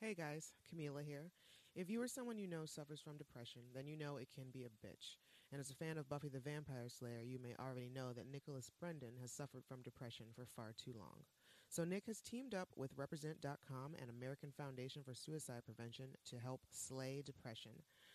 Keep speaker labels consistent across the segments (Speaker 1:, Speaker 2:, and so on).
Speaker 1: Hey guys, Camila here. If you or someone you know suffers from depression, then you know it can be a bitch. And as a fan of Buffy the Vampire Slayer, you may already know that Nicholas Brendan has suffered from depression for far too long. So Nick has teamed up with Represent.com and American Foundation for Suicide Prevention to help slay depression.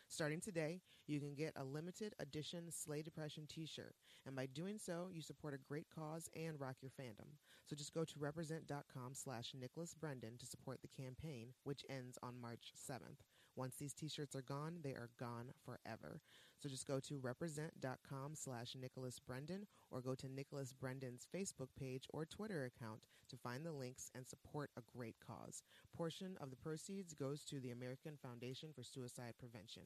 Speaker 1: Starting today, you can get a limited edition Slay Depression t-shirt. And by doing so, you support a great cause and rock your fandom. So just go to represent.com slash Nicholas Brendan to support the campaign, which ends on March 7th. Once these t-shirts are gone, they are gone forever. So just go to represent.com slash Nicholas Brendan or go to Nicholas Brendan's Facebook page or Twitter account to find the links and support a great cause. Portion of the proceeds goes to the American Foundation for Suicide Prevention.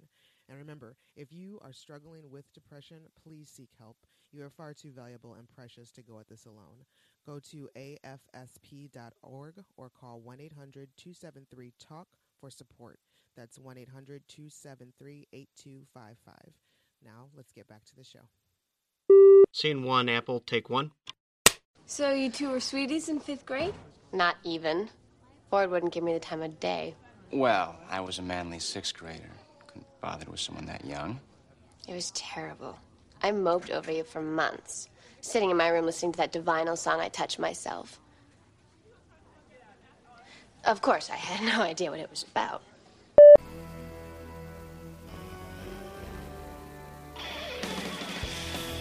Speaker 1: And remember, if you are struggling with depression, please seek help. You are far too valuable and precious to go at this alone. Go to afsp.org or call 1-800-273-TALK for support. That's 1-800-273-8255. Now, let's get back to the show.
Speaker 2: Scene one, Apple, take one.
Speaker 3: So you two were sweeties in fifth grade?
Speaker 4: Not even. Ford wouldn't give me the time of day.
Speaker 5: Well, I was a manly sixth grader. Couldn't bother with someone that young.
Speaker 4: It was terrible. I moped over you for months, sitting in my room listening to that divinal song I touched myself. Of course, I had no idea what it was about.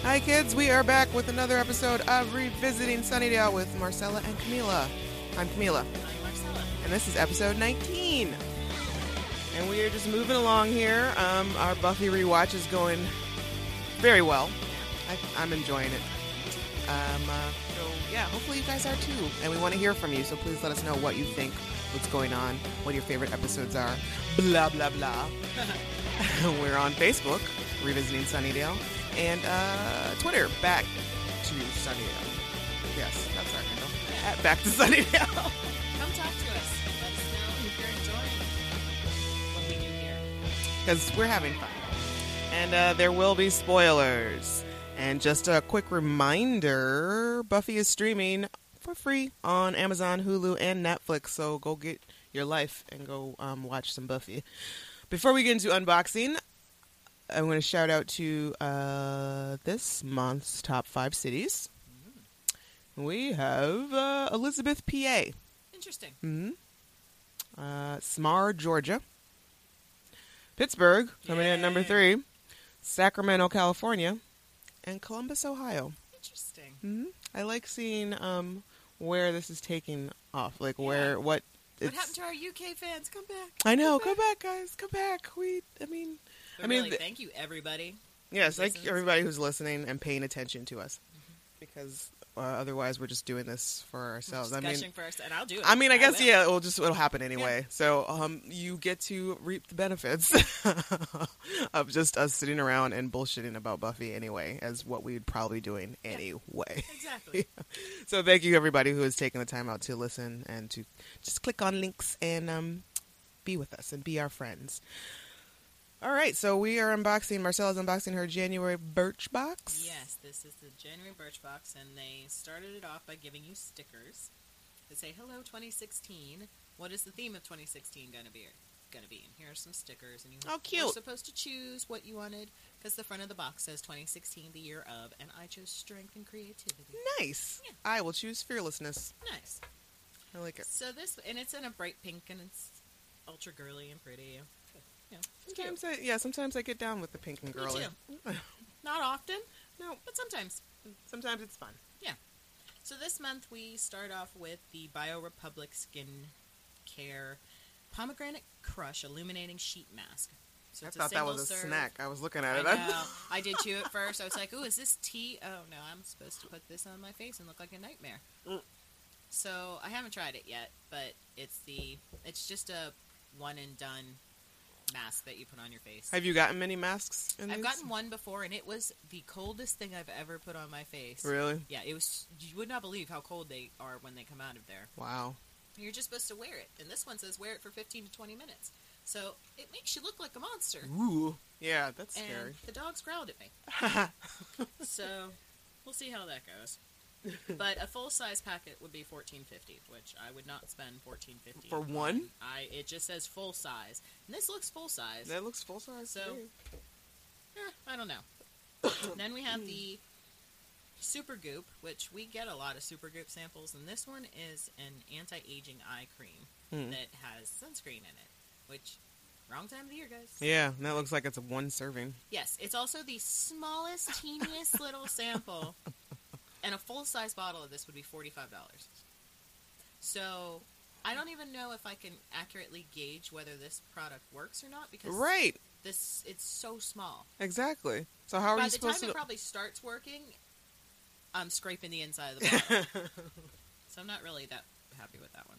Speaker 1: Hi, kids. We are back with another episode of Revisiting Sunnydale with Marcella and Camila. I'm Camila, and this is episode 19. And we are just moving along here. Um, our Buffy rewatch is going very well. I, I'm enjoying it. Um, uh, so yeah, hopefully you guys are too. And we want to hear from you. So please let us know what you think, what's going on, what your favorite episodes are. Blah blah blah. We're on Facebook, revisiting Sunnydale, and uh, Twitter, back to Sunnydale. Yes, that's our handle. At back to Sunnydale.
Speaker 6: Come talk to us. Let us know if you're enjoying what we do here.
Speaker 1: because we're having fun. And uh, there will be spoilers. And just a quick reminder Buffy is streaming for free on Amazon, Hulu, and Netflix. So go get your life and go um, watch some Buffy. Before we get into unboxing, I'm going to shout out to uh, this month's top five cities. We have uh, Elizabeth, PA,
Speaker 6: Interesting.
Speaker 1: Hmm. uh, Smar, Georgia. Pittsburgh, coming in at number three. Sacramento, California. And Columbus, Ohio.
Speaker 6: Interesting.
Speaker 1: I like seeing um, where this is taking off. Like, where, what.
Speaker 6: What happened to our UK fans? Come back.
Speaker 1: I know. Come back, guys. Come back. We, I mean,
Speaker 6: But
Speaker 1: I mean,
Speaker 6: really,
Speaker 1: th-
Speaker 6: thank you, everybody.
Speaker 1: yes, thank
Speaker 6: listens.
Speaker 1: everybody who's listening and paying attention to us.
Speaker 6: Mm-hmm.
Speaker 1: Because uh, otherwise, we're just doing this for ourselves. I mean,
Speaker 6: Gushing first, and I'll do it.
Speaker 1: I mean, I guess
Speaker 6: will.
Speaker 1: yeah, it'll just it'll happen anyway. So um, you get to reap the benefits of just us sitting around and bullshitting about Buffy anyway, as what we'd probably doing anyway.
Speaker 6: Exactly.
Speaker 1: So thank you everybody who has taken the time out to listen and to just click on links and um, be with us and be our friends. All right, so we are unboxing. Marcella's unboxing her January Birch box.
Speaker 6: Yes, this is the January Birch Box, and they started it off by giving you stickers that say "Hello 2016." What is the theme of 2016 gonna be? Gonna be, and here are some stickers, and you
Speaker 1: Oh, cute.
Speaker 6: were supposed to choose what you wanted because the front of the box says 2016, the year of, and I chose strength and creativity.
Speaker 1: Nice.
Speaker 6: Yeah.
Speaker 1: I will choose fearlessness.
Speaker 6: Nice.
Speaker 1: I like it.
Speaker 6: So this, and it's in a bright pink, and it's ultra girly and pretty. Yeah,
Speaker 1: Sometimes I, yeah, sometimes I get down with the pink and
Speaker 6: Me
Speaker 1: girly.
Speaker 6: not often,
Speaker 1: No,
Speaker 6: but sometimes.
Speaker 1: sometimes it's fun.
Speaker 6: So this month we start off with the BioRepublic Skin Care Pomegranate Crush Illuminating Sheet Mask. So
Speaker 1: I
Speaker 6: it's
Speaker 1: thought that was a
Speaker 6: single serve.
Speaker 1: snack. I was looking at
Speaker 6: I
Speaker 1: it.
Speaker 6: know. I did too at first. I was like, "Ooh, is this tea?" Oh no, I'm supposed to put this on my face and look like a nightmare.
Speaker 1: Mm.
Speaker 6: So I haven't tried it yet, but it's the it's just a one and done mask that you put on your face.
Speaker 1: Have you gotten many masks? In
Speaker 6: I've
Speaker 1: these?
Speaker 6: gotten one before, and it was the coldest thing I've ever put on my face.
Speaker 1: Really?
Speaker 6: Yeah, it was. You would not believe how cold they are when they come out of there.
Speaker 1: Wow.
Speaker 6: You're just supposed to wear it, and this one says wear it for 15 to 20 minutes. So it makes you look like a monster.
Speaker 1: Ooh. Yeah, that's
Speaker 6: and
Speaker 1: scary.
Speaker 6: the dogs growled at me. so we'll see how that goes. but a full size packet would be fourteen fifty, which I would not spend fourteen fifty
Speaker 1: For one?
Speaker 6: I it just says full size, and this looks full size.
Speaker 1: That looks full size.
Speaker 6: So- Eh, I don't know. then we have the Super Goop, which we get a lot of Super Goop samples, and this one is an anti-aging eye cream
Speaker 1: Hmm.
Speaker 6: that has sunscreen in it. Which, wrong time of the year, guys.
Speaker 1: yeah, that looks like it's one serving.
Speaker 6: Yes, it's also the smallest, teeniest little sample, and a full size bottle of this would be forty five dollars. So. I don't even know if I can accurately gauge whether this product works or not because
Speaker 1: Right,
Speaker 6: this it's so small.
Speaker 1: exactly. So how are
Speaker 6: By
Speaker 1: you
Speaker 6: the time
Speaker 1: supposed to?
Speaker 6: it probably starts working, I'm scraping the inside of the bottle. so I'm not really that happy with that one.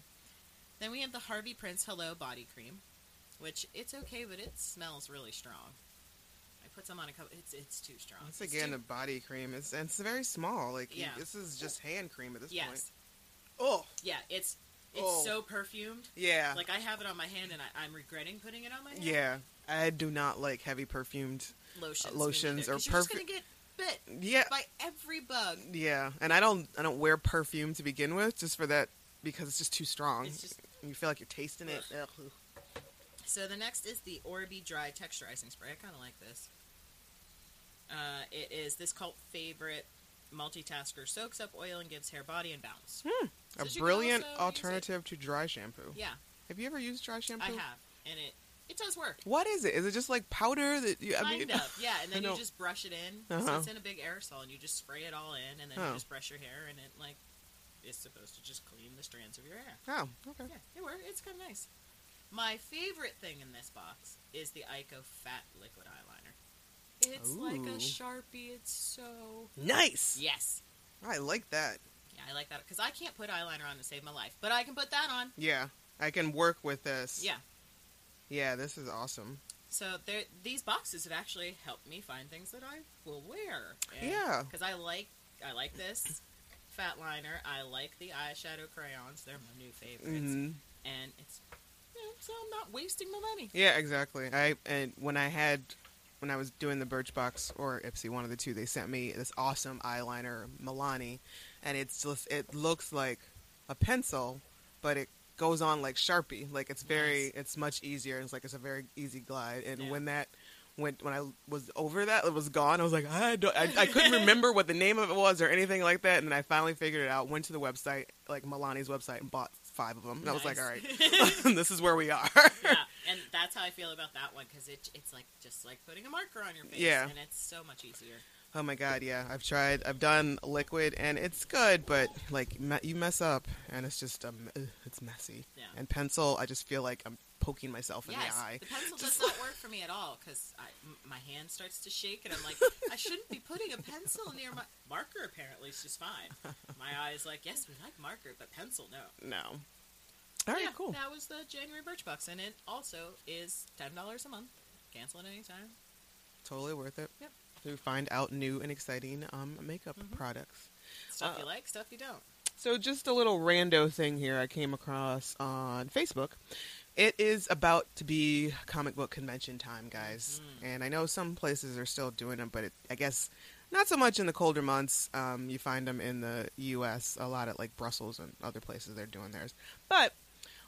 Speaker 6: Then we have the Harvey Prince Hello Body Cream, which it's okay, but it smells really strong. I put some on a couple. It's it's too strong.
Speaker 1: Once
Speaker 6: It's
Speaker 1: again,
Speaker 6: too-
Speaker 1: a body cream. It's and it's very small. Like you-
Speaker 6: Yeah.
Speaker 1: this is just hand cream at this
Speaker 6: yes,
Speaker 1: point. Oh
Speaker 6: yeah, it's it's
Speaker 1: Oh.
Speaker 6: so perfumed.
Speaker 1: yeah,
Speaker 6: Like I have it on my hand, and I, I'm regretting putting it on my hand.
Speaker 1: yeah. I do not like heavy perfumed.
Speaker 6: lotions,
Speaker 1: Lotions
Speaker 6: are
Speaker 1: are
Speaker 6: You're just gonna
Speaker 1: perfect-
Speaker 6: get bit
Speaker 1: Yeah,
Speaker 6: by every bug.
Speaker 1: yeah. And I don't I don't wear perfume to begin with, just for that because it's just too strong.
Speaker 6: It's just-
Speaker 1: you feel like you're tasting it. Ugh.
Speaker 6: So the next is the Orbi Dry Texturizing Spray. I kind of like this. Uh, it is this cult favorite multitasker soaks up oil and gives hair body and bounce.
Speaker 1: Hmm.
Speaker 6: So
Speaker 1: A
Speaker 6: you can
Speaker 1: brilliant
Speaker 6: also use it-
Speaker 1: alternative to dry shampoo.
Speaker 6: Yeah,
Speaker 1: Have you ever used dry shampoo?
Speaker 6: I have, and it it does work.
Speaker 1: What is it? Is it just like powder that you? I
Speaker 6: Kind
Speaker 1: mean,
Speaker 6: of, yeah. And
Speaker 1: I
Speaker 6: then you
Speaker 1: know.
Speaker 6: just brush it in. So
Speaker 1: Uh-huh.
Speaker 6: it's in a big aerosol, and you just spray it all in, and then you
Speaker 1: Oh.
Speaker 6: just brush your hair, and it like is supposed to just clean the strands of your hair.
Speaker 1: Oh, okay.
Speaker 6: Yeah, it works. It's kind of nice. My favorite thing in this box is the Ico Fat Liquid Eyeliner. It's like
Speaker 1: Ooh.
Speaker 6: a sharpie. It's so
Speaker 1: Nice.
Speaker 6: yes.
Speaker 1: I like that.
Speaker 6: Yeah, I like that because I can't put eyeliner on to save my life, but I can put that on.
Speaker 1: Yeah, I can work with this.
Speaker 6: Yeah.
Speaker 1: Yeah, this is awesome.
Speaker 6: So there, these boxes have actually helped me find things that I will wear.
Speaker 1: Yeah.
Speaker 6: Because I like I like this fat liner. I like the eyeshadow crayons. They're my new favorites,
Speaker 1: Mhm.
Speaker 6: and it's you know, so I'm not wasting my money.
Speaker 1: Yeah, exactly. I and when I had when I was doing the Birchbox or Ipsy, one of the two, they sent me this awesome eyeliner, Milani, and it's just it looks like a pencil, but it goes on like Sharpie. Like it's very,
Speaker 6: Nice.
Speaker 1: it's much easier. It's like it's a very easy glide. And
Speaker 6: Yeah.
Speaker 1: when that when when I was over that, it was gone. I was like, I don't, I, I couldn't remember what the name of it was or anything like that. And then I finally figured it out. Went to the website, like Milani's website, and bought five of them. And I was like, all
Speaker 6: Nice.
Speaker 1: right, this is where we are.
Speaker 6: yeah, and that's how I feel about that one because it, it's like just like putting a marker on your face,
Speaker 1: Yeah.
Speaker 6: and it's so much easier.
Speaker 1: Oh my god, yeah. I've tried. I've done liquid, and it's good, but like me- you mess up, and it's just um, ugh, it's messy.
Speaker 6: Yeah.
Speaker 1: And pencil, I just feel like I'm poking myself in
Speaker 6: yes,
Speaker 1: the eye.
Speaker 6: the pencil
Speaker 1: Just
Speaker 6: does not work for me at all because my hand starts to shake, and I'm like, I shouldn't be putting a pencil near my marker. Apparently, is just fine. My eye is like, yes, we like marker, but pencil, no.
Speaker 1: No. All right,
Speaker 6: yeah,
Speaker 1: cool.
Speaker 6: That was the January Birchbox, and it also is ten dollars a month. Cancel at any time.
Speaker 1: Totally worth it.
Speaker 6: Yep. Mm-hmm.
Speaker 1: To find out new and exciting um, makeup products.
Speaker 6: Stuff you
Speaker 1: Uh,
Speaker 6: like, stuff you don't.
Speaker 1: So just a little rando thing here I came across on Facebook. It is about to be comic book convention time, guys.
Speaker 6: Mm-hmm.
Speaker 1: And I know some places are still doing them, but it, I guess not so much in the colder months. Um, you find them in the U.S. a lot at like Brussels and other places they're doing theirs. But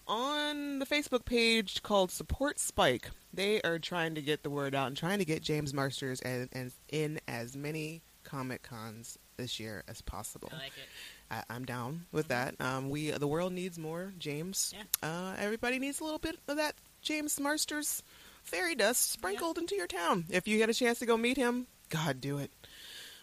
Speaker 1: on the Facebook page called Support Spike, they are trying to get the word out and trying to get James Marsters and, and in as many Comic Cons this year as possible.
Speaker 6: I like it.
Speaker 1: I, I'm down with that. Um, we the world needs more James.
Speaker 6: Mm-hmm. Yeah.
Speaker 1: Uh, everybody needs a little bit of that James Marsters fairy dust sprinkled into your town. If you get a chance to go meet him, God, do it.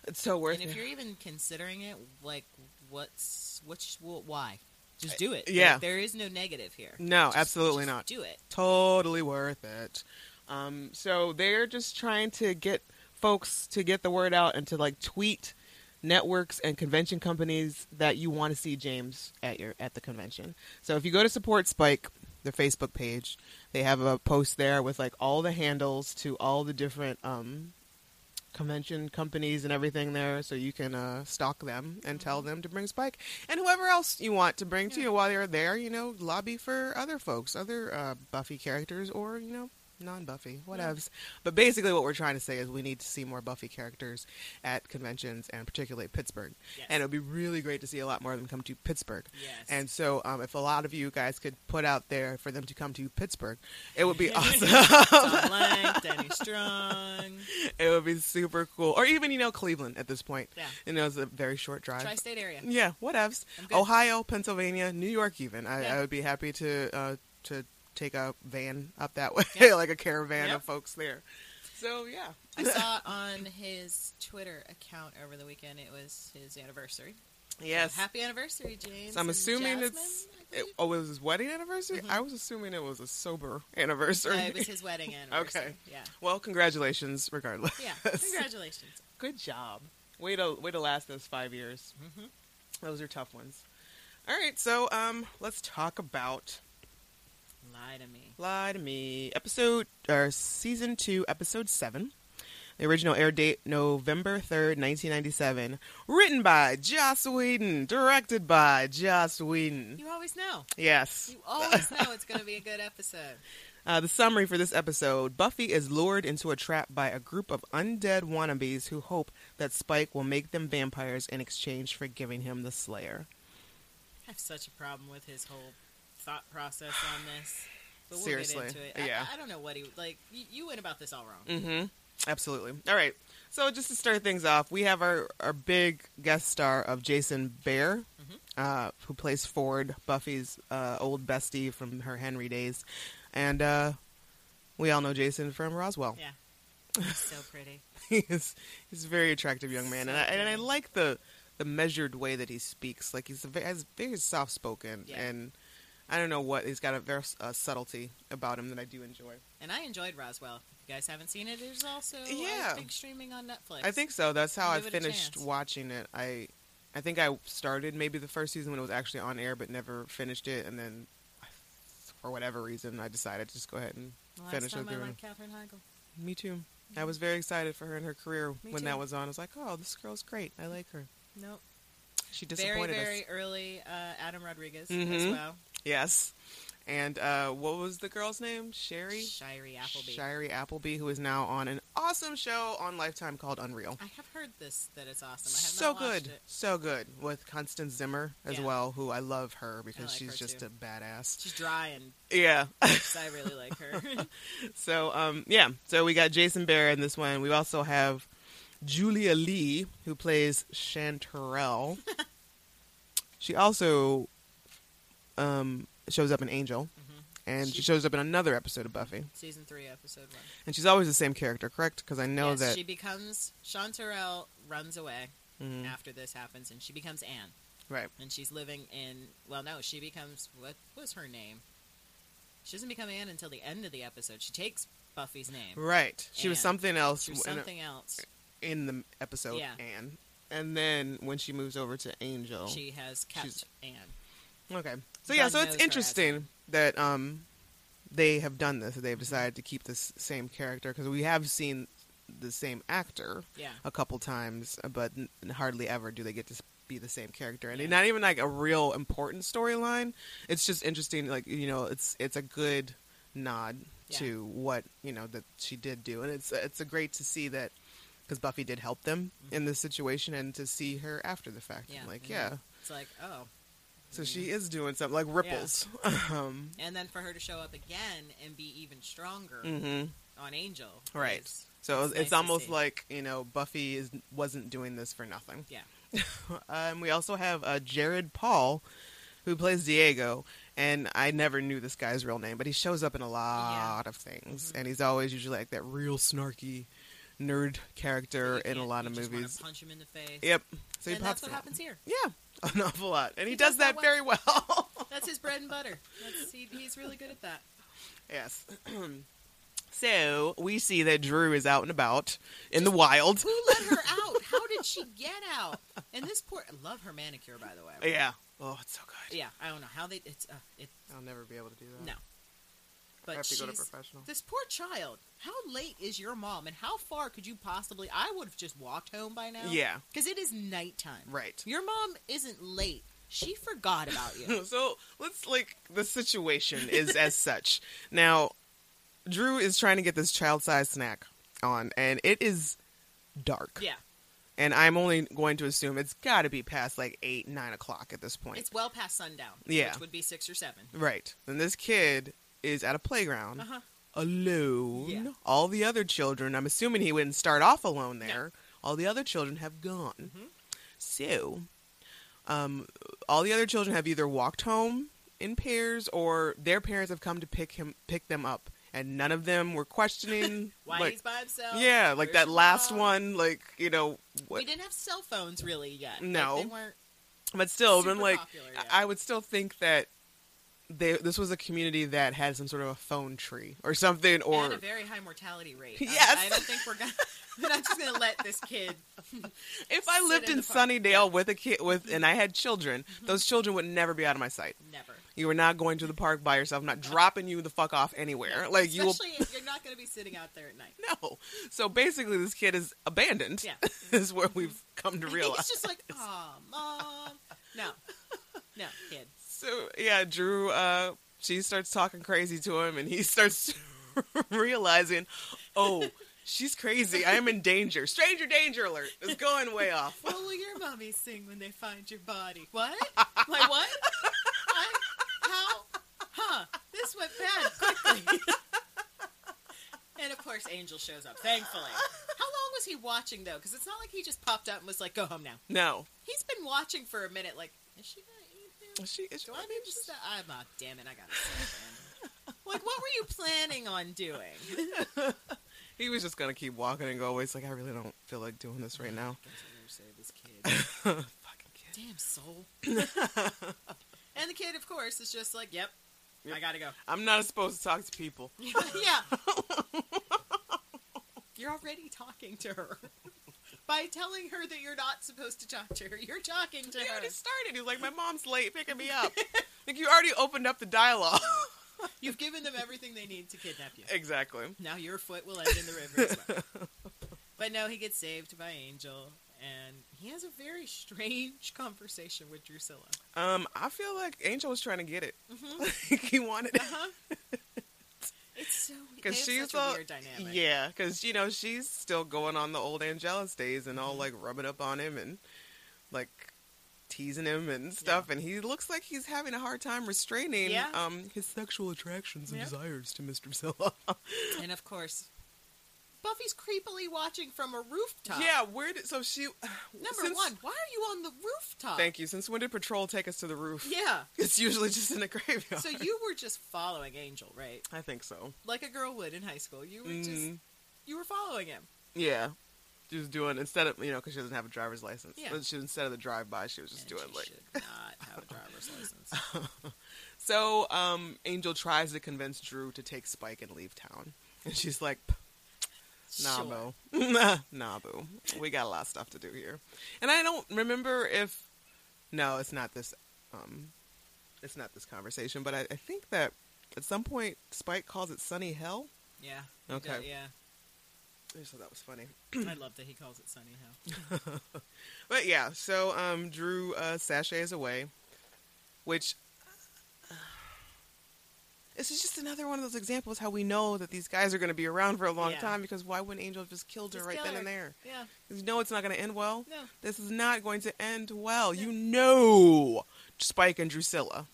Speaker 1: It's so worth
Speaker 6: And if
Speaker 1: it.
Speaker 6: you're even considering it, like, what's what's wh- why? Just do it.
Speaker 1: yeah.
Speaker 6: Like, there is no negative here.
Speaker 1: No,
Speaker 6: Just-
Speaker 1: absolutely
Speaker 6: just
Speaker 1: not.
Speaker 6: Do it.
Speaker 1: totally worth it. Um, so they're just trying to get folks to get the word out and to like tweet networks and convention companies that you want to see James at your at the convention. So if you go to support Spike, their Facebook page, they have a post there with like all the handles to all the different um, convention companies and everything there, so you can uh, stalk them and tell them to bring Spike and whoever else you want to bring to you while they're there. You know, lobby for other folks, other uh, Buffy characters, or you know, non Buffy, whatevs. But basically, what we're trying to say is we need to see more Buffy characters at conventions and particularly Pittsburgh.
Speaker 6: Yes.
Speaker 1: And it would be really great to see a lot more of them come to Pittsburgh.
Speaker 6: Yes.
Speaker 1: And so, um, if a lot of you guys could put out there for them to come to Pittsburgh, it would be awesome.
Speaker 6: Tom Lank, Danny Strong,
Speaker 1: it would be super cool. Or even, you know, Cleveland at this point.
Speaker 6: Yeah.
Speaker 1: You know, it's a very short drive.
Speaker 6: tri-state area.
Speaker 1: Yeah, whatevs.
Speaker 6: I'm good.
Speaker 1: Ohio, Pennsylvania, New York, even. I,
Speaker 6: Yeah.
Speaker 1: I would be happy to uh, to take a van up that way,
Speaker 6: Yeah.
Speaker 1: like a caravan
Speaker 6: Yeah.
Speaker 1: of folks there. So yeah,
Speaker 6: I saw on his Twitter account over the weekend it was his anniversary.
Speaker 1: yes.
Speaker 6: So happy anniversary, James.
Speaker 1: So I'm
Speaker 6: and
Speaker 1: assuming
Speaker 6: Jasmine,
Speaker 1: it's it, oh, it was his wedding anniversary. I was assuming it was a sober anniversary.
Speaker 6: Uh, it was his wedding anniversary.
Speaker 1: Okay.
Speaker 6: Yeah.
Speaker 1: well, congratulations, regardless.
Speaker 6: Yeah. Congratulations.
Speaker 1: Good job. Way to way to last those five years. Mm-hmm. Those are tough ones. All right, so um, let's talk about
Speaker 6: Lie to me.
Speaker 1: Lie to Me, episode or season two, episode seven. The original air date November third, nineteen ninety seven. Written by Joss Whedon, directed by Joss Whedon.
Speaker 6: You always know.
Speaker 1: Yes.
Speaker 6: You always know it's going to be a good episode.
Speaker 1: Uh, the summary for this episode: Buffy is lured into a trap by a group of undead wannabes who hope that Spike will make them vampires in exchange for giving him the Slayer.
Speaker 6: I have such a problem with his whole thought process on this. But we'll
Speaker 1: Seriously,
Speaker 6: get into it. I,
Speaker 1: yeah. Mm.
Speaker 6: I don't know what he like. You, you went about this all wrong.
Speaker 1: Absolutely. All right. So just to start things off, we have our, our big guest star of Jason Bear,
Speaker 6: Mm-hmm.
Speaker 1: uh, who plays Ford, Buffy's uh, old bestie from her Henry days, and uh, we all know Jason from Roswell.
Speaker 6: Yeah. He's so pretty.
Speaker 1: he's he's a very attractive young man, and I, and I like the the measured way that he speaks. Like he's a ve- has very soft spoken,
Speaker 6: Yeah.
Speaker 1: and I don't know what he's got a very uh, subtlety about him that I do enjoy.
Speaker 6: And I enjoyed Roswell. If you guys haven't seen it, there's also
Speaker 1: Yeah.
Speaker 6: I think streaming on Netflix.
Speaker 1: I think so. That's how I
Speaker 6: Give it a
Speaker 1: finished
Speaker 6: chance.
Speaker 1: watching it. I I think I started maybe the first season when it was actually on air, but never finished it. And then, for whatever reason, I decided to just go ahead and
Speaker 6: The Last
Speaker 1: finish it
Speaker 6: time I
Speaker 1: through.
Speaker 6: liked Katherine Heigl.
Speaker 1: Me too. I was very excited for her and her career
Speaker 6: Me
Speaker 1: when
Speaker 6: too.
Speaker 1: that was on. I was like, oh, this girl's great. I like her.
Speaker 6: Nope.
Speaker 1: She
Speaker 6: Very
Speaker 1: disappointed
Speaker 6: very
Speaker 1: us.
Speaker 6: early uh, Adam Rodriguez as
Speaker 1: Mhm.
Speaker 6: well.
Speaker 1: Yes. And uh, what was the girl's name? Sherry.
Speaker 6: Shirey Appleby.
Speaker 1: Shirey Appleby, who is now on an awesome show on Lifetime called Unreal.
Speaker 6: I have heard this that it's awesome. I have
Speaker 1: so
Speaker 6: not watched
Speaker 1: good,
Speaker 6: it.
Speaker 1: so good with Constance Zimmer as
Speaker 6: Yeah.
Speaker 1: well, who I love her because
Speaker 6: like
Speaker 1: she's
Speaker 6: her
Speaker 1: just
Speaker 6: too.
Speaker 1: a badass.
Speaker 6: She's dry and
Speaker 1: Yeah.
Speaker 6: so I really like her.
Speaker 1: so um yeah, so we got Jason Bear in this one. We also have Julia Lee who plays Chanterelle. she also um shows up in Angel. And she,
Speaker 6: Mm-hmm. She-
Speaker 1: shows up in another episode of Buffy,
Speaker 6: Season three, episode one.
Speaker 1: and she's always the same character, correct? Because I know
Speaker 6: yes,
Speaker 1: that
Speaker 6: she becomes Chanterelle runs away
Speaker 1: Mm-hmm.
Speaker 6: after this happens, and she becomes Anne,
Speaker 1: right.
Speaker 6: and she's living in. Well, no, she becomes what was her name? She doesn't become Anne until the end of the episode. She takes Buffy's name.
Speaker 1: Right. uh, She was
Speaker 6: Anne.
Speaker 1: something else
Speaker 6: She was
Speaker 1: in a-
Speaker 6: something else.
Speaker 1: in the episode
Speaker 6: Yeah.
Speaker 1: Anne. And then when she moves over to Angel.
Speaker 6: She has
Speaker 1: oh, She's-
Speaker 6: kept Anne.
Speaker 1: okay. So yeah,
Speaker 6: Gunn
Speaker 1: so
Speaker 6: knows
Speaker 1: it's
Speaker 6: her
Speaker 1: interesting that um they have done this. that They've decided to keep this same character because we have seen the same actor
Speaker 6: Yeah.
Speaker 1: a couple times, but n- hardly ever do they get to s- be the same character. And
Speaker 6: Yeah.
Speaker 1: not even like a real important storyline. It's just interesting like you know, it's it's a good nod
Speaker 6: Yeah.
Speaker 1: to what, you know, that she did do. And it's it's a great to see that because Buffy did help them in this situation, and to see her after the fact,
Speaker 6: Mm-hmm. Yeah. Mm-hmm.
Speaker 1: I'm like
Speaker 6: Mhm.
Speaker 1: yeah,
Speaker 6: It's like oh,
Speaker 1: so she is doing something like ripples. um,
Speaker 6: and then for her to show up again and be even stronger
Speaker 1: mhm.
Speaker 6: on Angel.
Speaker 1: Right.
Speaker 6: is-
Speaker 1: So it's,
Speaker 6: nice to
Speaker 1: almost
Speaker 6: see.
Speaker 1: like you know Buffy is wasn't doing this for nothing.
Speaker 6: yeah.
Speaker 1: Um, we also have uh, Jared Paul, who plays Diego, and I never knew this guy's real name, but he shows up in a lot of things,
Speaker 6: Mm-hmm.
Speaker 1: and he's always usually like that real snarky nerd character
Speaker 6: You
Speaker 1: in a
Speaker 6: can't-
Speaker 1: lot of
Speaker 6: you just wanna
Speaker 1: movies.
Speaker 6: punch him in the face.
Speaker 1: Yep. So he
Speaker 6: and
Speaker 1: pops
Speaker 6: that's what
Speaker 1: in-
Speaker 6: happens here.
Speaker 1: Yeah, an awful lot, and he,
Speaker 6: He
Speaker 1: does,
Speaker 6: does
Speaker 1: that
Speaker 6: that well.
Speaker 1: very well.
Speaker 6: That's his bread and butter. That's, he, he's really good at that.
Speaker 1: Yes. so we see that Drew is out and about in the wild.
Speaker 6: Who let her out? How did she get out? And this poor. I love her manicure, by the way.
Speaker 1: Yeah. Oh, it's so good.
Speaker 6: Yeah, I don't know how they. It's. Uh, it,
Speaker 1: I'll never be able to do that.
Speaker 6: no. But
Speaker 1: I have to
Speaker 6: she's,
Speaker 1: go to professional.
Speaker 6: This poor child. How late is your mom, and how far could you possibly? I would have just walked home by now.
Speaker 1: Yeah.
Speaker 6: Because it is nighttime.
Speaker 1: Right.
Speaker 6: Your mom isn't late. She forgot about you.
Speaker 1: So let's like the situation is as such. Now, Drew is trying to get this child-sized snack on, and it is dark.
Speaker 6: Yeah.
Speaker 1: And I'm only going to assume it's got to be past like eight, nine o'clock at this point.
Speaker 6: It's well past sundown.
Speaker 1: Yeah.
Speaker 6: Which would be six or seven.
Speaker 1: Right. And this kid is at a playground
Speaker 6: Uh-huh.
Speaker 1: alone.
Speaker 6: Yeah.
Speaker 1: All the other children, I'm assuming he wouldn't start off alone there. All the other children have gone.
Speaker 6: Mm-hmm.
Speaker 1: So, um, all the other children have either walked home in pairs or their parents have come to pick him pick them up. And none of them were questioning
Speaker 6: Why
Speaker 1: like,
Speaker 6: he's by himself?
Speaker 1: Yeah, like
Speaker 6: Where's
Speaker 1: that
Speaker 6: your
Speaker 1: last
Speaker 6: mom?
Speaker 1: one, like, you know, what,
Speaker 6: We didn't have cell phones really yet. Like,
Speaker 1: No.
Speaker 6: they weren't.
Speaker 1: but still, then
Speaker 6: super
Speaker 1: like
Speaker 6: popular,
Speaker 1: I-
Speaker 6: yeah.
Speaker 1: I would still think that they, this was a community that had some sort of a phone tree or something,
Speaker 6: Or
Speaker 1: or
Speaker 6: a very high mortality rate. I-
Speaker 1: Yes.
Speaker 6: I don't think we're gonna. We're not just gonna let this kid.
Speaker 1: if I
Speaker 6: sit
Speaker 1: lived
Speaker 6: in
Speaker 1: in,
Speaker 6: the Mm-hmm. park.
Speaker 1: Sunnydale with a kid with and I had children, those children would never be out of my sight.
Speaker 6: Never.
Speaker 1: You were not going to the park by yourself. I'm not dropping you the fuck off anywhere. Like you will
Speaker 6: Especially if you're not gonna be sitting out there at night.
Speaker 1: no. So basically, this kid is abandoned.
Speaker 6: Yeah. Mm-hmm.
Speaker 1: is where we've come to
Speaker 6: I think
Speaker 1: realize.
Speaker 6: it's just like, oh, mom. No. No, kid.
Speaker 1: So yeah, Drew. Uh, she starts talking crazy to him, and he starts realizing, oh, she's crazy. I am in danger. Stranger danger alert is going way off.
Speaker 6: What will your mommy sing when they find your body? What? Like what? I, how? Huh? This went bad quickly. and of course, Angel shows up. Thankfully. How long was he watching though? Because it's not like he just popped up and was like, "Go home now."
Speaker 1: No,
Speaker 6: He's been watching for a minute. Like, is she gonna eat now?
Speaker 1: she. Is,
Speaker 6: Do I need to stop? I'm not. Damn it! I gotta. stop, man. Like, what were you planning on doing?
Speaker 1: he was just gonna keep walking and go away. It's like I really don't feel like doing this right now.
Speaker 6: Guess I'll never save this kid.
Speaker 1: Fucking kid.
Speaker 6: Damn soul. and the kid, of course, is just like, "Yep, I gotta go."
Speaker 1: I'm not supposed to talk to people.
Speaker 6: yeah. you're already talking to her. By telling her that you're not supposed to talk to her, you're talking to
Speaker 1: He
Speaker 6: her.
Speaker 1: already started. He's like, my mom's late, picking me up. like you already opened up the dialogue.
Speaker 6: You've given them everything they need to kidnap you.
Speaker 1: exactly.
Speaker 6: Now your foot will end in the river as well. But no, he gets saved by Angel, and he has a very strange conversation with Drusilla.
Speaker 1: Um, I feel like Angel was trying to get it.
Speaker 6: Mm-hmm.
Speaker 1: he wanted it.
Speaker 6: Huh? It's so they have
Speaker 1: because she's
Speaker 6: such a
Speaker 1: all-
Speaker 6: weird dynamic.
Speaker 1: Yeah, because you know she's still going on the old Angelus days and
Speaker 6: Mm-hmm.
Speaker 1: all like rubbing up on him and like teasing him and stuff, and he looks like he's having a hard time restraining
Speaker 6: Yeah.
Speaker 1: um his sexual attractions and
Speaker 6: Yep.
Speaker 1: desires to Mister Zilla.
Speaker 6: And of course, Buffy's creepily watching from a rooftop.
Speaker 1: yeah, where did so she?
Speaker 6: Number
Speaker 1: since-
Speaker 6: one, why are you on the rooftop?
Speaker 1: Thank you. Since when did Patrol take us to the roof?
Speaker 6: Yeah.
Speaker 1: It's usually just in the graveyard.
Speaker 6: So you were just following Angel, right?
Speaker 1: I think so.
Speaker 6: Like a girl would in high school. You were just
Speaker 1: Mhm.
Speaker 6: you were following him.
Speaker 1: Yeah. She was doing instead of you know because she doesn't have a driver's license.
Speaker 6: Yeah.
Speaker 1: But She, instead of the drive by, she was just
Speaker 6: And
Speaker 1: doing
Speaker 6: she
Speaker 1: like
Speaker 6: should not have a driver's license.
Speaker 1: So um, Angel tries to convince Drew to take Spike and leave town, and she's like, "P- "Nah,
Speaker 6: Sure.
Speaker 1: boo, nah, nah, boo. We got a lot of stuff to do here." And I don't remember if no, it's not this, um, it's not this conversation. But I, I think that at some point Spike calls it Sunny Hell.
Speaker 6: Yeah. he
Speaker 1: Okay.
Speaker 6: does- yeah.
Speaker 1: I just thought that was funny.
Speaker 6: I love that he calls it Sunny Hill.
Speaker 1: But yeah, so um, Drew uh, sachets away, which this is just another one of those examples how we know that these guys are going to be around for a long
Speaker 6: Yeah.
Speaker 1: time because why wouldn't Angel have just killed her
Speaker 6: Just
Speaker 1: right
Speaker 6: kill
Speaker 1: then
Speaker 6: her.
Speaker 1: and there?
Speaker 6: Yeah.
Speaker 1: 'Cause you know it's not going to end well.
Speaker 6: No.
Speaker 1: This is not going to end well. You know, Spike and Drusilla.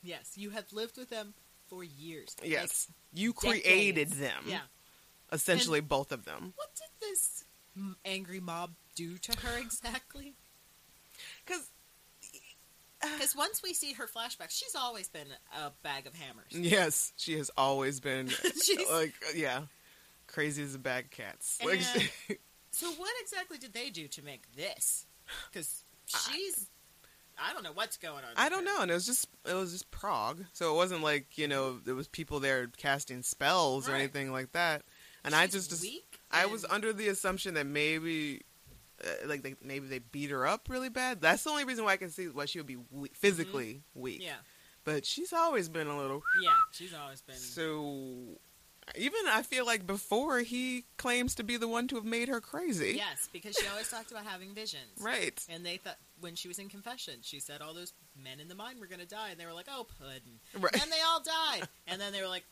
Speaker 6: Yes. You have lived with them for years. Like,
Speaker 1: Yes, you
Speaker 6: decades.
Speaker 1: created them.
Speaker 6: Yeah.
Speaker 1: essentially both of them.
Speaker 6: What did this m- angry mob do to her exactly?
Speaker 1: Because
Speaker 6: Because once we see her flashback, she's always been a bag of hammers.
Speaker 1: yes, she has always been
Speaker 6: She's-
Speaker 1: like yeah, crazy as a bag of cats. Like,
Speaker 6: And- uh, So what exactly did they do to make this? Because she's, I don't know what's going on.
Speaker 1: I
Speaker 6: with
Speaker 1: don't
Speaker 6: her.
Speaker 1: know, and it was just it was just Prague, so it wasn't like you know there was people there casting spells or
Speaker 6: Right.
Speaker 1: anything like that. And I
Speaker 6: She's
Speaker 1: just, just-
Speaker 6: weak
Speaker 1: I
Speaker 6: and-
Speaker 1: was under the assumption that maybe uh, like they, maybe they beat her up really bad. That's the only reason why I can see why she would be weak, physically weak.
Speaker 6: Mm-hmm. Yeah,
Speaker 1: but she's always been a little.
Speaker 6: yeah, she's always been.
Speaker 1: So even I feel like before he claims to be the one to have made her crazy.
Speaker 6: Yes, because she always talked about having visions.
Speaker 1: Right.
Speaker 6: And they thought when she was in confession, she said all those men in the mine were going to die, and they were like, "Oh, puddin."
Speaker 1: Right.
Speaker 6: And they all died, and then they were like,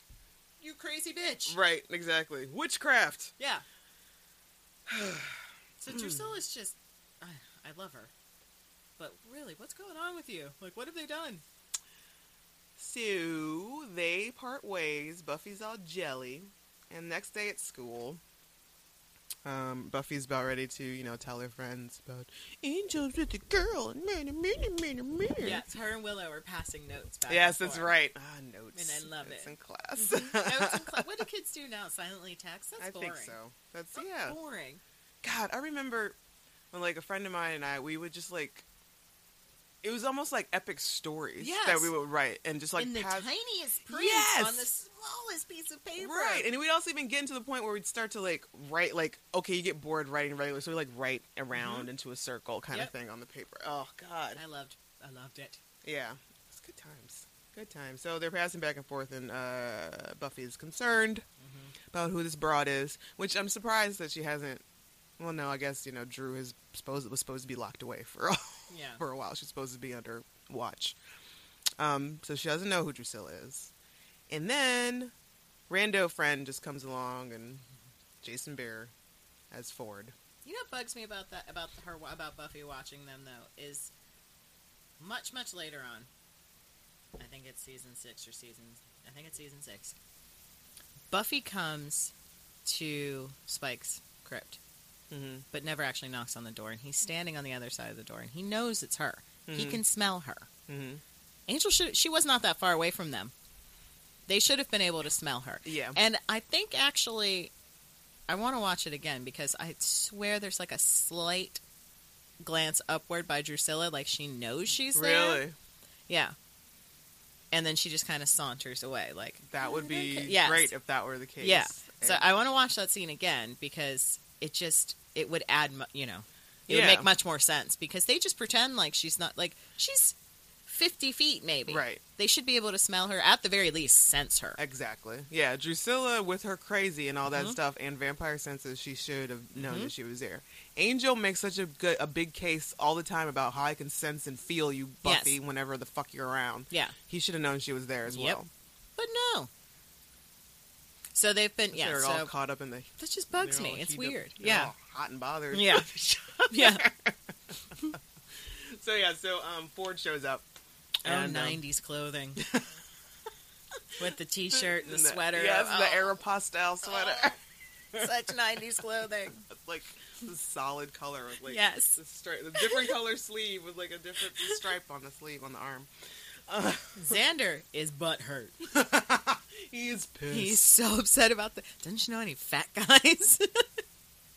Speaker 6: you crazy bitch.
Speaker 1: Right, exactly. Witchcraft.
Speaker 6: Yeah. so
Speaker 1: Hmm.
Speaker 6: Drusilla's just, I, I love her, but really, what's going on with you? Like, what have they done?
Speaker 1: So they part ways. Buffy's all jelly, and next day at school, um, Buffy's about ready to, you know, tell her friends about angels with a girl and man, and man, and man, and man.
Speaker 6: Yeah, it's her and Willow are passing notes back.
Speaker 1: Hmm. Yes,
Speaker 6: and
Speaker 1: that's
Speaker 6: forth.
Speaker 1: right. Ah, notes.
Speaker 6: And I love
Speaker 1: Notes
Speaker 6: it. Mm-hmm.
Speaker 1: in class.
Speaker 6: Notes and cla- what do kids do now? Silently text? That's
Speaker 1: I
Speaker 6: boring. Oh,
Speaker 1: think so. That's
Speaker 6: That's
Speaker 1: yeah.
Speaker 6: boring.
Speaker 1: God, I remember when like a friend of mine and I, we would just like, it was almost like epic stories that
Speaker 6: Yes.
Speaker 1: we would write and just like
Speaker 6: In the
Speaker 1: pass-
Speaker 6: tiniest print
Speaker 1: Yes!
Speaker 6: on the smallest piece of paper.
Speaker 1: Right, and we'd also even get into the point where we'd start to like write, like okay, you get bored writing regularly, so we like write around into a circle kind
Speaker 6: Yep.
Speaker 1: of thing on the paper. Oh God,
Speaker 6: I loved, I loved it.
Speaker 1: yeah, it's good times, good times. So they're passing back and forth, and uh, Buffy is concerned about who this broad is, which I'm surprised that she hasn't. Well, no, I guess you know Drew is supposed was supposed to be locked away for a,
Speaker 6: Yeah.
Speaker 1: for a while. She's supposed to be under watch, um, so she doesn't know who Drusilla is. And then Rando friend just comes along and Jason Bear as Ford.
Speaker 6: You know what bugs me about that about her about Buffy watching them though is much much later on. I think it's season 6 or season I think it's season 6. Buffy comes to Spike's crypt
Speaker 1: Mhm.
Speaker 6: but never actually knocks on the door and he's standing on the other side of the door and he knows it's her. He can smell her.
Speaker 1: Mm-hmm.
Speaker 6: Angel should she was not that far away from them. They should have been able to smell her.
Speaker 1: Yeah.
Speaker 6: And I think actually I want to watch it again because I swear there's like a slight glance upward by Drusilla like she knows she's there.
Speaker 1: Really,
Speaker 6: Yeah. And then she just kind of saunters away like
Speaker 1: that would be
Speaker 6: Okay. Yes.
Speaker 1: great if that were the case.
Speaker 6: Yeah. So
Speaker 1: And-
Speaker 6: I want to watch that scene again because it just it would add mu- you know it
Speaker 1: Yeah.
Speaker 6: would make much more sense because they just pretend like she's not like she's 50 feet maybe
Speaker 1: Right.
Speaker 6: they should be able to smell her at the very least sense her
Speaker 1: Exactly. Yeah, Drusilla with her crazy and all
Speaker 6: Mm-hmm.
Speaker 1: that stuff and vampire senses, she should have known that she was there. Angel makes such a good, a big case all the time about how I can sense and feel you,
Speaker 6: Yes.
Speaker 1: Buffy, whenever the fuck you're around.
Speaker 6: yeah
Speaker 1: He should have known she was there as
Speaker 6: Yep.
Speaker 1: well.
Speaker 6: but no so they've been yeah
Speaker 1: They're all
Speaker 6: so
Speaker 1: caught up in the.
Speaker 6: that just bugs
Speaker 1: they're
Speaker 6: me
Speaker 1: all
Speaker 6: it's
Speaker 1: heated up-
Speaker 6: weird
Speaker 1: they're
Speaker 6: yeah
Speaker 1: all hot and bothered.
Speaker 6: yeah yeah Oh,
Speaker 1: So yeah, so um, Ford shows up.
Speaker 6: oh
Speaker 1: And, um,
Speaker 6: 90s clothing with the t-shirt and the
Speaker 1: in
Speaker 6: sweater
Speaker 1: Yes, the
Speaker 6: Oh,
Speaker 1: Aeropostale sweater.
Speaker 6: such 90s clothing
Speaker 1: like the solid color with like
Speaker 6: Yes.
Speaker 1: the stri- the different color sleeve with like a different stripe on the sleeve on the arm.
Speaker 6: Xander is butt hurt.
Speaker 1: He's pissed.
Speaker 6: He's so upset about the. Doesn't she know any fat guys?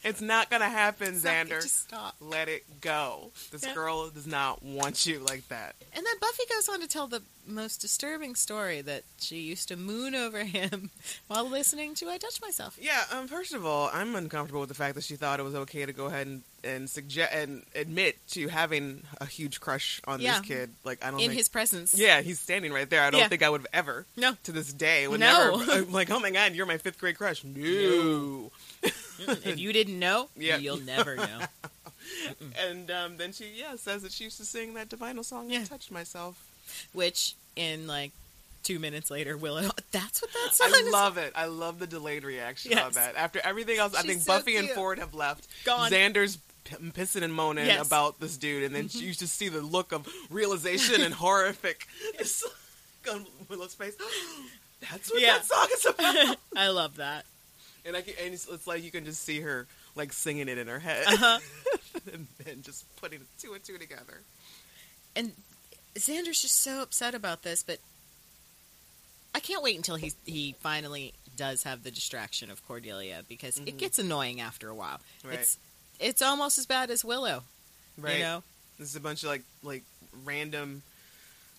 Speaker 1: It's not gonna happen,
Speaker 6: It's not-
Speaker 1: Xander.
Speaker 6: just stop.
Speaker 1: Let it go. This
Speaker 6: Yeah.
Speaker 1: girl does not want you like that.
Speaker 6: And then Buffy goes on to tell the most disturbing story that she used to moon over him while listening to "I Touch Myself."
Speaker 1: Yeah. Um. First of all, I'm uncomfortable with the fact that she thought it was okay to go ahead and and suggest and admit to having a huge crush on
Speaker 6: Yeah.
Speaker 1: this kid. Like I don't
Speaker 6: in
Speaker 1: think.
Speaker 6: his presence.
Speaker 1: Oh yeah, he's standing right there. I don't
Speaker 6: Yeah.
Speaker 1: think I would have ever.
Speaker 6: No.
Speaker 1: To this day, would
Speaker 6: No.
Speaker 1: never. I'm like, oh my god, you're my fifth grade crush. No.
Speaker 6: If you didn't know,
Speaker 1: Yeah.
Speaker 6: you'll never know.
Speaker 1: And um, then she yeah says that she used to sing that divinal song.
Speaker 6: Yeah.
Speaker 1: I touched myself.
Speaker 6: Which, in like two minutes later, Willow. That's what that song
Speaker 1: I
Speaker 6: is.
Speaker 1: love it. I love the delayed reaction
Speaker 6: Yes.
Speaker 1: on that. After everything else, I
Speaker 6: She's
Speaker 1: think
Speaker 6: so
Speaker 1: Buffy and
Speaker 6: cute.
Speaker 1: Ford have left.
Speaker 6: Gone.
Speaker 1: Xander's p- pissing and moaning
Speaker 6: Yes.
Speaker 1: about this dude, and then you just see the look of realization and horrific. It's like on Willow's face. That's what
Speaker 6: Yeah.
Speaker 1: that song is about.
Speaker 6: I love that.
Speaker 1: and I can, and it's, it's like you can just see her like singing it in her head, and, and just putting two and two together.
Speaker 6: and Xander's just so upset about this, but I can't wait until he he finally does have the distraction of Cordelia because it gets annoying after a while.
Speaker 1: Mm-hmm. Right.
Speaker 6: It's it's almost as bad as Willow,
Speaker 1: Right.
Speaker 6: you know.
Speaker 1: This is a bunch of like like random,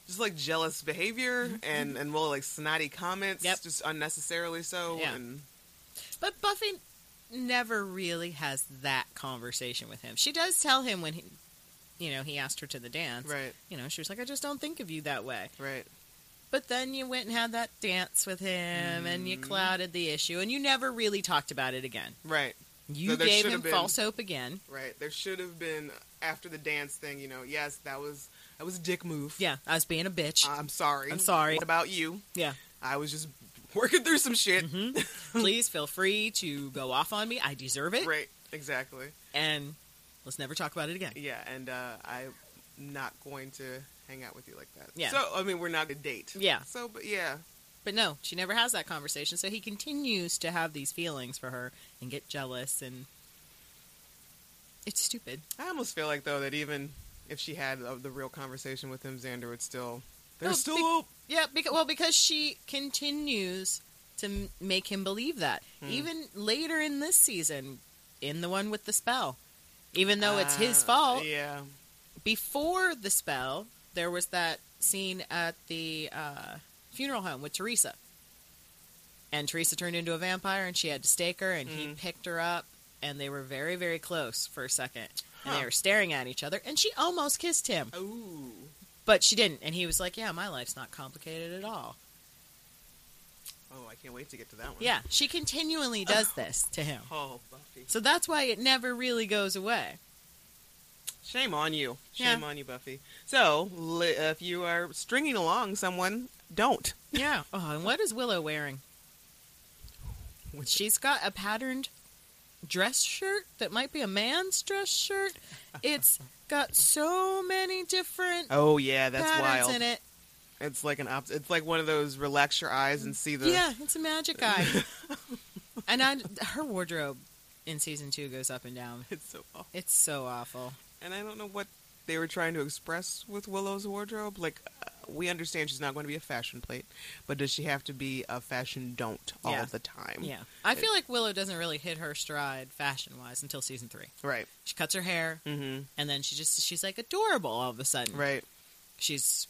Speaker 1: just like jealous behavior and and well like snotty comments,
Speaker 6: Mm-hmm. Yep.
Speaker 1: just unnecessarily so.
Speaker 6: Yeah.
Speaker 1: And
Speaker 6: But Buffy never really has that conversation with him. She does tell him when he, you know, he asked her to the dance.
Speaker 1: right,
Speaker 6: You know, she was like, "I just don't think of you that way."
Speaker 1: right,
Speaker 6: But then you went and had that dance with him, and
Speaker 1: Mm-hmm.
Speaker 6: you clouded the issue, and you never really talked about it again.
Speaker 1: right,
Speaker 6: You
Speaker 1: So there
Speaker 6: gave
Speaker 1: should
Speaker 6: him
Speaker 1: have been-
Speaker 6: false hope again.
Speaker 1: right. There should have been after the dance thing. You know, yes, that was that was a dick move.
Speaker 6: Yeah, I was being a bitch.
Speaker 1: I'm sorry.
Speaker 6: I'm sorry.
Speaker 1: What about you?
Speaker 6: yeah,
Speaker 1: I was just working through some shit.
Speaker 6: Mm-hmm. Please feel free to go off on me. I deserve it.
Speaker 1: Right, exactly.
Speaker 6: And let's never talk about it again.
Speaker 1: Yeah, and uh, I'm not going to hang out with you like that.
Speaker 6: Yeah.
Speaker 1: So I mean, we're not a date.
Speaker 6: Yeah.
Speaker 1: So, but yeah,
Speaker 6: But no, she never has that conversation. So he continues to have these feelings for her and get jealous and it's stupid.
Speaker 1: I almost feel like though that even if she had uh, the real conversation with him, Xander would still. There's
Speaker 6: No,
Speaker 1: still
Speaker 6: be-
Speaker 1: hope.
Speaker 6: Yeah, because well, because she continues to m- make him believe that
Speaker 1: Hmm.
Speaker 6: even later in this season, in the one with the spell, even though it's his
Speaker 1: Uh,
Speaker 6: fault.
Speaker 1: Yeah.
Speaker 6: Before the spell, there was that scene at the uh, funeral home with Teresa, and Teresa turned into a vampire, and she had to stake her, and
Speaker 1: Hmm.
Speaker 6: he picked her up, and they were very, very close for a second, and they
Speaker 1: Huh.
Speaker 6: were staring at each other, and she almost kissed him.
Speaker 1: Ooh.
Speaker 6: But she didn't, and he was like, "Yeah, my life's not complicated at all."
Speaker 1: Oh, I can't wait to get to that one.
Speaker 6: Yeah, she continually does this to him,
Speaker 1: Oh, Buffy.
Speaker 6: so that's why it never really goes away.
Speaker 1: Shame on you.
Speaker 6: Yeah.
Speaker 1: Shame on you, Buffy. So, li- if you are stringing along someone, don't.
Speaker 6: Yeah. Oh, and what is Willow wearing? She's got a patterned dress shirt that might be a man's dress shirt. It's got so many different
Speaker 1: Oh yeah, that's
Speaker 6: patterns
Speaker 1: wild.
Speaker 6: in it.
Speaker 1: It's like an op- It's like one of those relax your eyes and see the.
Speaker 6: Yeah, it's a magic eye. and I, her wardrobe in season two goes up and down.
Speaker 1: It's so awful.
Speaker 6: It's so awful.
Speaker 1: And I don't know what they were trying to express with Willow's wardrobe. Like, uh, we understand she's not going to be a fashion plate, but does she have to be a fashion don't all
Speaker 6: Yeah.
Speaker 1: the time?
Speaker 6: Yeah. I feel like Willow doesn't really hit her stride fashion wise until season three.
Speaker 1: Right.
Speaker 6: She cuts her hair,
Speaker 1: Mm-hmm.
Speaker 6: and then she just she's like adorable all of a sudden.
Speaker 1: Right.
Speaker 6: she's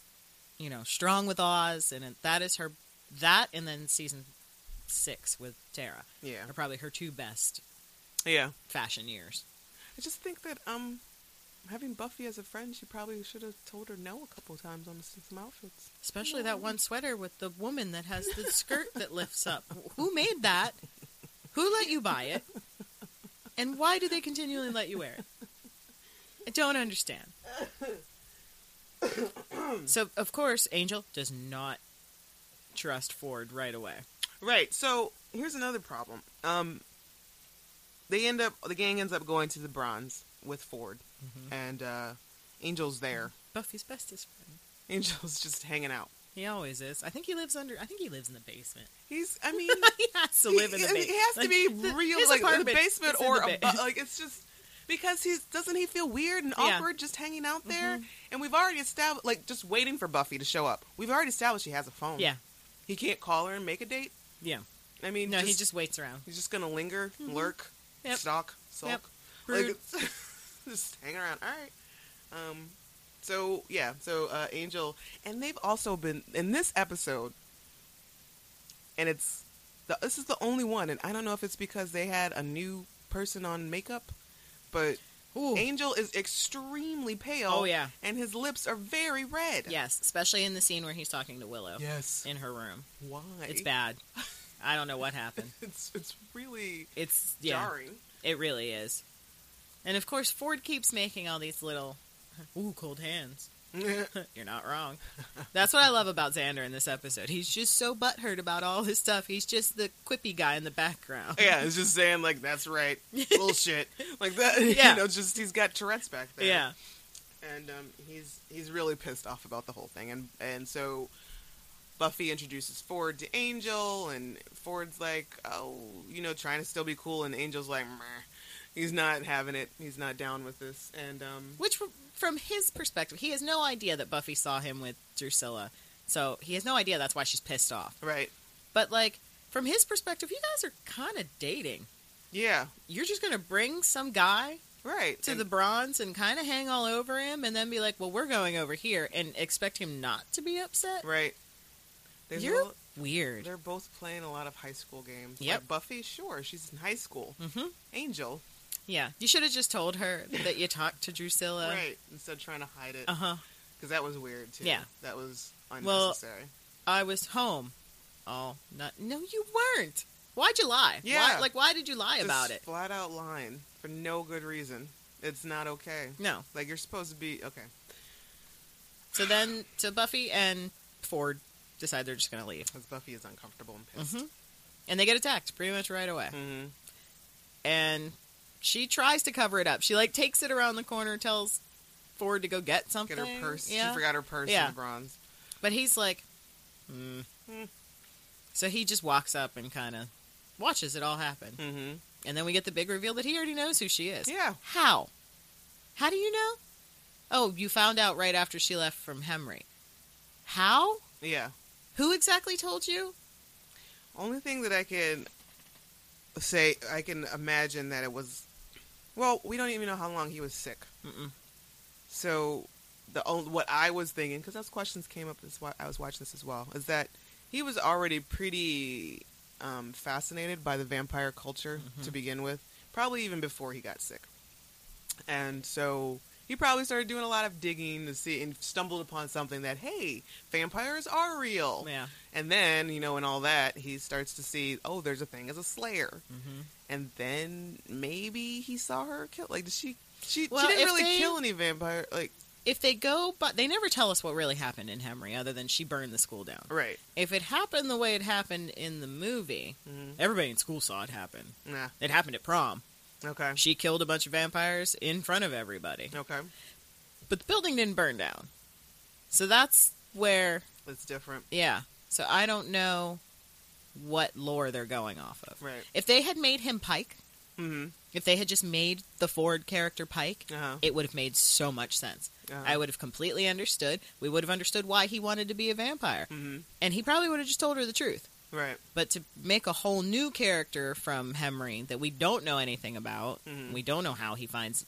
Speaker 6: you know strong with Oz, and that is her that, and then season six with Tara
Speaker 1: Yeah.
Speaker 6: are probably her two best
Speaker 1: Yeah.
Speaker 6: fashion years.
Speaker 1: I just think that um, having Buffy as a friend, she probably should have told her no a couple times on some outfits.
Speaker 6: Especially that one sweater with the woman that has the skirt that lifts up. Who made that? Who let you buy it? And why do they continually let you wear it? I don't understand. So, of course, Angel does not trust Ford right away.
Speaker 1: Right. So here's another problem. Um, they end up the gang ends up going to the Bronze with Ford,
Speaker 6: Mm-hmm.
Speaker 1: and uh, Angel's there.
Speaker 6: Buffy's bestest friend.
Speaker 1: Angel's just hanging out.
Speaker 6: He always is. I think he lives under. I think he lives in the basement.
Speaker 1: He's. I mean,
Speaker 6: he has to live in the
Speaker 1: he,
Speaker 6: basement.
Speaker 1: he has to be
Speaker 6: the-
Speaker 1: real,
Speaker 6: his
Speaker 1: like the
Speaker 6: apartment
Speaker 1: basement
Speaker 6: is in
Speaker 1: or
Speaker 6: the
Speaker 1: a
Speaker 6: ba-
Speaker 1: bu- like it's just because he's doesn't he feel weird and
Speaker 6: Yeah. Mm-hmm.
Speaker 1: awkward just hanging out there? And we've already established, like, just waiting for Buffy to show up. We've already established he has a phone.
Speaker 6: yeah,
Speaker 1: he can't call her and make a date.
Speaker 6: yeah.
Speaker 1: I mean,
Speaker 6: No,
Speaker 1: just,
Speaker 6: he just waits around.
Speaker 1: he's just gonna linger, lurk,
Speaker 6: Mm-hmm. Yep.
Speaker 1: stalk, sulk,
Speaker 6: Yep.
Speaker 1: like
Speaker 6: Rude.
Speaker 1: it's, just hang around. All right. Um. So yeah. So uh, Angel, and they've also been in this episode, and it's the, this is the only one, and I don't know if it's because they had a new person on makeup, but
Speaker 6: Ooh.
Speaker 1: Angel is extremely pale.
Speaker 6: Oh, yeah.
Speaker 1: and his lips are very red.
Speaker 6: Yes, especially in the scene where he's talking to Willow
Speaker 1: Yes.
Speaker 6: in her room.
Speaker 1: Why?
Speaker 6: It's bad. I don't know what happened.
Speaker 1: It's it's really
Speaker 6: It's yeah,
Speaker 1: jarring.
Speaker 6: it really is. And of course, Ford keeps making all these little ooh cold hands. You're not wrong. That's what I love about Xander in this episode. He's just so butthurt about all his stuff. He's just the quippy guy in the background.
Speaker 1: Yeah, it's just saying like that's right, bullshit, like that.
Speaker 6: Yeah.
Speaker 1: You know, just he's got Tourette's back there.
Speaker 6: Yeah.
Speaker 1: and um, he's he's really pissed off about the whole thing, and and so Buffy introduces Ford to Angel, and Ford's like, oh, you know, trying to still be cool, and Angel's like, Meh. he's not having it, he's not down with this, and um,
Speaker 6: Which, from- from his perspective, he has no idea that Buffy saw him with Drusilla. So he has no idea that's why she's pissed off.
Speaker 1: right,
Speaker 6: But, like, from his perspective, you guys are kind of dating.
Speaker 1: yeah,
Speaker 6: You're just going to bring some guy
Speaker 1: right,
Speaker 6: to
Speaker 1: and-
Speaker 6: the bronze and kind of hang all over him and then be like, well, we're going over here and expect him not to be upset?
Speaker 1: right. There's a
Speaker 6: You're
Speaker 1: lo-
Speaker 6: weird.
Speaker 1: they're both playing a lot of high school games.
Speaker 6: Yep.
Speaker 1: Like Buffy, sure, she's in high school.
Speaker 6: Mhm.
Speaker 1: Angel,
Speaker 6: Yeah. You should have just told her that you talked to Drusilla.
Speaker 1: right? Instead of trying to hide it,
Speaker 6: Uh huh.
Speaker 1: because that was weird too.
Speaker 6: Yeah.
Speaker 1: that was
Speaker 6: Well-
Speaker 1: unnecessary.
Speaker 6: I was home. Oh, not. No, you weren't. Why'd you lie?
Speaker 1: Yeah.
Speaker 6: Why, like, why did you lie
Speaker 1: Just
Speaker 6: about it?
Speaker 1: Flat out lying for no good reason. It's not okay.
Speaker 6: No.
Speaker 1: Like you're supposed to be okay.
Speaker 6: So then, so Buffy and Ford decide they're just going to leave.
Speaker 1: Because Buffy is uncomfortable and pissed.
Speaker 6: hmm And they get attacked pretty much right away.
Speaker 1: Mhm.
Speaker 6: And she tries to cover it up. She like takes it around the corner, tells Ford to go get something.
Speaker 1: Get her purse.
Speaker 6: Yeah.
Speaker 1: She forgot her purse
Speaker 6: Yeah.
Speaker 1: in the bronze.
Speaker 6: But he's like, hmm.
Speaker 1: Hmm.
Speaker 6: So he just walks up and kind of watches it all happen.
Speaker 1: Mm-hmm.
Speaker 6: And then we get the big reveal that he already knows who she is.
Speaker 1: Yeah.
Speaker 6: How? How do you know? Oh, you found out right after she left from Henry. How?
Speaker 1: Yeah.
Speaker 6: Who exactly told you?
Speaker 1: Only thing that I can say, I can imagine that it was. Well, we don't even know how long he was sick.
Speaker 6: Mm-mm.
Speaker 1: So, the only, what I was thinking, because those questions came up as wa- I was watching this as well, is that he was already pretty um, fascinated by the vampire culture to begin with, probably even before he got sick. And so he probably started doing a lot of digging to see and stumbled upon something that hey, vampires are real.
Speaker 6: Yeah.
Speaker 1: And then, you know, and all that, he starts to see, oh, there's a thing as a slayer.
Speaker 6: Mhm.
Speaker 1: And then maybe he saw her kill. Like, did she? She,
Speaker 6: Well,
Speaker 1: she didn't
Speaker 6: if
Speaker 1: really
Speaker 6: they-
Speaker 1: kill any vampire. Like,
Speaker 6: If they go, but they never tell us what really happened in Henry, other than she burned the school down.
Speaker 1: right?
Speaker 6: If it happened the way it happened in the movie,
Speaker 1: Mhm.
Speaker 6: everybody in school saw it happen.
Speaker 1: Nah.
Speaker 6: It happened at prom.
Speaker 1: Okay.
Speaker 6: She killed a bunch of vampires in front of everybody.
Speaker 1: Okay.
Speaker 6: But the building didn't burn down. So that's where,
Speaker 1: That's different.
Speaker 6: yeah. So I don't know what lore they're going off of.
Speaker 1: Right.
Speaker 6: If they had made him Pike,
Speaker 1: Mm-hmm.
Speaker 6: if they had just made the Ford character Pike,
Speaker 1: Uh-huh.
Speaker 6: it would have made so much sense.
Speaker 1: Uh-huh.
Speaker 6: I would have completely understood. We would have understood why he wanted to be a vampire.
Speaker 1: Mhm.
Speaker 6: And he probably would have just told her the truth.
Speaker 1: Right.
Speaker 6: But to make a whole new character from Hemry that we don't know anything about,
Speaker 1: Mhm.
Speaker 6: we don't know how he finds.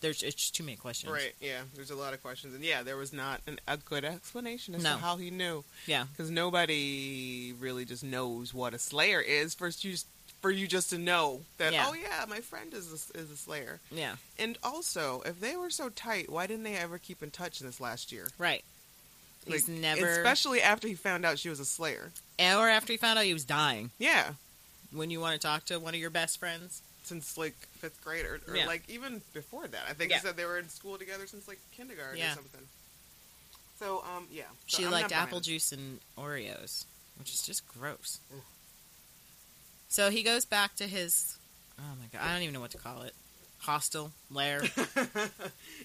Speaker 6: There's it's just too many questions.
Speaker 1: Right. Yeah. There's a lot of questions, and yeah, there was not an, a good explanation as
Speaker 6: No.
Speaker 1: to how he knew,
Speaker 6: Yeah.
Speaker 1: because nobody really just knows what a Slayer is. First, you just for you just to know that
Speaker 6: Yeah.
Speaker 1: oh yeah, my friend is a, is a Slayer.
Speaker 6: Yeah.
Speaker 1: And also, if they were so tight, why didn't they ever keep in touch in this last year?
Speaker 6: Right. He's never.
Speaker 1: especially after he found out she was a Slayer.
Speaker 6: Hour after he found out he was dying,
Speaker 1: Yeah,
Speaker 6: when you want to talk to one of your best friends,
Speaker 1: since like fifth grade or, or
Speaker 6: Yeah.
Speaker 1: like even before that. I think
Speaker 6: Yeah.
Speaker 1: he said they were in school together since like kindergarten
Speaker 6: Yeah.
Speaker 1: or something. So um yeah, So
Speaker 6: she
Speaker 1: I'm not
Speaker 6: liked
Speaker 1: buying
Speaker 6: apple
Speaker 1: it.
Speaker 6: juice and Oreos, which is just gross. So he goes back to his. Oh my god! I don't even know what to call it. Hostel, lair.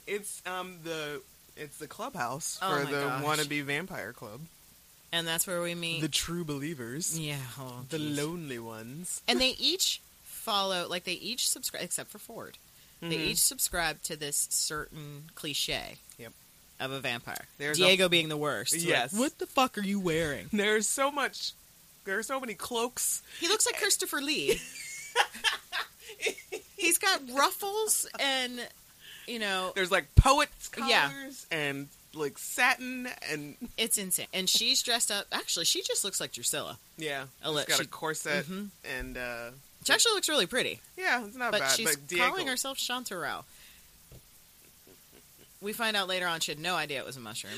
Speaker 1: It's um the it's the clubhouse
Speaker 6: Oh
Speaker 1: for
Speaker 6: my
Speaker 1: the
Speaker 6: gosh.
Speaker 1: wannabe vampire club,
Speaker 6: and that's where we meet.
Speaker 1: the true believers,
Speaker 6: yeah. Oh,
Speaker 1: the
Speaker 6: geez.
Speaker 1: lonely ones.
Speaker 6: and they each follow like they each subscribe except for ford they
Speaker 1: Mhm.
Speaker 6: each subscribe to this certain cliche
Speaker 1: Yep.
Speaker 6: of a vampire
Speaker 1: There's a-
Speaker 6: diego being the worst Like,
Speaker 1: Yes.
Speaker 6: what the fuck are you wearing
Speaker 1: There's so much. There are so many cloaks.
Speaker 6: he looks like christopher lee he's got ruffles and you know
Speaker 1: There's like poets
Speaker 6: Yeah.
Speaker 1: collars and like satin and
Speaker 6: it's insane and she's dressed up actually she just looks like drusilla
Speaker 1: yeah.
Speaker 6: Oh, look,
Speaker 1: She's got
Speaker 6: she-
Speaker 1: a corset
Speaker 6: Mhm.
Speaker 1: and uh
Speaker 6: she actually looks really pretty
Speaker 1: yeah, it's not
Speaker 6: but
Speaker 1: bad.
Speaker 6: she's
Speaker 1: but Diego,
Speaker 6: calling herself chantarelle we find out later on she had no idea it was a mushroom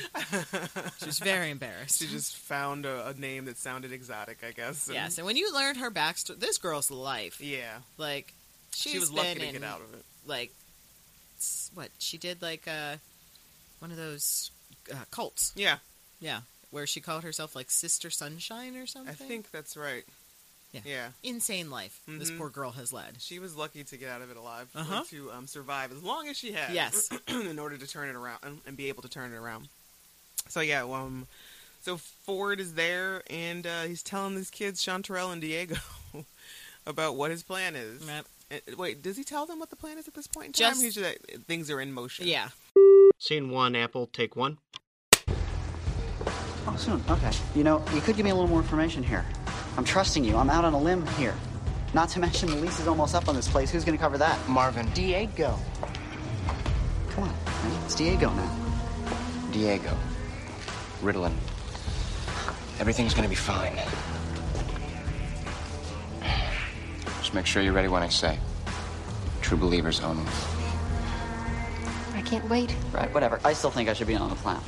Speaker 6: she's very embarrassed
Speaker 1: She just found a, a name that sounded exotic, I guess. and-
Speaker 6: Yes, and when you learn her backstory, this girl's life,
Speaker 1: Yeah.
Speaker 6: like she's
Speaker 1: she was
Speaker 6: been
Speaker 1: lucky to
Speaker 6: in,
Speaker 1: get out of it.
Speaker 6: Like s- what she did, like uh, one of those uh, cults,
Speaker 1: Yeah,
Speaker 6: yeah, where she called herself like Sister Sunshine or something.
Speaker 1: I think that's right.
Speaker 6: Yeah.
Speaker 1: yeah.
Speaker 6: insane life this
Speaker 1: Mhm.
Speaker 6: poor girl has led.
Speaker 1: She was lucky to get out of it alive or
Speaker 6: Uh-huh.
Speaker 1: to um, survive as long as she had.
Speaker 6: Yes.
Speaker 1: in order to turn it around and- and be able to turn it around. So yeah, um, so Ford is there and uh, he's telling these kids, Chanterelle and Diego, about what his plan is.
Speaker 6: Yep.
Speaker 1: And- wait, does he tell them what the plan is at this point in time?
Speaker 6: Just-
Speaker 1: He's just like, things are in motion.
Speaker 6: Yeah,
Speaker 2: Scene one, Apple, take one.
Speaker 7: Oh, soon. Okay. You know, you could give me a little more information here. I'm trusting you. I'm out on a limb here. Not to mention the lease is almost up on this place. Who's going to cover that?
Speaker 5: Marvin.
Speaker 7: Diego. Come on. man. It's Diego now.
Speaker 5: Diego. Ritalin. Everything's gonna be fine. Just make sure you're ready when I say. True believers only.
Speaker 4: I can't wait.
Speaker 7: Right, whatever. I still think I should be on the plan.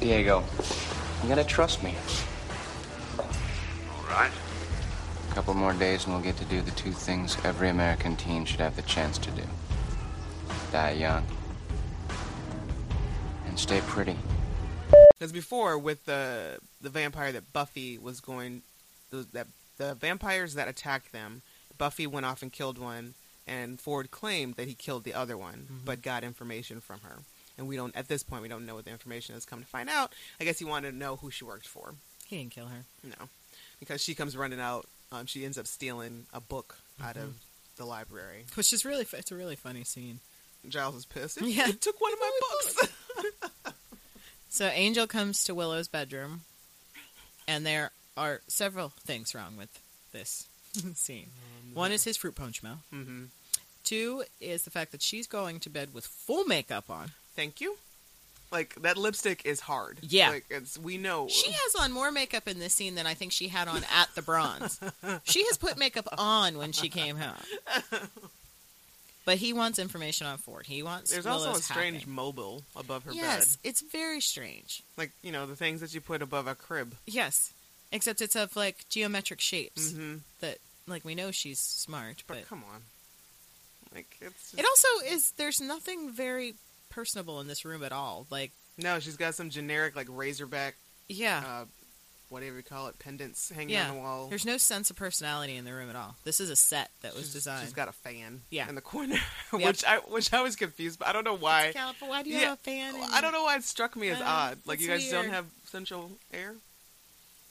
Speaker 5: Diego, you gotta trust me.
Speaker 8: All right.
Speaker 5: A couple more days and we'll get to do the two things every American teen should have the chance to do die young and stay pretty.
Speaker 1: Because before, with the the vampire that Buffy was going, the, that the vampires that attacked them, Buffy went off and killed one, and Ford claimed that he killed the other one,
Speaker 6: Mm-hmm.
Speaker 1: but got information from her. And we don't at this point we don't know what the information is. Come to find out, I guess he wanted to know who she worked for.
Speaker 6: He didn't kill her.
Speaker 1: No, because she comes running out. Um, she ends up stealing a book
Speaker 6: Mm-hmm.
Speaker 1: out of the library.
Speaker 6: Which is really, it's a really funny scene.
Speaker 1: Giles is pissed. It,
Speaker 6: Yeah.
Speaker 1: it took one of my books.
Speaker 6: So Angel comes to Willow's bedroom, and there are several things wrong with this scene. One is his fruit punch mouth.
Speaker 1: Um, mm-hmm.
Speaker 6: Two is the fact that she's going to bed with full makeup on.
Speaker 1: Thank you. Like that lipstick is hard.
Speaker 6: Yeah.
Speaker 1: like it's we know.
Speaker 6: She has on more makeup in this scene than I think she had on at the bronze. she has put makeup on when she came home. But he wants information on Ford. He wants
Speaker 1: There's
Speaker 6: Willow's
Speaker 1: also a strange
Speaker 6: hacking.
Speaker 1: mobile above her
Speaker 6: yes,
Speaker 1: bed.
Speaker 6: it's very strange.
Speaker 1: Like you know the things that you put above a crib.
Speaker 6: Yes, except it's of like geometric shapes
Speaker 1: Mm-hmm.
Speaker 6: that, like, we know she's smart,
Speaker 1: But,
Speaker 6: but
Speaker 1: come on, like it's just,
Speaker 6: It also is. There's nothing very personable in this room at all. Like,
Speaker 1: no. She's got some generic like razorback,
Speaker 6: yeah,
Speaker 1: uh, whatever you call it, pendants hanging
Speaker 6: yeah.
Speaker 1: on the wall.
Speaker 6: There's no sense of personality in the room at all. This is a set that was
Speaker 1: She's-
Speaker 6: designed.
Speaker 1: She's got a fan.
Speaker 6: Yeah.
Speaker 1: in the corner,
Speaker 6: Yep.
Speaker 1: which I which I was confused, but I don't know why.
Speaker 6: Caliph, why do you
Speaker 1: Yeah. Oh,
Speaker 6: have a fan? in
Speaker 1: I don't know why it struck me as
Speaker 6: Uh,
Speaker 1: odd. Like
Speaker 6: it's
Speaker 1: you guys don't
Speaker 6: weird.
Speaker 1: have central air.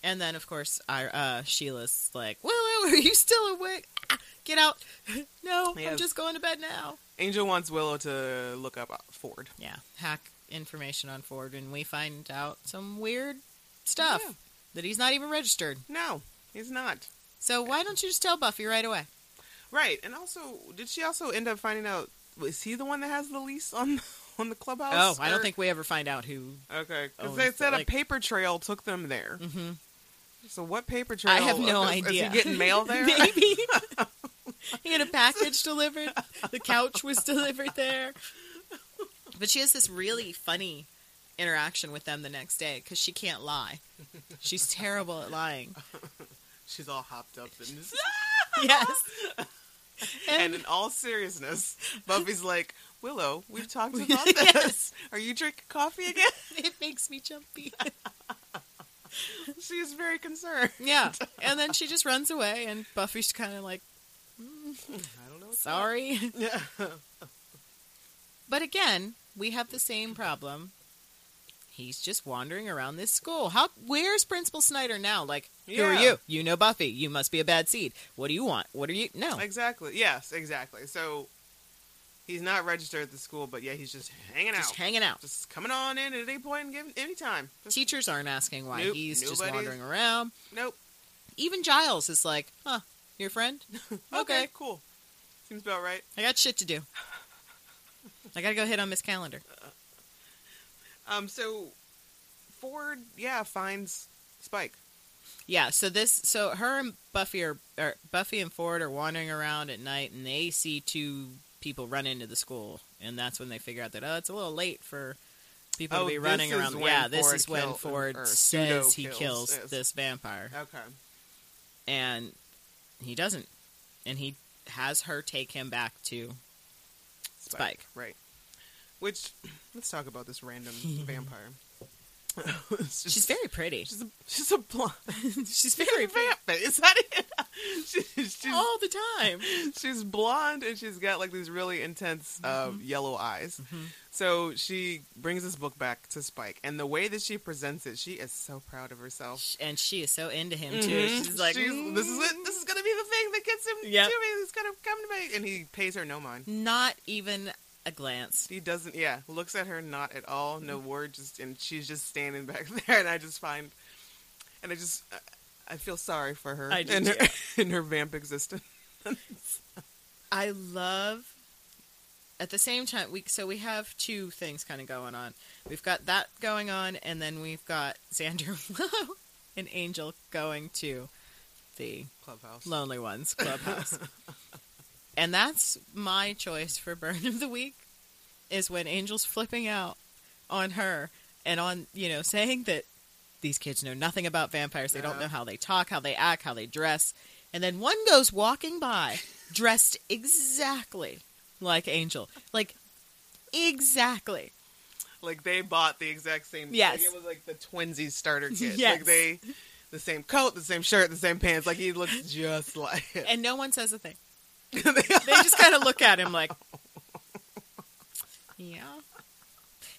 Speaker 6: And then, of course, our, uh, Sheila's like, "Willow, are you still awake? Ah, get out! no,
Speaker 1: Yeah.
Speaker 6: I'm just going to bed now."
Speaker 1: Angel wants Willow to look up uh, Ford.
Speaker 6: Yeah, hack information on Ford, and we find out some weird stuff
Speaker 1: Yeah.
Speaker 6: that he's not even registered.
Speaker 1: No, he's not.
Speaker 6: So why don't you just tell Buffy right away?
Speaker 1: Right, and also, did she also end up finding out? Is he the one that has the lease on on the
Speaker 6: Oh,
Speaker 1: clubhouse?
Speaker 6: I don't
Speaker 1: Or-
Speaker 6: think we ever find out who
Speaker 1: Okay, because
Speaker 6: Oh,
Speaker 1: they
Speaker 6: it's
Speaker 1: said
Speaker 6: like-
Speaker 1: a paper trail took them there. Mm-hmm. So what paper trail?
Speaker 6: I have no
Speaker 1: is,
Speaker 6: idea.
Speaker 1: Is he getting mail there?
Speaker 6: Maybe he had a package delivered. The couch was delivered there. But she has this really funny interaction with them the next day because she can't lie. She's terrible at lying.
Speaker 1: She's all hopped up in this.
Speaker 6: Yes.
Speaker 1: and
Speaker 6: And-
Speaker 1: in all seriousness, Buffy's like, Willow, we've talked about this. Are you drinking coffee again?
Speaker 6: It makes me jumpy.
Speaker 1: She's very concerned.
Speaker 6: Yeah. And then she just runs away, and Buffy's kind of like,
Speaker 1: I don't know.
Speaker 6: sorry.
Speaker 1: Yeah.
Speaker 6: But again, we have the same problem. He's just wandering around this school. How? Where's Principal Snyder now? Like, who are
Speaker 1: Yeah.
Speaker 6: you? You know Buffy. You must be a bad seed. What do you want? What are you? No.
Speaker 1: Exactly. Yes, exactly. So he's not registered at the school, but yeah, he's just hanging
Speaker 6: just
Speaker 1: out.
Speaker 6: hanging out.
Speaker 1: just coming on in at any point and giving any time. Just,
Speaker 6: Teachers aren't asking why
Speaker 1: Nope,
Speaker 6: he's just
Speaker 1: nobody's-
Speaker 6: wandering around.
Speaker 1: nope.
Speaker 6: Even Giles is like, huh, your friend?
Speaker 1: Okay.
Speaker 6: Okay.
Speaker 1: cool. Seems about right.
Speaker 6: I got shit to do. I gotta go hit on Miss Calendar.
Speaker 1: Um so Ford, yeah, finds Spike.
Speaker 6: Yeah, so this so her and Buffy are or Buffy and Ford are wandering around at night and they see two people run into the school and that's when they figure out that oh it's a little late for people
Speaker 1: Oh,
Speaker 6: to be
Speaker 1: this
Speaker 6: running
Speaker 1: is
Speaker 6: around.
Speaker 1: when
Speaker 6: Yeah, this
Speaker 1: Ford
Speaker 6: is when
Speaker 1: kill-
Speaker 6: Ford
Speaker 1: or
Speaker 6: says he
Speaker 1: pseudo-kills
Speaker 6: kills
Speaker 1: this.
Speaker 6: this vampire.
Speaker 1: Okay.
Speaker 6: And he doesn't. And he has her take him back to Spike.
Speaker 1: Right. Which let's talk about this random vampire. It's just-
Speaker 6: She's very pretty.
Speaker 1: she's a she's a blonde
Speaker 6: She's very pretty
Speaker 1: vamp. Is that it? She's, she's
Speaker 6: all the time.
Speaker 1: she's blonde and she's got like these really intense uh,
Speaker 6: Mm-hmm.
Speaker 1: yellow eyes. So she brings this book back to Spike, and the way that she presents it, she is so proud of herself.
Speaker 6: And she is so into him too.
Speaker 1: Mm-hmm.
Speaker 6: She's like "Mm,
Speaker 1: this is it. This is gonna be the thing that gets him
Speaker 6: Yep.
Speaker 1: to me. That's gonna come to me, and he pays her no mind.
Speaker 6: not even a glance.
Speaker 1: He doesn't. Yeah, looks at her not at all. No
Speaker 6: Mm-hmm.
Speaker 1: word. Just and she's just standing back there, and I just find, and I just, I- I feel sorry for her
Speaker 6: I do
Speaker 1: and her
Speaker 6: too.
Speaker 1: in her vamp existence.
Speaker 6: I love at the same time we so we have two things kind of going on. We've got that going on and then we've got Xander Willow and Angel going to the
Speaker 1: Clubhouse.
Speaker 6: Lonely Ones clubhouse. and that's my choice for burn of the week is when Angel's flipping out on her and on, you know, saying that these kids know nothing about vampires. They don't know how they talk, how they act, how they dress. And then one goes walking by dressed exactly like Angel. Like exactly.
Speaker 1: Like they bought the exact same.
Speaker 9: Yes.
Speaker 1: like, it was like the twinsies starter kit.
Speaker 9: Yes.
Speaker 1: like they the same coat, the same shirt, the same pants. Like he looks just like it.
Speaker 6: And no one says a thing.
Speaker 1: They-
Speaker 6: They just kind of look at him like, yeah.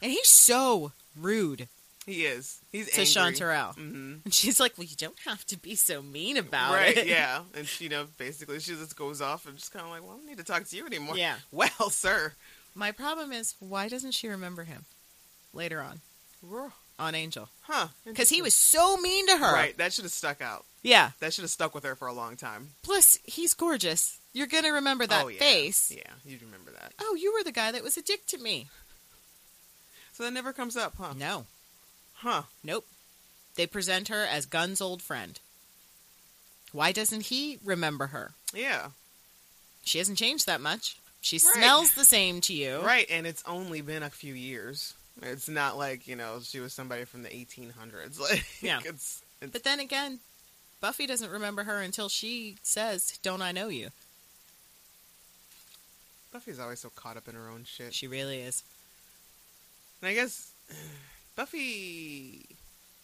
Speaker 6: And he's so rude
Speaker 1: he is. He's
Speaker 6: to Sean
Speaker 1: angry.
Speaker 6: Terrell.
Speaker 1: Mm-hmm.
Speaker 6: And she's like, well, you don't have to be so mean about
Speaker 1: right,
Speaker 6: it.
Speaker 1: yeah. And she, you know, basically she just goes off and just kind of like, well, I don't need to talk to you anymore.
Speaker 6: Yeah.
Speaker 1: Well, sir.
Speaker 6: My problem is, why doesn't she remember him later on on Angel?
Speaker 1: Huh.
Speaker 6: Because he was so mean to her.
Speaker 1: Right. That should have stuck out.
Speaker 6: Yeah.
Speaker 1: That should have stuck with her for a long time.
Speaker 6: Plus, he's gorgeous. You're gonna remember that
Speaker 1: oh, yeah.
Speaker 6: face.
Speaker 1: Yeah, you remember that.
Speaker 6: Oh, you were the guy that was a dick to me.
Speaker 1: So that never comes up, huh?
Speaker 6: No,
Speaker 1: Huh.
Speaker 6: nope. They present her as Gunn's old friend. Why doesn't he remember her?
Speaker 1: Yeah.
Speaker 6: She hasn't changed that much. She
Speaker 1: Right.
Speaker 6: smells the same to you.
Speaker 1: Right. And it's only been a few years. It's not like, you know, she was somebody from the 1800s. Like,
Speaker 6: Yeah.
Speaker 1: it's, it's
Speaker 6: But then again, Buffy doesn't remember her until she says, "Don't I know you?"
Speaker 1: Buffy's always so caught up in her own shit.
Speaker 6: She really is.
Speaker 1: And I guess Buffy.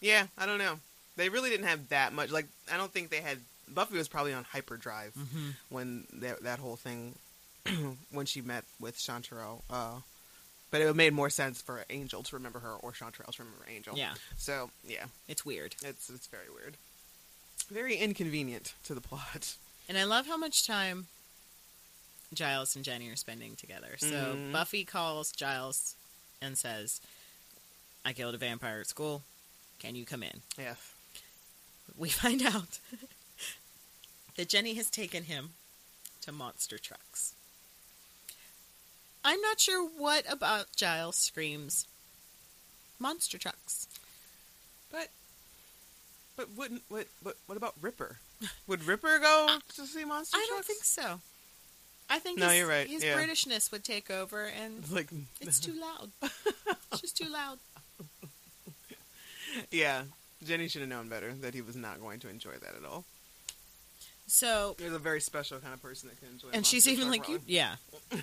Speaker 1: Yeah, I don't know. They really didn't have that much. Like, I don't think they had. Buffy was probably on hyperdrive
Speaker 6: Mm-hmm.
Speaker 1: when that, that whole thing, when she met with Chantarelle. Uh, but it made more sense for Angel to remember her or Chantarelle to remember Angel.
Speaker 6: Yeah,
Speaker 1: So, yeah,
Speaker 6: it's weird.
Speaker 1: it's it's very weird. Very inconvenient to the plot.
Speaker 6: And I love how much time Giles and Jenny are spending together. So
Speaker 1: Mhm.
Speaker 6: Buffy calls Giles and says, I killed a vampire at school. Can you come in?
Speaker 1: Yeah.
Speaker 6: We find out that Jenny has taken him to monster trucks. I'm not sure what about Giles screams monster trucks.
Speaker 1: But. But wouldn't what but what about Ripper? Would Ripper go to see Monster
Speaker 6: I don't
Speaker 1: Trucks?
Speaker 6: think so. I think
Speaker 1: No,
Speaker 6: his,
Speaker 1: you're right,
Speaker 6: his
Speaker 1: yeah.
Speaker 6: Britishness would take over and
Speaker 1: Like
Speaker 6: it's too loud. it's just too loud.
Speaker 1: Yeah, Jenny should have known better that he was not going to enjoy that at all.
Speaker 6: So,
Speaker 1: There's a very special kind of person that can enjoy.
Speaker 6: and she's
Speaker 1: Monster
Speaker 6: even
Speaker 1: Truck
Speaker 6: like, you,
Speaker 1: Rally.
Speaker 6: yeah.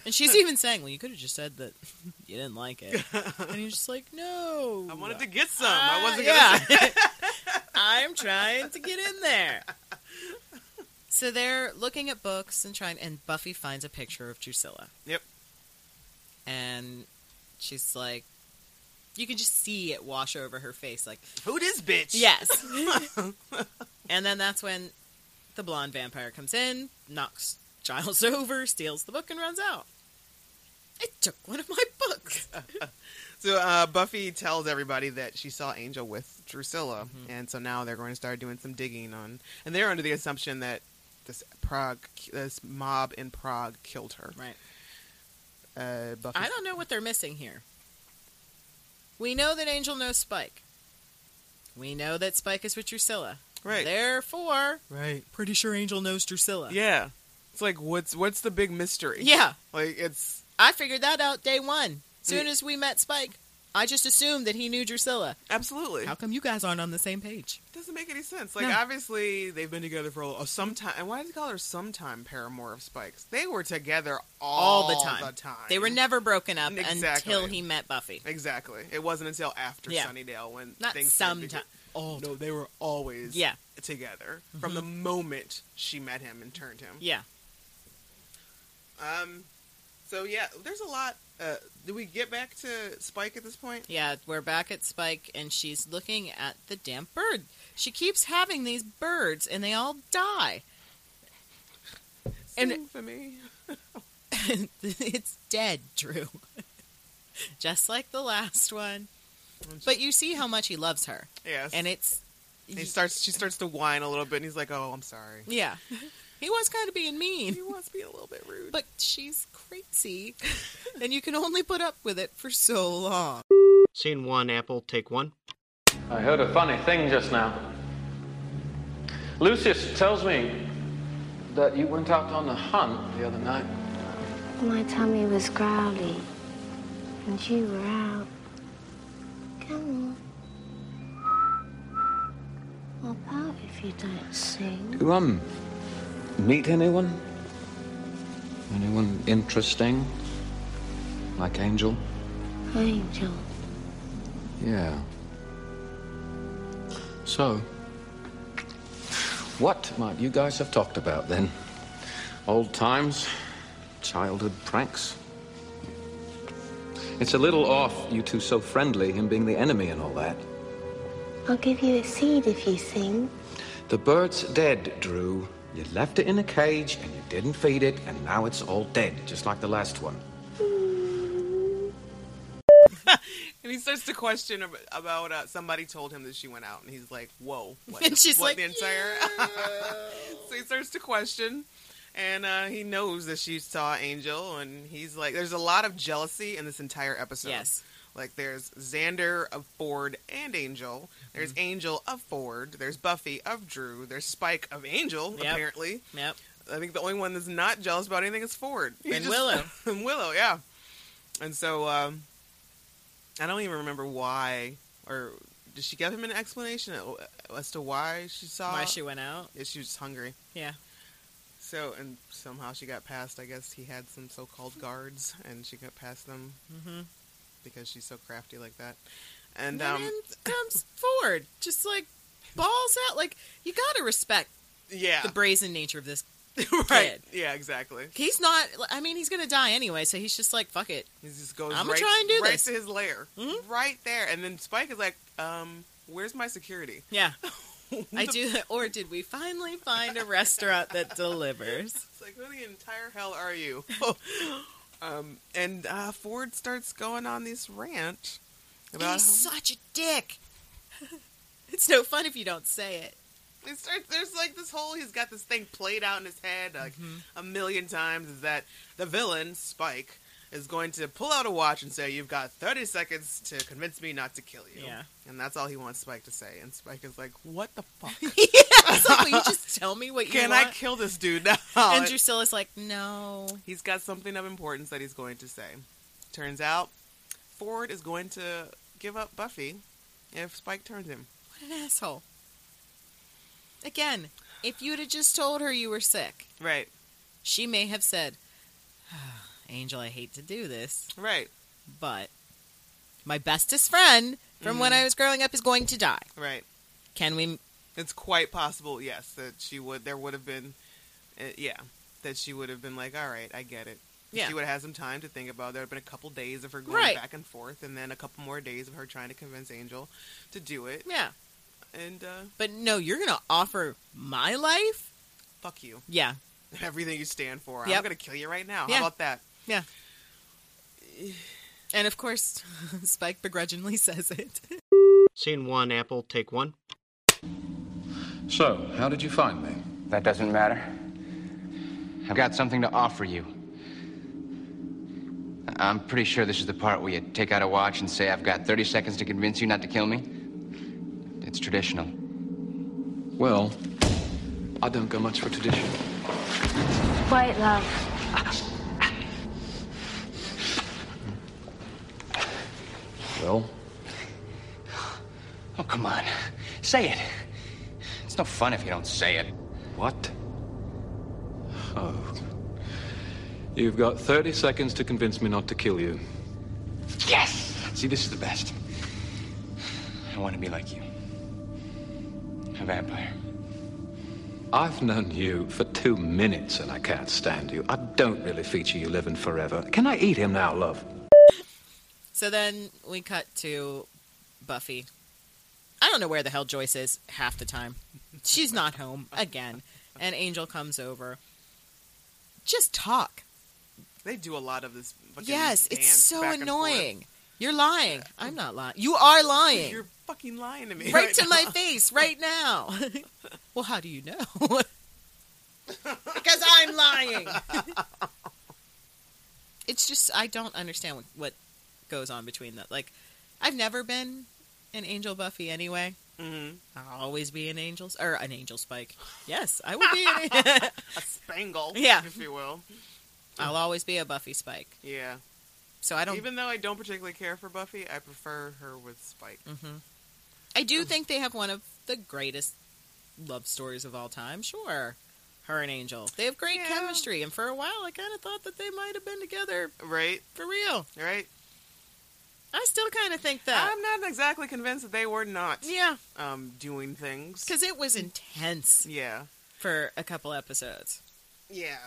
Speaker 6: And she's even saying, well, you could have just said that you didn't like it. And you're just like, no. Uh,
Speaker 1: I wanted to get some. I wasn't gonna.
Speaker 6: Ah, yeah. I'm trying to get in there. So they're looking at books and trying, and Buffy finds a picture of Drusilla.
Speaker 1: Yep.
Speaker 6: And she's like, you can just see it wash over her face, like,
Speaker 1: Who this bitch?
Speaker 6: Yes. and then that's when the blonde vampire comes in, knocks Giles over, steals the book, and runs out. I took one of my books.
Speaker 1: So uh, Buffy tells everybody that she saw Angel with Drusilla,
Speaker 6: Mm-hmm.
Speaker 1: and so now they're going to start doing some digging on. And they're under the assumption that this Prague, this mob in Prague, killed her.
Speaker 6: right.
Speaker 1: Uh, Buffy.
Speaker 6: I don't know what they're missing here. We know that Angel knows Spike. We know that Spike is with Drusilla.
Speaker 1: Right.
Speaker 6: Therefore,
Speaker 1: Right.
Speaker 6: pretty sure Angel knows Drusilla.
Speaker 1: Yeah. It's like what's what's the big mystery?
Speaker 6: Yeah.
Speaker 1: Like it's
Speaker 6: I figured that out day one. Soon
Speaker 1: Yeah.
Speaker 6: as we met Spike, I just assumed that he knew Drusilla.
Speaker 1: absolutely.
Speaker 6: How come you guys aren't on the same page?
Speaker 1: Doesn't make any sense. Like
Speaker 6: No.
Speaker 1: obviously they've been together for a, a some time. And why did they call her sometime paramour of Spikes? They were together all,
Speaker 6: all the time.
Speaker 1: the time.
Speaker 6: They were never broken up
Speaker 1: Exactly.
Speaker 6: until he met Buffy.
Speaker 1: exactly. It wasn't until after
Speaker 6: Yeah.
Speaker 1: Sunnydale when
Speaker 6: Not
Speaker 1: things
Speaker 6: sometime.
Speaker 1: Oh no, they were always
Speaker 6: Yeah.
Speaker 1: together from the moment she met him and turned him.
Speaker 6: Yeah.
Speaker 1: Um, so yeah, there's a lot. Uh, do we get back to Spike at this point?
Speaker 6: Yeah, we're back at Spike and she's looking at the damn bird. She keeps having these birds and they all die. And-
Speaker 1: Sing for me,
Speaker 6: it's dead, Drew. Just like the last one. But you see how much he loves her.
Speaker 1: yes.
Speaker 6: And it's
Speaker 1: he starts. She starts to whine a little bit, and he's like, "Oh, I'm sorry."
Speaker 6: Yeah. He was kind of being mean.
Speaker 1: He wants to be a little bit rude.
Speaker 6: But she's crazy. and you can only put up with it for so long.
Speaker 2: Scene one, Apple, take one.
Speaker 8: I heard a funny thing just now. Lucius tells me that you went out on a hunt the other night.
Speaker 4: My tummy was growly, and you were out. Come on. I'll pout if you don't sing.
Speaker 5: You, um, meet anyone? Anyone interesting? Like Angel?
Speaker 4: Angel,
Speaker 5: Yeah. So, what might you guys have talked about then? Old times? Childhood pranks? It's a little off, you two so friendly, him being the enemy and all that.
Speaker 9: I'll give you a seed if you sing.
Speaker 5: The bird's dead, Drew. You left it in a cage and you didn't feed it, and now it's all dead, just like the last one.
Speaker 1: And he starts to question ab- about uh, somebody told him that she went out, and he's like, "Whoa!" What,
Speaker 6: And she's
Speaker 1: what
Speaker 6: like,
Speaker 1: "The entire." so he starts to question, and uh, he knows that she saw Angel, and he's like, "There's a lot of jealousy in this entire episode."
Speaker 6: Yes.
Speaker 1: Like there's Xander of Ford and Angel. There's
Speaker 6: Mm-hmm.
Speaker 1: Angel of Ford. There's Buffy of Drew. There's Spike of Angel.
Speaker 6: Yep.
Speaker 1: Apparently,
Speaker 6: Yep.
Speaker 1: I think the only one that's not jealous about anything is Ford. He
Speaker 6: And Willow.
Speaker 1: and Willow, yeah. And so um, I don't even remember why, or did she give him an explanation as to why she saw?
Speaker 6: Why she went out?
Speaker 1: Yeah, she was just hungry.
Speaker 6: Yeah.
Speaker 1: So and somehow she got past. I guess he had some so-called guards, and she got past them
Speaker 6: Mhm.
Speaker 1: because she's so crafty like that. And
Speaker 6: And
Speaker 1: um,
Speaker 6: then comes forward, just like balls out. Like you gotta respect
Speaker 1: yeah,
Speaker 6: the brazen nature of this.
Speaker 1: right,
Speaker 6: kid.
Speaker 1: yeah, exactly.
Speaker 6: He's not. I mean, he's gonna die anyway, so he's just like, fuck it.
Speaker 1: He just goes
Speaker 6: I'ma
Speaker 1: right,
Speaker 6: try and do
Speaker 1: right
Speaker 6: this.
Speaker 1: to his lair,
Speaker 6: Mhm.
Speaker 1: right there. And then Spike is like, um, "Where's my security?"
Speaker 6: Yeah. I do. Or did we finally find a restaurant that delivers?
Speaker 1: It's like, who the entire hell are you? um, and uh, Ford starts going on this rant about
Speaker 6: He's
Speaker 1: how
Speaker 6: such a dick. It's no fun if you don't say it.
Speaker 1: it starts. There's like this whole. He's got this thing played out in his head like
Speaker 6: Mm-hmm.
Speaker 1: a million times. Is that the villain Spike is going to pull out a watch and say, "You've got 30 seconds to convince me not to kill you."
Speaker 6: Yeah.
Speaker 1: and that's all he wants Spike to say. And Spike is like, "What the fuck?
Speaker 6: It's like, will you just tell me what you
Speaker 1: Can I
Speaker 6: want?
Speaker 1: kill this dude now?"
Speaker 6: and Drusilla's like, no.
Speaker 1: He's got something of importance that he's going to say. Turns out, Ford is going to give up Buffy if Spike turns him.
Speaker 6: What an asshole. Again, if you'd have just told her you were sick,
Speaker 1: Right,
Speaker 6: she may have said, "Ah, Angel, I hate to do this,
Speaker 1: right,
Speaker 6: but my bestest friend from when I was growing up is going to die.
Speaker 1: right.
Speaker 6: Can we?
Speaker 1: It's quite possible, yes, that she would. There would have been, uh, yeah, that she would have been like, "All right, I get it."
Speaker 6: Yeah.
Speaker 1: She would have had some time to think about. it. There would have been a couple days of her going
Speaker 6: Right.
Speaker 1: back and forth, and then a couple more days of her trying to convince Angel to do it.
Speaker 6: Yeah.
Speaker 1: And uh,
Speaker 6: But no, you're going to offer my life?
Speaker 1: fuck you,
Speaker 6: Yeah.
Speaker 1: everything you stand for. I'm
Speaker 6: Yep.
Speaker 1: gonna kill you right now.
Speaker 6: Yeah.
Speaker 1: How about that?
Speaker 6: And of course, Spike begrudgingly says it.
Speaker 2: Scene one, Apple, take one.
Speaker 10: So, how did you find me?
Speaker 5: That doesn't matter. I've got something to offer you. I- I'm pretty sure this is the part where you take out a watch and say, I've got 30 seconds to convince you not to kill me. It's traditional.
Speaker 10: Well, I don't go much for tradition.
Speaker 9: White love.
Speaker 10: Well,
Speaker 5: Oh, come on. Say it. It's no fun if you don't say it.
Speaker 10: what? Oh. You've got 30 seconds to convince me not to kill you.
Speaker 5: Yes! See, this is the best. I want to be like you a vampire.
Speaker 10: I've known you for two minutes and I can't stand you. I don't really feature you living forever. Can I eat him now, love?
Speaker 6: So then we cut to Buffy. I don't know where the hell Joyce is half the time. She's not home again. And Angel comes over. Just talk.
Speaker 1: They do a lot of this. fucking
Speaker 6: yes, it's
Speaker 1: dance
Speaker 6: so
Speaker 1: back and
Speaker 6: annoying. You're lying. I'm not lying. You are
Speaker 1: forth.
Speaker 6: lying.
Speaker 1: You're fucking lying to me.
Speaker 6: right to my
Speaker 1: now.
Speaker 6: face right now. well, how do you know? because I'm lying. it's just I don't understand what, what goes on between that. Like, I've never been an angel Buffy anyway.
Speaker 1: Mhm.
Speaker 6: I'll always be an angel or an angel Spike. Yes, I will be. An,
Speaker 1: A spangle,
Speaker 6: Yeah.
Speaker 1: if you will.
Speaker 6: I'll always be a Buffy Spike.
Speaker 1: Yeah.
Speaker 6: So I don't.
Speaker 1: Even though I don't particularly care for Buffy, I prefer her with Spike.
Speaker 6: Mm. I do think they have one of the greatest love stories of all time. Sure. Her and Angel. They have great
Speaker 1: Yeah.
Speaker 6: chemistry, and for a while I kind of thought that they might have been together
Speaker 1: Right?
Speaker 6: for real.
Speaker 1: Right?
Speaker 6: I still kind of think that.
Speaker 1: I'm not exactly convinced that they were not
Speaker 6: Yeah,
Speaker 1: um, doing things.
Speaker 6: because it was intense
Speaker 1: Yeah.
Speaker 6: for a couple episodes.
Speaker 1: Yeah.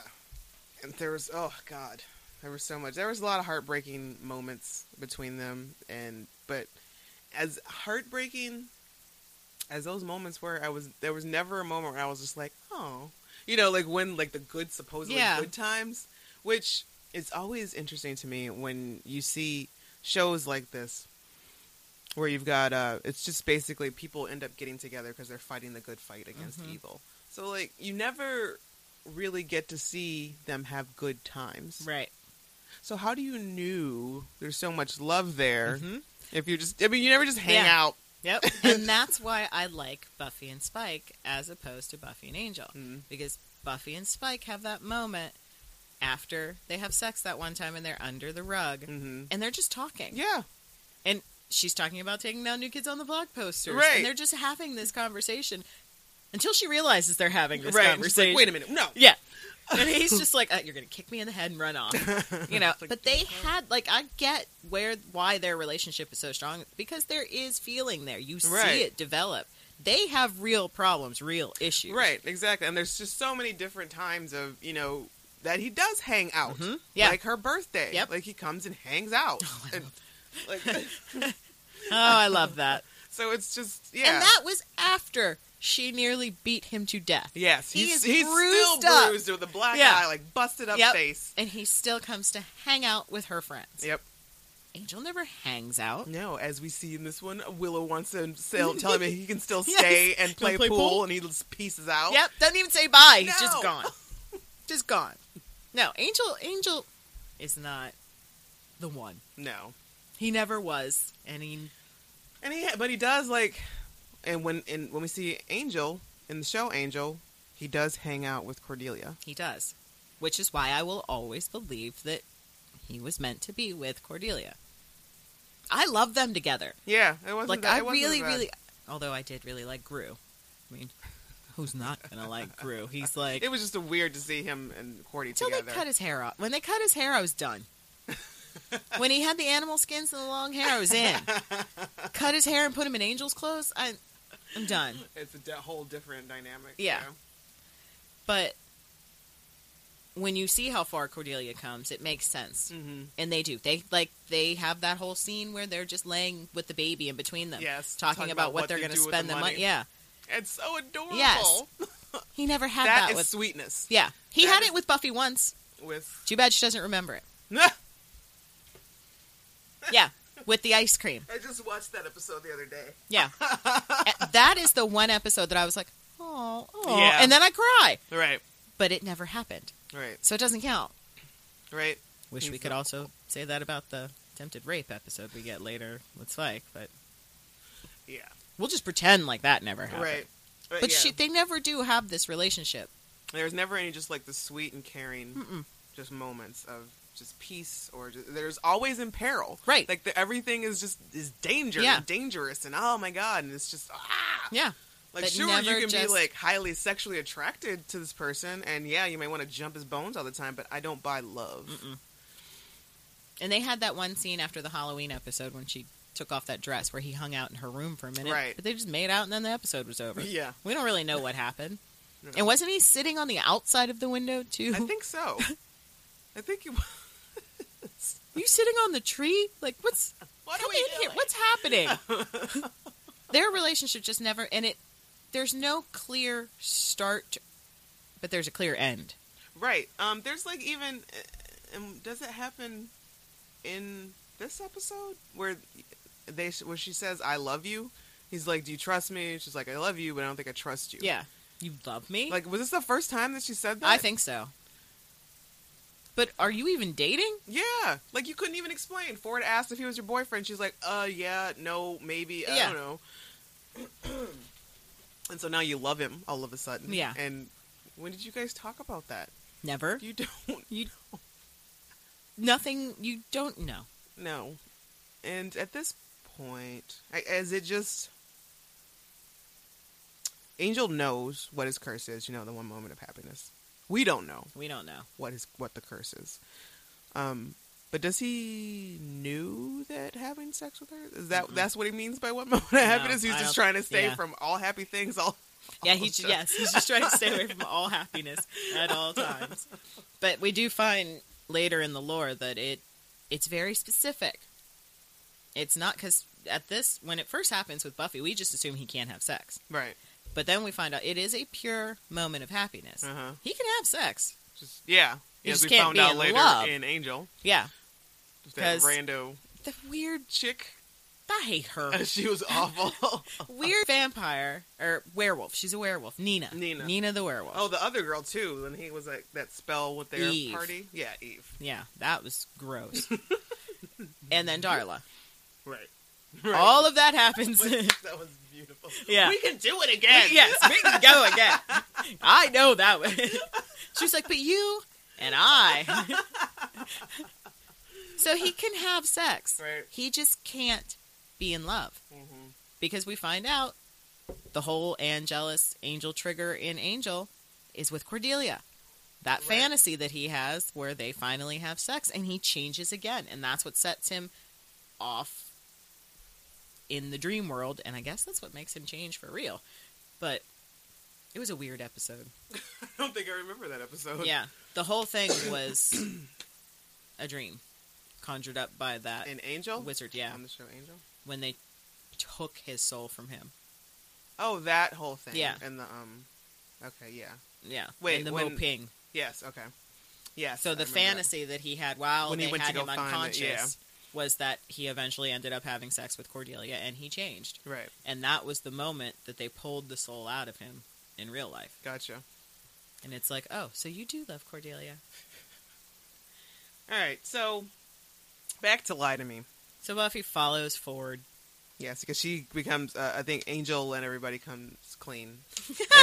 Speaker 1: And there was, oh, God. There was so much. There was a lot of heartbreaking moments between them. And, but as heartbreaking as those moments were, I was, there was never a moment where I was just like, oh. You know, like when, like the good, supposedly
Speaker 6: Yeah.
Speaker 1: good times, which is always interesting to me when you see shows like this where you've got uh it's just basically people end up getting together because they're fighting the good fight against
Speaker 6: Mm-hmm.
Speaker 1: evil so like you never really get to see them have good times
Speaker 6: Right.
Speaker 1: so how do you knew there's so much love there if you just i mean you never just hang
Speaker 6: Mm-hmm. Yeah.
Speaker 1: out
Speaker 6: Yep. and that's why I like Buffy and Spike as opposed to Buffy and Angel. Because Buffy and Spike have that moment after they have sex that one time and they're under the rug
Speaker 1: mm-hmm.
Speaker 6: and they're just talking.
Speaker 1: yeah
Speaker 6: She's talking about taking down new kids on the block posters.
Speaker 1: Right.
Speaker 6: And they're just having this conversation until she realizes they're having this
Speaker 1: right I'm just like,
Speaker 6: conversation.
Speaker 1: wait a minute no
Speaker 6: Yeah. And he's just like, uh, you're going to kick me in the head and run off. You know, but they had, like, I get where, why their relationship is so strong because there is feeling there. You
Speaker 1: Right.
Speaker 6: see it develop. They have real problems, real issues.
Speaker 1: right exactly and there's just so many different times of you know that he does hang out
Speaker 6: Mm-hmm. Yeah.
Speaker 1: like her birthday
Speaker 6: Yep. Oh.
Speaker 1: like he comes and hangs out
Speaker 6: I
Speaker 1: and, like
Speaker 6: Oh, I love that.
Speaker 1: so it's just yeah
Speaker 6: And that was after she nearly beat him to death.
Speaker 1: Yes,
Speaker 6: He
Speaker 1: he's,
Speaker 6: is
Speaker 1: he's
Speaker 6: bruised
Speaker 1: still
Speaker 6: up.
Speaker 1: bruised with a black
Speaker 6: Yeah.
Speaker 1: eye, like busted up
Speaker 6: Yep.
Speaker 1: face.
Speaker 6: And he still comes to hang out with her friends.
Speaker 1: Yep.
Speaker 6: Angel never hangs out.
Speaker 1: No, as we see in this one, Willow wants to sell, tell him he can still stay
Speaker 6: Yes.
Speaker 1: and
Speaker 6: Don't
Speaker 1: play,
Speaker 6: play
Speaker 1: pool,
Speaker 6: pool.
Speaker 1: and he just pieces out.
Speaker 6: Yep, doesn't even say bye. He's
Speaker 1: No.
Speaker 6: just gone. just gone. No, Angel Angel is not the one.
Speaker 1: No,
Speaker 6: He never was. And he
Speaker 1: and he but he does like, and when and when we see Angel in the show Angel, he does hang out with Cordelia.
Speaker 6: he does. Which is why I will always believe that he was meant to be with Cordelia. I love them together.
Speaker 1: Yeah, it wasn't
Speaker 6: Like
Speaker 1: that-
Speaker 6: I
Speaker 1: it wasn't
Speaker 6: really,
Speaker 1: bad.
Speaker 6: really although I did really like Gru. I mean who's not gonna like Gru? He's like
Speaker 1: It was just a weird to see him and Cordy
Speaker 6: Till they
Speaker 1: together.
Speaker 6: cut his hair off. When they cut his hair, I was done. when he had the animal skins and the long hair, I was in. cut his hair and put him in angel's clothes. I, I'm done.
Speaker 1: it's a di- whole different dynamic.
Speaker 6: Yeah.
Speaker 1: you know?
Speaker 6: But when you see how far Cordelia comes, it makes sense,
Speaker 1: Mhm.
Speaker 6: and they do. They like they have that whole scene where they're just laying with the baby in between them,
Speaker 1: Yes,
Speaker 6: talking,
Speaker 1: talking
Speaker 6: about,
Speaker 1: about
Speaker 6: what,
Speaker 1: what
Speaker 6: they're
Speaker 1: they
Speaker 6: going to
Speaker 1: do with
Speaker 6: spend
Speaker 1: the
Speaker 6: the
Speaker 1: money.
Speaker 6: money. Yeah,
Speaker 1: It's so adorable.
Speaker 6: he never had that,
Speaker 1: that is
Speaker 6: with.
Speaker 1: sweetness
Speaker 6: yeah, he
Speaker 1: that
Speaker 6: had
Speaker 1: is-
Speaker 6: it with Buffy once.
Speaker 1: with.
Speaker 6: Too bad she doesn't remember it. Yeah, with the ice cream.
Speaker 1: I just watched that episode the other day.
Speaker 6: Yeah. A- that is the one episode that I was like, oh, oh.
Speaker 1: Yeah.
Speaker 6: And then I cry.
Speaker 1: Right,
Speaker 6: But it never happened.
Speaker 1: right,
Speaker 6: So it doesn't count.
Speaker 1: right.
Speaker 6: Wish we could also say that about the attempted rape episode we get later with Spike, but
Speaker 1: Yeah,
Speaker 6: we'll just pretend like that never happened.
Speaker 1: right. But,
Speaker 6: But
Speaker 1: yeah,
Speaker 6: she, they never do have this relationship.
Speaker 1: there's never any just like the sweet and caring, just moments of just peace or just, there's always in peril.
Speaker 6: Right.
Speaker 1: like the, everything is just is danger,
Speaker 6: Yeah.
Speaker 1: and dangerous, and oh my god, and it's just ah.
Speaker 6: Yeah.
Speaker 1: Like
Speaker 6: But
Speaker 1: sure, you
Speaker 6: never
Speaker 1: can be
Speaker 6: just-
Speaker 1: like highly sexually attracted to this person, and yeah, you may want to jump his bones all the time, but I don't buy love.
Speaker 6: And they had that one scene after the Halloween episode when she took off that dress where he hung out in her room for a minute.
Speaker 1: Right.
Speaker 6: But they just made out and then the episode was over.
Speaker 1: Yeah,
Speaker 6: We don't really know what happened. And wasn't he sitting on the outside of the window too?
Speaker 1: I think so. I think you.
Speaker 6: you sitting on the tree? Like, what's
Speaker 1: What are
Speaker 6: come
Speaker 1: we
Speaker 6: in here?
Speaker 1: doing?
Speaker 6: What's happening? Their relationship just never, and it there's no clear start, but there's a clear end.
Speaker 1: Right. Um. There's like even, uh, um, does it happen in this episode where they where she says I love you? He's like, do you trust me? She's like, I love you, but I don't think I trust you.
Speaker 6: Yeah, you love me.
Speaker 1: Like, was this the first time that she said that?
Speaker 6: I think so. But are you even dating?
Speaker 1: Yeah. Like you couldn't even explain. Ford asked if he was your boyfriend. She's like, uh, yeah, no, maybe, I
Speaker 6: Yeah.
Speaker 1: don't know. and so now you love him all of a sudden.
Speaker 6: Yeah.
Speaker 1: And when did you guys talk about that?
Speaker 6: Never.
Speaker 1: You don't
Speaker 6: You nothing. You don't know.
Speaker 1: No. And at this point, I, as it just. Angel knows what his curse is, you know, the one moment of happiness. We don't know
Speaker 6: We don't know.
Speaker 1: what his what the curse is. Um But does he knew that having sex with her is that that's what he means by what moment of happiness? He's
Speaker 6: I
Speaker 1: just
Speaker 6: don't-
Speaker 1: trying to stay
Speaker 6: yeah.
Speaker 1: from all happy things. All
Speaker 6: Yeah,
Speaker 1: all
Speaker 6: he's
Speaker 1: stuff.
Speaker 6: yes, he's just trying to stay away from all happiness at all times. But we do find later in the lore that it it's very specific. It's not because at this when it first happens with Buffy, we just assume he can't have sex,
Speaker 1: right?
Speaker 6: But then we find out it is a pure moment of happiness.
Speaker 1: Uh-huh.
Speaker 6: He can have sex.
Speaker 1: Just yeah,
Speaker 6: You
Speaker 1: as
Speaker 6: just
Speaker 1: we
Speaker 6: can't
Speaker 1: found
Speaker 6: be
Speaker 1: out
Speaker 6: in
Speaker 1: later
Speaker 6: love.
Speaker 1: in Angel,
Speaker 6: Yeah,
Speaker 1: just that
Speaker 6: 'Cause-
Speaker 1: rando.
Speaker 6: the weird
Speaker 1: chick.
Speaker 6: I hate her.
Speaker 1: She was awful.
Speaker 6: weird vampire or werewolf. She's a werewolf. Nina.
Speaker 1: Nina.
Speaker 6: Nina the werewolf.
Speaker 1: oh, the other girl too. When he was like that spell with their
Speaker 6: Eve.
Speaker 1: party. Yeah, Eve.
Speaker 6: Yeah, that was gross. and then Darla.
Speaker 1: Right.
Speaker 6: All of that happens.
Speaker 1: that was beautiful.
Speaker 6: Yeah.
Speaker 1: we can do it again.
Speaker 6: yes, we can go again. I know that one. She's like, but you and I. so he can have sex.
Speaker 1: Right.
Speaker 6: He just can't be in love
Speaker 1: Mhm.
Speaker 6: because we find out the whole Angelus angel trigger in Angel is with Cordelia. That fantasy that he has where they finally have sex and he changes again. And that's what sets him off in the dream world. And I guess that's what makes him change for real. But it was a weird episode.
Speaker 1: I don't think I remember that episode.
Speaker 6: Yeah. The whole thing was a dream conjured up by that
Speaker 1: an angel
Speaker 6: wizard. Yeah.
Speaker 1: on the show Angel.
Speaker 6: When they took his soul from him.
Speaker 1: Oh, that whole thing.
Speaker 6: Yeah.
Speaker 1: and the um. Okay, yeah.
Speaker 6: Yeah.
Speaker 1: Wait,
Speaker 6: in the
Speaker 1: when-
Speaker 6: Mo Ping.
Speaker 1: Yes. Okay. Yes. I
Speaker 6: So
Speaker 1: remember
Speaker 6: the
Speaker 1: that.
Speaker 6: fantasy that. he had while
Speaker 1: When he
Speaker 6: they
Speaker 1: went to
Speaker 6: had
Speaker 1: go
Speaker 6: him
Speaker 1: find it,
Speaker 6: unconscious
Speaker 1: yeah.
Speaker 6: was that he eventually ended up having sex with Cordelia and he changed.
Speaker 1: Right.
Speaker 6: And that was the moment that they pulled the soul out of him in real life.
Speaker 1: Gotcha.
Speaker 6: And it's like, oh, so you do love Cordelia.
Speaker 1: All right. So back to lie to me.
Speaker 6: So Buffy follows Ford.
Speaker 1: Yes, because she becomes. Uh, I think Angel and everybody comes clean.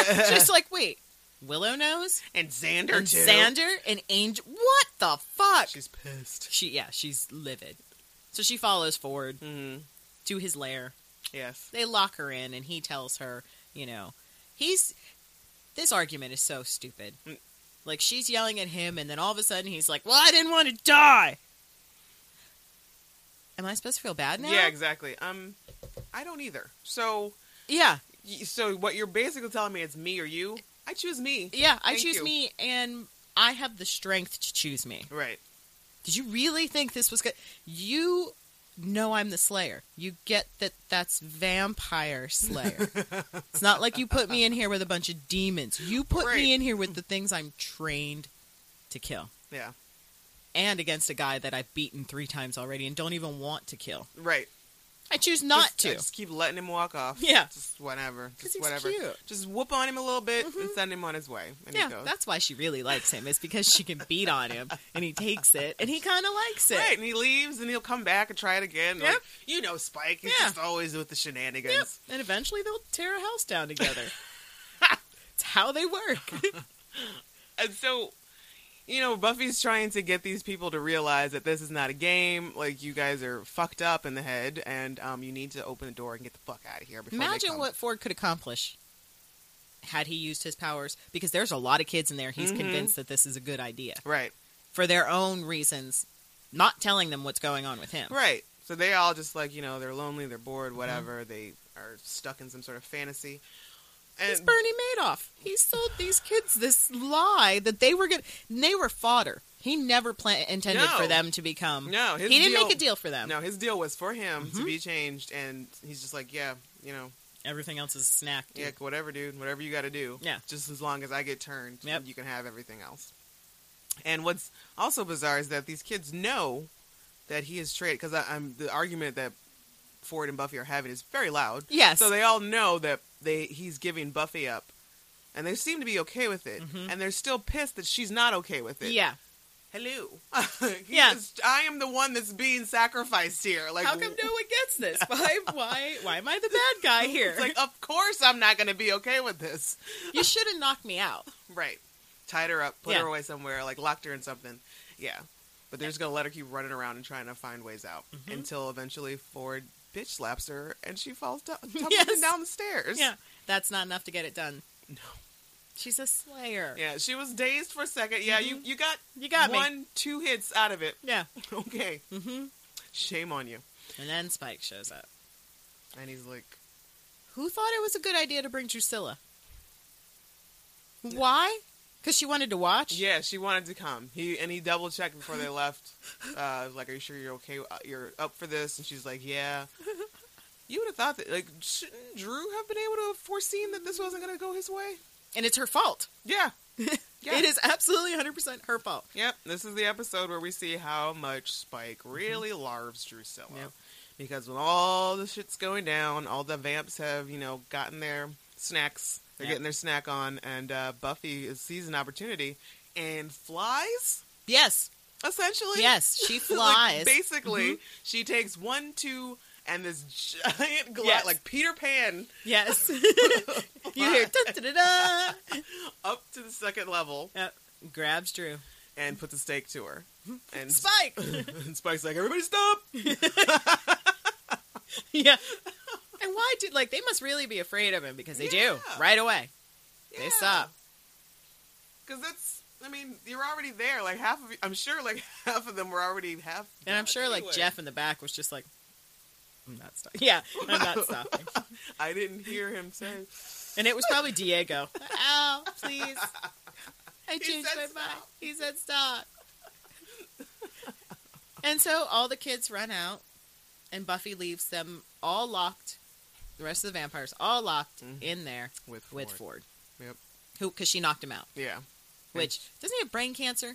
Speaker 6: Just like, wait, Willow knows?
Speaker 1: And Xander
Speaker 6: And
Speaker 1: too.
Speaker 6: Xander and Angel. What the fuck?
Speaker 1: She's pissed.
Speaker 6: she, yeah, she's livid. So she follows Ford
Speaker 1: hmm
Speaker 6: to his lair.
Speaker 1: Yes.
Speaker 6: they lock her in and he tells her you know he's this argument is so stupid
Speaker 1: Mm.
Speaker 6: like she's yelling at him and then all of a sudden he's like well i didn't want to die am i supposed to feel bad now
Speaker 1: Yeah. Exactly. Um, I don't either. So,
Speaker 6: yeah
Speaker 1: y- so what you're basically telling me is me or you? I choose me.
Speaker 6: yeah i
Speaker 1: Thank
Speaker 6: choose
Speaker 1: you.
Speaker 6: me and i have the strength to choose me
Speaker 1: Right.
Speaker 6: did you really think this was good you know i'm the slayer you get that that's vampire slayer it's not like you put me in here with a bunch of demons you put
Speaker 1: Right.
Speaker 6: me in here with the things i'm trained to kill
Speaker 1: Yeah.
Speaker 6: and against a guy that i've beaten three times already and don't even want to kill
Speaker 1: Right.
Speaker 6: i choose not
Speaker 1: just, I
Speaker 6: to
Speaker 1: just keep letting him walk off.
Speaker 6: Yeah.
Speaker 1: Just whatever.
Speaker 6: 'Cause
Speaker 1: Just
Speaker 6: he's
Speaker 1: whatever.
Speaker 6: cute. Mm-hmm.
Speaker 1: Just whoop on him a little bit and send him on his way. And
Speaker 6: yeah
Speaker 1: he goes.
Speaker 6: that's why she really likes him is because she can beat on him and he takes it and he kind of likes it
Speaker 1: Right, and he leaves, and he'll come back and try it again.
Speaker 6: Yep.
Speaker 1: Like, you know, Spike. He's
Speaker 6: Yeah.
Speaker 1: just always with the shenanigans.
Speaker 6: Yep. And eventually they'll tear a house down together. it's how they work.
Speaker 1: And so, you know, Buffy's trying to get these people to realize that this is not a game. Like, you guys are fucked up in the head, and um, you need to open the door and get the fuck out of here. Before they
Speaker 6: Imagine
Speaker 1: come.
Speaker 6: what Ford could accomplish had he used his powers because there's a lot of kids in there he's
Speaker 1: Mhm.
Speaker 6: convinced that this is a good idea
Speaker 1: Right,
Speaker 6: for their own reasons, not telling them what's going on with him.
Speaker 1: right. So they all just like you know they're lonely, they're
Speaker 6: Mm-hmm.
Speaker 1: bored, whatever. They are stuck in some sort of fantasy. And
Speaker 6: It's Bernie Madoff. He sold these kids this lie that they were going to they were fodder. He never plan- intended
Speaker 1: No.
Speaker 6: for them to become.
Speaker 1: No,
Speaker 6: he
Speaker 1: his
Speaker 6: didn't
Speaker 1: deal-
Speaker 6: make a deal for them.
Speaker 1: no, his deal was for him
Speaker 6: Mm-hmm.
Speaker 1: to be changed, and he's just like, yeah, you know,
Speaker 6: Everything else is snack. dude.
Speaker 1: yeah, whatever, dude, whatever you got to do.
Speaker 6: Yeah.
Speaker 1: just as long as I get turned,
Speaker 6: Yep.
Speaker 1: you can have everything else. And what's also bizarre is that these kids know that he is traded because I'm the argument that Ford and Buffy are having is very loud.
Speaker 6: Yes.
Speaker 1: so they all know that they he's giving Buffy up. And they seem to be okay with it, and they're still pissed that she's not okay with it.
Speaker 6: Mm-hmm. yeah.
Speaker 1: hello.
Speaker 6: Yeah.
Speaker 1: Yes, I am the one that's being sacrificed here. Like,
Speaker 6: How come no one gets this? Why why why am I the bad guy here?
Speaker 1: It's like, of course I'm not going to be okay with this.
Speaker 6: you should have knocked me out.
Speaker 1: Right. Tied her up, put
Speaker 6: Yeah.
Speaker 1: her away somewhere, like locked her in something. Yeah. But they're just going to let her keep running around and trying to find ways out
Speaker 6: Mm-hmm.
Speaker 1: until eventually Ford bitch slaps her and she falls down, tumbles
Speaker 6: Yes.
Speaker 1: down the stairs.
Speaker 6: Yeah, that's not enough to get it done. No. She's a slayer.
Speaker 1: Yeah, she was dazed for a second. Yeah, you, you got
Speaker 6: Mm-hmm. You got me.
Speaker 1: one, two hits out of it.
Speaker 6: Yeah.
Speaker 1: Okay.
Speaker 6: Mm-hmm.
Speaker 1: Shame on you.
Speaker 6: And then Spike shows up.
Speaker 1: And he's like,
Speaker 6: Who thought it was a good idea to bring Drusilla? Why? Because she wanted to watch.
Speaker 1: Yeah, she wanted to come. He and he double checked before they left. Uh, like, are you sure you're okay? Uh, You're up for this? And she's like, yeah. You would have thought that, like, shouldn't Drew have been able to have foreseen that this wasn't going to go his way?
Speaker 6: And it's her fault.
Speaker 1: Yeah. Yeah.
Speaker 6: It is absolutely 100% her fault.
Speaker 1: Yep. This is the episode where we see how much Spike really larves Drusilla.
Speaker 6: Mm-hmm. Yep.
Speaker 1: Because when all the shit's going down, all the vamps have, you know, gotten their snacks. They're
Speaker 6: Yep.
Speaker 1: getting their snack on, and uh, Buffy is- sees an opportunity and flies,
Speaker 6: Yes.
Speaker 1: essentially.
Speaker 6: Yes, she
Speaker 1: Like,
Speaker 6: flies. Mm-hmm.
Speaker 1: basically, she takes one, two, and this giant, gla-
Speaker 6: Yes.
Speaker 1: like Peter Pan,
Speaker 6: Yes. you hear da da da
Speaker 1: up to the second level
Speaker 6: da. Grabs Drew.
Speaker 1: and puts a stake to her. And,
Speaker 6: Spike!
Speaker 1: and Spike's like, everybody stop!
Speaker 6: yeah. And why do, like, they must really be afraid of him because they do
Speaker 1: Yeah.
Speaker 6: right away. They stop.
Speaker 1: Because that's, I mean, you're already there. Like half of, I'm sure, like half of them were already half.
Speaker 6: And I'm
Speaker 1: done
Speaker 6: sure, like,
Speaker 1: anyway.
Speaker 6: Jeff in the back was just like, I'm not stopping. Yeah, I'm not stopping.
Speaker 1: I didn't hear him say.
Speaker 6: And it was probably Diego. Ow, please. I changed
Speaker 1: said
Speaker 6: my mind.
Speaker 1: stop.
Speaker 6: He said stop. and so all the kids run out, and Buffy leaves them all locked, the rest of the vampires all locked in there
Speaker 1: Mm-hmm. With
Speaker 6: with
Speaker 1: Ford.
Speaker 6: Ford.
Speaker 1: Yep.
Speaker 6: Who, because she knocked him out.
Speaker 1: Yeah,
Speaker 6: Which, doesn't he have brain cancer?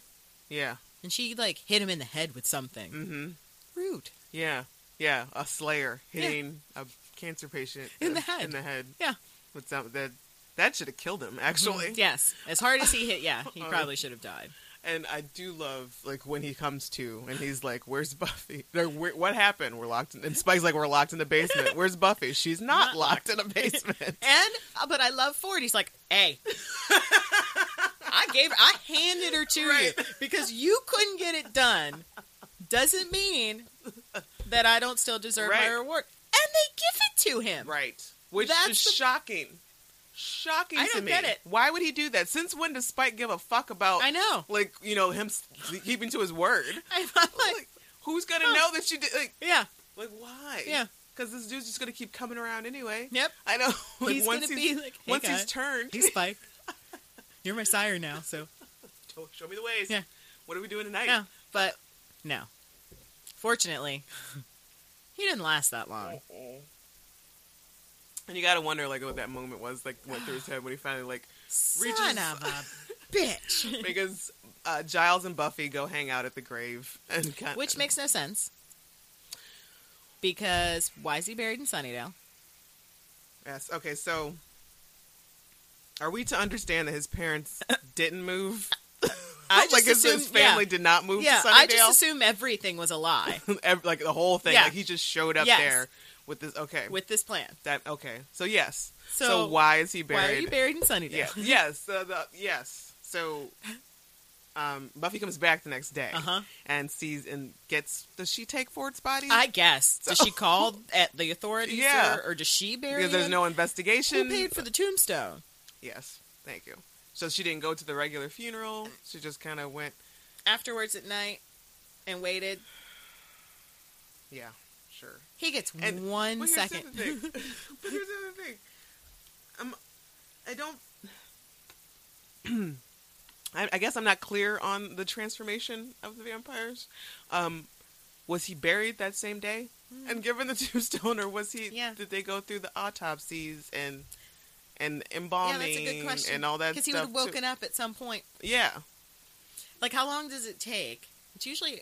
Speaker 1: yeah,
Speaker 6: And she, like, hit him in the head with something.
Speaker 1: mm-hmm,
Speaker 6: Rude.
Speaker 1: yeah, yeah. A Slayer hitting a cancer patient
Speaker 6: In the
Speaker 1: uh,
Speaker 6: head.
Speaker 1: In the head.
Speaker 6: Yeah. Mm-hmm.
Speaker 1: What's that? That that should have killed him actually.
Speaker 6: Yes. As hard as he hit, yeah, he
Speaker 1: Uh-oh.
Speaker 6: probably should have died.
Speaker 1: And I do love like when he comes to and he's like, "Where's Buffy? Like, where, what happened? We're locked in." And Spike's like, "We're locked in the basement. Where's Buffy? She's not,
Speaker 6: Not
Speaker 1: locked in a basement."
Speaker 6: And uh, but I love Ford. He's like, hey, I gave, I handed her to you because you couldn't get it done. Doesn't mean that I don't still deserve
Speaker 1: Right.
Speaker 6: my reward. And they give it to him.
Speaker 1: Right. Which
Speaker 6: That's
Speaker 1: is
Speaker 6: the-
Speaker 1: shocking. Shocking
Speaker 6: I
Speaker 1: to
Speaker 6: don't
Speaker 1: me.
Speaker 6: get it.
Speaker 1: Why would he do that? Since when does Spike give a fuck about
Speaker 6: I know.
Speaker 1: like, you know, him s- keeping to his word?
Speaker 6: I'm like,
Speaker 1: Like, who's going to
Speaker 6: Huh.
Speaker 1: know that you did like
Speaker 6: yeah,
Speaker 1: like why?
Speaker 6: Yeah.
Speaker 1: Cuz this dude's just going to keep coming around anyway.
Speaker 6: yep.
Speaker 1: I know. Like,
Speaker 6: He's
Speaker 1: once
Speaker 6: gonna
Speaker 1: he's,
Speaker 6: be like, hey,
Speaker 1: once
Speaker 6: guy.
Speaker 1: he's turned,
Speaker 6: He's Spike. You're my sire now, so
Speaker 1: "Oh, show me the ways.
Speaker 6: Yeah.
Speaker 1: What are we doing tonight?
Speaker 6: no. But no, fortunately, he didn't last that long.
Speaker 1: And you got to wonder like what that moment was like went through his head when he finally like
Speaker 6: Son
Speaker 1: Reaches-
Speaker 6: of a bitch.
Speaker 1: because uh, Giles and Buffy go hang out at the grave and kind
Speaker 6: Which makes no sense. Because why is he buried in Sunnydale?
Speaker 1: Yes. Okay. So, are we to understand that his parents didn't move?
Speaker 6: I just
Speaker 1: like his- his
Speaker 6: assume-
Speaker 1: family
Speaker 6: yeah.
Speaker 1: did not move
Speaker 6: yeah,
Speaker 1: to Sunnydale.
Speaker 6: I just assume everything was a lie
Speaker 1: Ev- like the whole thing.
Speaker 6: Yeah.
Speaker 1: Like he just showed up
Speaker 6: Yes.
Speaker 1: there with this. Okay.
Speaker 6: with this plan.
Speaker 1: that. Okay. So yes. So,
Speaker 6: So,
Speaker 1: why is he buried?
Speaker 6: Why are you buried in Sunnydale?
Speaker 1: Yeah. yes. Uh, the, yes. So. Um, Buffy comes back the next day
Speaker 6: Uh-huh.
Speaker 1: and sees and gets. Does she take Ford's body?
Speaker 6: I guess. Does she call at the authorities
Speaker 1: Yeah.
Speaker 6: or, or does she bury
Speaker 1: because there's
Speaker 6: him?
Speaker 1: no
Speaker 6: Who
Speaker 1: investigation.
Speaker 6: paid for the tombstone?
Speaker 1: Yes, thank you. So she didn't go to the regular funeral. She just kind of went.
Speaker 6: Afterwards at night and waited.
Speaker 1: Yeah, sure.
Speaker 6: He gets
Speaker 1: And-
Speaker 6: one
Speaker 1: But here's the
Speaker 6: second.
Speaker 1: other thing. but here's the other thing. Um, I don't. I, I guess I'm not clear on the transformation of the vampires. Um, was he buried that same day and given the tombstone, or was he?
Speaker 6: Hmm. Yeah.
Speaker 1: Did they go through the autopsies and and
Speaker 6: yeah,
Speaker 1: embalming
Speaker 6: that's a good question.
Speaker 1: and all that?
Speaker 6: Because he would
Speaker 1: stuff
Speaker 6: have woken up at some point.
Speaker 1: Yeah.
Speaker 6: Like, how long does it take? It's usually.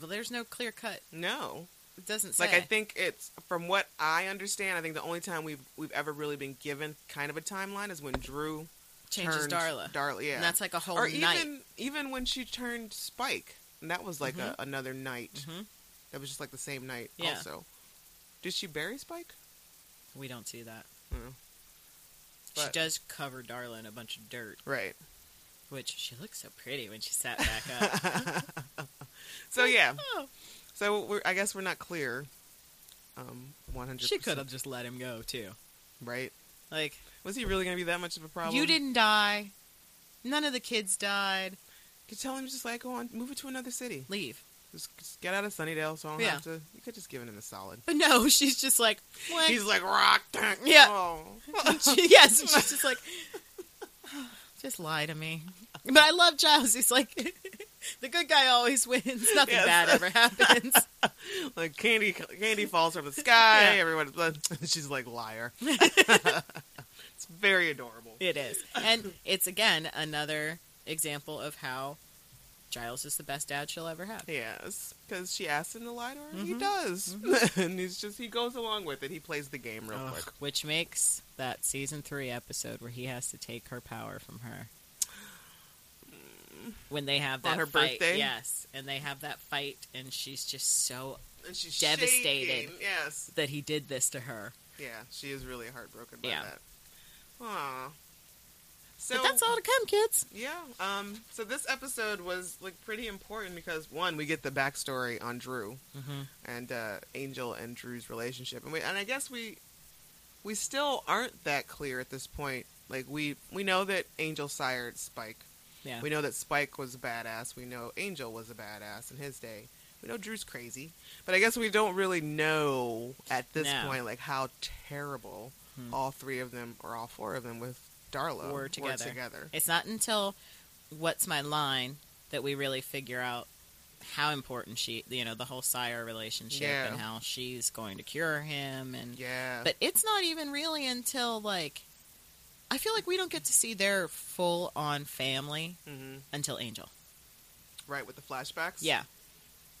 Speaker 6: Well, there's no clear cut.
Speaker 1: No.
Speaker 6: It doesn't say.
Speaker 1: Like I think it's from what I understand. I think the only time we've we've ever really been given kind of a timeline is when Drew
Speaker 6: changes
Speaker 1: turned
Speaker 6: Darla.
Speaker 1: Darla, yeah,
Speaker 6: And that's like a whole
Speaker 1: or
Speaker 6: night. Mm-hmm.
Speaker 1: even even when she turned Spike, and that was like a, another night. That was just like the same night.
Speaker 6: Yeah.
Speaker 1: Also, did she bury Spike?
Speaker 6: We don't see that.
Speaker 1: Mm.
Speaker 6: she
Speaker 1: But-
Speaker 6: does cover Darla in a bunch of dirt,
Speaker 1: Right.
Speaker 6: which she looks so pretty when she sat back up.
Speaker 1: So yeah.
Speaker 6: oh,
Speaker 1: So we're, I guess we're not clear. Um, one hundred.
Speaker 6: she could have just let him go too.
Speaker 1: Right.
Speaker 6: Like,
Speaker 1: was he really going to be that much of a problem?
Speaker 6: You didn't die. None of the kids died.
Speaker 1: Could tell him just like go on, move it to another city,
Speaker 6: leave,
Speaker 1: just, just get out of Sunnydale, so I don't
Speaker 6: Yeah.
Speaker 1: have to. You could just give him a solid.
Speaker 6: But no, she's just like, what?
Speaker 1: He's like rock.
Speaker 6: Yeah.
Speaker 1: Oh.
Speaker 6: She- yes, and she's just like, just lie to me. But I love Giles. He's like, the good guy always wins. Nothing
Speaker 1: Yes.
Speaker 6: bad ever happens.
Speaker 1: like candy, candy falls from the sky.
Speaker 6: Yeah.
Speaker 1: Everyone's Everyone, she's like liar. it's very adorable.
Speaker 6: It is. And it's, again, another example of how Giles is the best dad she'll ever have.
Speaker 1: Yes, because she asked him to lie to her. He
Speaker 6: Mhm.
Speaker 1: does, and he's just he goes along with it. He plays the game real
Speaker 6: Ugh,
Speaker 1: quick.
Speaker 6: Which makes that season three episode where he has to take her power from her. When they have that
Speaker 1: On her
Speaker 6: fight,
Speaker 1: birthday?
Speaker 6: yes, and they have that fight, and she's just so
Speaker 1: And she's shaking,
Speaker 6: devastated
Speaker 1: Yes,
Speaker 6: that he did this to her.
Speaker 1: yeah, she is really heartbroken by
Speaker 6: Yeah.
Speaker 1: that. Aw. So
Speaker 6: but that's all to come, kids.
Speaker 1: Yeah. Um. So this episode was like pretty important because one, we get the backstory on Drew
Speaker 6: Mm-hmm.
Speaker 1: and uh, Angel and Drew's relationship, and we and I guess we we still aren't that clear at this point. Like we we know that Angel sired Spike.
Speaker 6: Yeah.
Speaker 1: We know that Spike was a badass. We know Angel was a badass in his day. We know Drew's crazy, but I guess we don't really know at this
Speaker 6: No. Hmm.
Speaker 1: point like how terrible all three of them or all four of them with Darla
Speaker 6: We're
Speaker 1: were
Speaker 6: together.
Speaker 1: uh, together.
Speaker 6: It's not until what's my line that we really figure out how important she, you know, the whole sire relationship
Speaker 1: Yeah.
Speaker 6: and how she's going to cure him and
Speaker 1: Yeah.
Speaker 6: But it's not even really until like I feel like we don't get to see their full on family
Speaker 1: hmm
Speaker 6: until Angel.
Speaker 1: Right with the flashbacks.
Speaker 6: Yeah.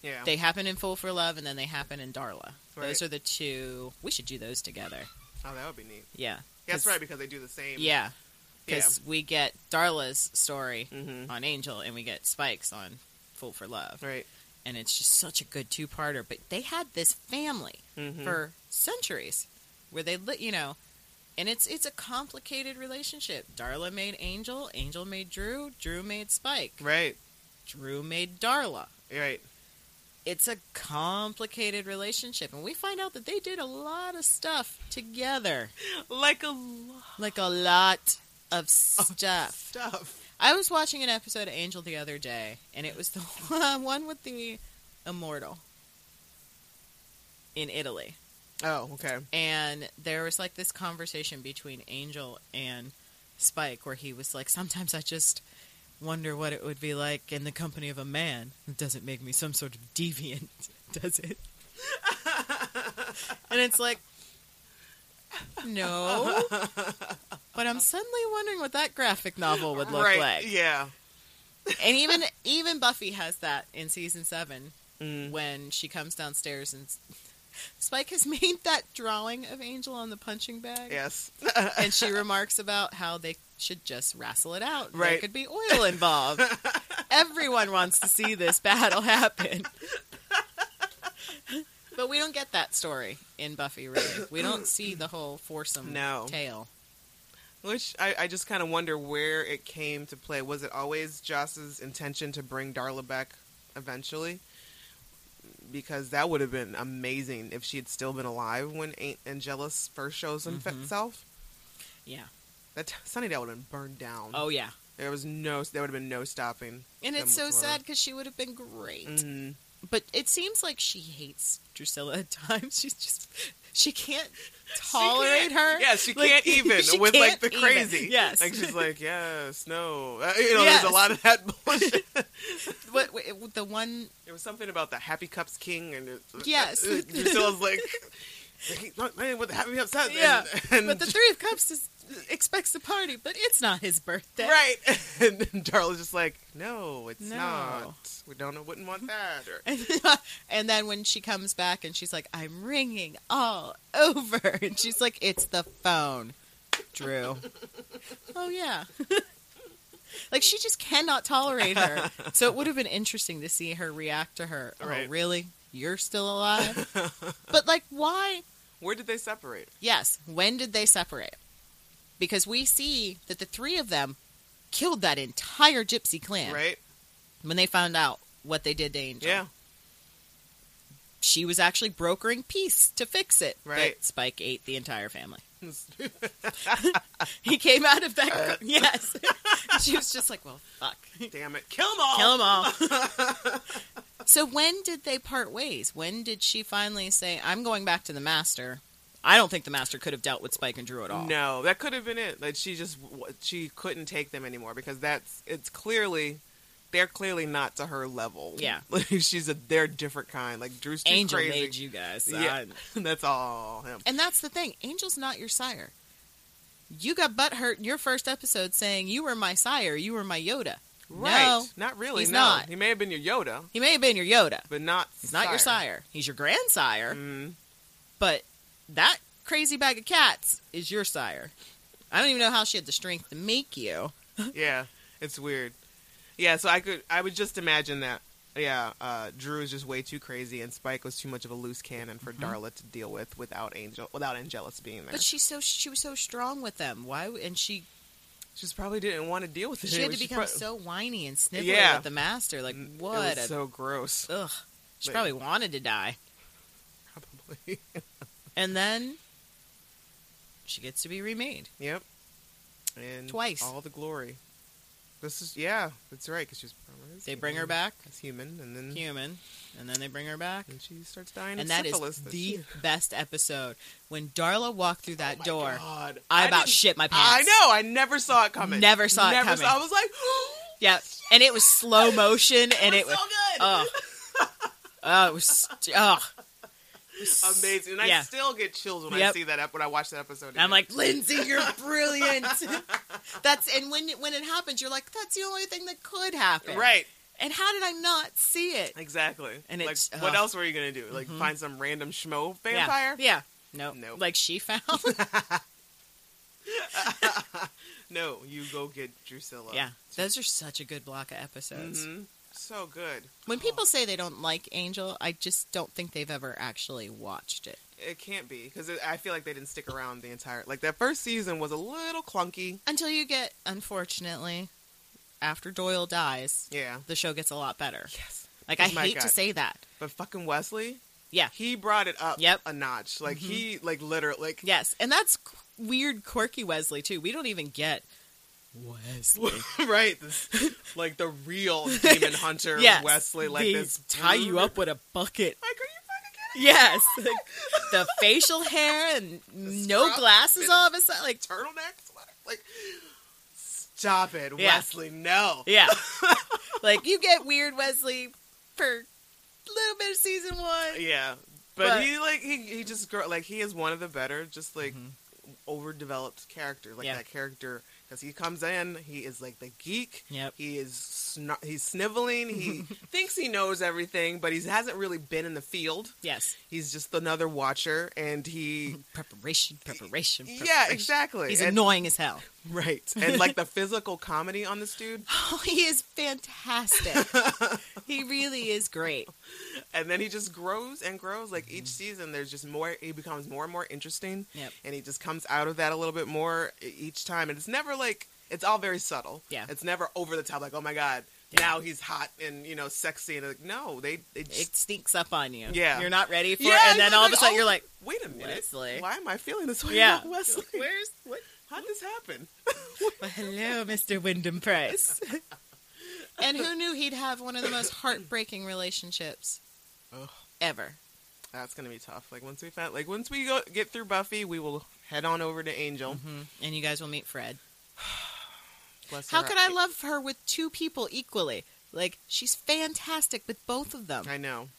Speaker 1: Yeah.
Speaker 6: They happen in Fool for Love and then they happen in Darla.
Speaker 1: Right.
Speaker 6: Those are the two. We should do those together.
Speaker 1: oh, that would be neat.
Speaker 6: Yeah.
Speaker 1: Yeah, that's
Speaker 6: 'Cause-
Speaker 1: right because they do the same. Yeah.
Speaker 6: Yeah. Because we get Darla's story
Speaker 1: Mhm.
Speaker 6: on Angel and we get Spike's on Fool for Love.
Speaker 1: Right.
Speaker 6: And it's just such a good two parter. But they had this family
Speaker 1: Mhm.
Speaker 6: for centuries where they, li- you know, and it's it's a complicated relationship. Darla made Angel, Angel made Drew, Drew made Spike,
Speaker 1: Right.
Speaker 6: Drew made Darla.
Speaker 1: Right.
Speaker 6: It's a complicated relationship, and we find out that they did a lot of stuff together,
Speaker 1: Like a lot
Speaker 6: like a lot of
Speaker 1: of
Speaker 6: stuff.
Speaker 1: stuff.
Speaker 6: I was watching an episode of Angel the other day, and it was the one with the immortal in Italy.
Speaker 1: Oh, okay.
Speaker 6: And there was like this conversation between Angel and Spike where he was like, Sometimes I just wonder what it would be like in the company of a man. It doesn't make me some sort of deviant, does it? and it's like, No. But I'm suddenly wondering what that graphic novel would look
Speaker 1: right.
Speaker 6: like
Speaker 1: Yeah.
Speaker 6: and even even Buffy has that in season seven
Speaker 1: Mm.
Speaker 6: when she comes downstairs and s- Spike has made that drawing of Angel on the punching bag,
Speaker 1: Yes.
Speaker 6: and she remarks about how they should just wrestle it out. There
Speaker 1: Right.
Speaker 6: could be oil involved. Everyone wants to see this battle happen. But we don't get that story in Buffy, really. We don't see the whole foursome
Speaker 1: No.
Speaker 6: tale.
Speaker 1: Which I, I just kind of wonder where it came to play. Was it always Joss's intention to bring Darla back eventually? Because that would have been amazing if she had still been alive when Aunt Angelus first shows
Speaker 6: Mm-hmm.
Speaker 1: himself.
Speaker 6: Yeah.
Speaker 1: That Sunnydale would have been burned down.
Speaker 6: Oh, yeah.
Speaker 1: There was no. There would have been no stopping.
Speaker 6: And it's so
Speaker 1: them
Speaker 6: sad because she would have been great.
Speaker 1: Mm-hmm.
Speaker 6: but it seems like she hates Drusilla at times. She's just she can't tolerate her.
Speaker 1: Yes, she
Speaker 6: Like,
Speaker 1: can't even
Speaker 6: she
Speaker 1: with like
Speaker 6: can't
Speaker 1: the
Speaker 6: even.
Speaker 1: crazy.
Speaker 6: Yes,
Speaker 1: like she's like, yes, no. Uh, you know,
Speaker 6: Yes.
Speaker 1: there's a lot of that bullshit.
Speaker 6: what, what- the one.
Speaker 1: there was something about the Happy Cups King, and it,
Speaker 6: Yes.
Speaker 1: uh, Drusilla's like, "Hey, look, man, what the Happy Cups has,
Speaker 6: Yeah,
Speaker 1: and, and
Speaker 6: but the Three of Cups is, expects the party, but it's not his birthday.
Speaker 1: right, and, Darla's just like, no, it's
Speaker 6: No.
Speaker 1: not. We don't know, wouldn't want that. Or,
Speaker 6: and then when she comes back and she's like, "I'm ringing all over," and she's like, "It's the phone, Drew." oh yeah. Like she just cannot tolerate her. So it would have been interesting to see her react to her. Oh,
Speaker 1: Right.
Speaker 6: really? You're still alive? but like why?
Speaker 1: Where did they separate?
Speaker 6: Yes, when did they separate? Because we see that the three of them killed that entire gypsy clan
Speaker 1: Right?
Speaker 6: when they found out what they did to Angel
Speaker 1: Yeah.
Speaker 6: she was actually brokering peace to fix it.
Speaker 1: Right.
Speaker 6: But Spike ate the entire family. he came out of that. yes. she was just like, well, fuck.
Speaker 1: Damn it. Kill them all.
Speaker 6: Kill them all. so when did they part ways? When did she finally say, I'm going back to the master? I don't think the master could have dealt with Spike and Drew at all.
Speaker 1: No, that could have been it. Like she just she couldn't take them anymore because that's it's clearly they're clearly not to her level.
Speaker 6: Yeah.
Speaker 1: like she's a they're different kind. Like Drew's too
Speaker 6: Angel
Speaker 1: crazy.
Speaker 6: made you guys. so
Speaker 1: yeah,
Speaker 6: I-
Speaker 1: that's all him.
Speaker 6: And that's the thing. Angel's not your sire. You got butt hurt in your first episode saying you were my sire, you were my Yoda.
Speaker 1: Right?
Speaker 6: No,
Speaker 1: not really.
Speaker 6: he's
Speaker 1: no,
Speaker 6: not.
Speaker 1: he may have been your Yoda,
Speaker 6: He may have been your Yoda.
Speaker 1: but not.
Speaker 6: He's not your sire. He's your grandsire.
Speaker 1: Mm-hmm.
Speaker 6: But that crazy bag of cats is your sire. I don't even know how she had the strength to make you.
Speaker 1: yeah, it's weird. Yeah, so I could, I would just imagine that. Yeah, uh, Drew is just way too crazy, and Spike was too much of a loose cannon for Darla to deal with without Angel, without Angelus being there.
Speaker 6: Mm-hmm. But she's so she was so strong with them. Why w- and she
Speaker 1: she just probably didn't want to deal with it.
Speaker 6: she had
Speaker 1: anyway.
Speaker 6: to become
Speaker 1: prob-
Speaker 6: so whiny and snivelly
Speaker 1: Yeah. Mm,
Speaker 6: with the master. Like
Speaker 1: It was
Speaker 6: what? a-
Speaker 1: so gross.
Speaker 6: ugh. She
Speaker 1: But-
Speaker 6: probably wanted to die.
Speaker 1: Probably.
Speaker 6: And then she gets to be remade.
Speaker 1: Yep. And
Speaker 6: Twice.
Speaker 1: all the glory. This is yeah, that's right. Because she's promised.
Speaker 6: They bring her back
Speaker 1: as human, and then
Speaker 6: human, and then they bring her back.
Speaker 1: and she starts dying.
Speaker 6: And
Speaker 1: of
Speaker 6: that is
Speaker 1: syphilis
Speaker 6: the
Speaker 1: she-
Speaker 6: best episode. When Darla walked through that door,
Speaker 1: Oh God.
Speaker 6: I, about
Speaker 1: didn't-
Speaker 6: shit my
Speaker 1: I
Speaker 6: pants.
Speaker 1: know. I never saw it coming.
Speaker 6: Never saw it
Speaker 1: Never
Speaker 6: coming.
Speaker 1: saw- I was like,
Speaker 6: Yeah, and it was slow motion, and it was
Speaker 1: so good.
Speaker 6: oh, oh, it was oh. It was-
Speaker 1: amazing. And I
Speaker 6: yeah.
Speaker 1: still get chills when I
Speaker 6: Yep.
Speaker 1: see that ep- when I watch that episode.
Speaker 6: And I'm
Speaker 1: again.
Speaker 6: like, Lindsay, you're brilliant. That's and when when it happens, you're like, that's the only thing that could happen,
Speaker 1: right,
Speaker 6: And how did I not see it?
Speaker 1: exactly.
Speaker 6: And
Speaker 1: like,
Speaker 6: it's-
Speaker 1: what
Speaker 6: ugh. Mm-hmm.
Speaker 1: else were you gonna do? Like, find some random schmo
Speaker 6: Yeah.
Speaker 1: vampire?
Speaker 6: Yeah. No.
Speaker 1: Nope.
Speaker 6: Like she found.
Speaker 1: No, you go get Drusilla.
Speaker 6: yeah. Those are such a good block of episodes.
Speaker 1: Mhm. so good.
Speaker 6: When people say they don't like Angel, I just don't think they've ever actually watched it.
Speaker 1: It can't be because I feel like they didn't stick around the entire. Like that first season was a little clunky.
Speaker 6: Until you get, unfortunately, after Doyle dies,
Speaker 1: Yeah,
Speaker 6: the show gets a lot better.
Speaker 1: Yes.
Speaker 6: Like
Speaker 1: He's
Speaker 6: I
Speaker 1: my
Speaker 6: hate
Speaker 1: guy.
Speaker 6: to say that.
Speaker 1: but fucking Wesley,
Speaker 6: Yeah.
Speaker 1: he brought it up
Speaker 6: Yep. Mm-hmm.
Speaker 1: a notch. Like he, like literally, like
Speaker 6: Yes, and that's qu- weird, quirky Wesley too. We don't even get Wesley.
Speaker 1: right, this, like the real demon hunter
Speaker 6: yes,
Speaker 1: Wesley. Like
Speaker 6: they
Speaker 1: this
Speaker 6: tie you up with a bucket.
Speaker 1: Like, are you fucking kidding?
Speaker 6: Yes, like, the facial hair and no
Speaker 1: scrub
Speaker 6: glasses
Speaker 1: and-
Speaker 6: all of a sudden. Like
Speaker 1: Turtleneck sweater. Like, stop it,
Speaker 6: Yeah.
Speaker 1: Wesley. No.
Speaker 6: yeah, like you get weird Wesley for a little bit of season one.
Speaker 1: Yeah, but,
Speaker 6: But-
Speaker 1: he like he he just grow like he is one of the better, just like overdeveloped character, like
Speaker 6: Mm-hmm. Yeah.
Speaker 1: that character because he comes in, he is like the geek.
Speaker 6: Yep.
Speaker 1: He is sn- he's sniveling. He thinks he knows everything, but he hasn't really been in the field.
Speaker 6: Yes,
Speaker 1: He's just another watcher, and he
Speaker 6: preparation, preparation, preparation.
Speaker 1: yeah exactly
Speaker 6: He's
Speaker 1: and,
Speaker 6: annoying as hell.
Speaker 1: right and like the physical comedy on this dude,
Speaker 6: Oh, he is fantastic. he really is great.
Speaker 1: and then he just grows and grows. Like each season, there's just more. He becomes more and more interesting.
Speaker 6: Mm-hmm. Yep.
Speaker 1: and he just comes out of that a little bit more e- each time and it's never like it's all very subtle
Speaker 6: Yeah.
Speaker 1: it's never over the top like oh my god
Speaker 6: Yeah.
Speaker 1: now he's hot and you know sexy and like no they they just
Speaker 6: it sneaks up on you.
Speaker 1: Yeah.
Speaker 6: You're not ready for
Speaker 1: Yeah,
Speaker 6: it. And then
Speaker 1: you're
Speaker 6: all of
Speaker 1: like,
Speaker 6: a sudden
Speaker 1: oh,
Speaker 6: you're like,
Speaker 1: wait a minute
Speaker 6: Wesley.
Speaker 1: why am i feeling this way
Speaker 6: Yeah.
Speaker 1: about wesley
Speaker 6: where's, what?
Speaker 1: how'd this happen
Speaker 6: Well, hello, Mr. Wyndham Price. and who knew he'd have one of the most heartbreaking relationships
Speaker 1: Ugh.
Speaker 6: ever?
Speaker 1: that's gonna be tough like once we found like once we go get through buffy we will head on over to angel
Speaker 6: And you guys will meet Fred.
Speaker 1: Bless
Speaker 6: How
Speaker 1: her.
Speaker 6: could I love her with two people equally? Like, she's fantastic with both of them.
Speaker 1: i know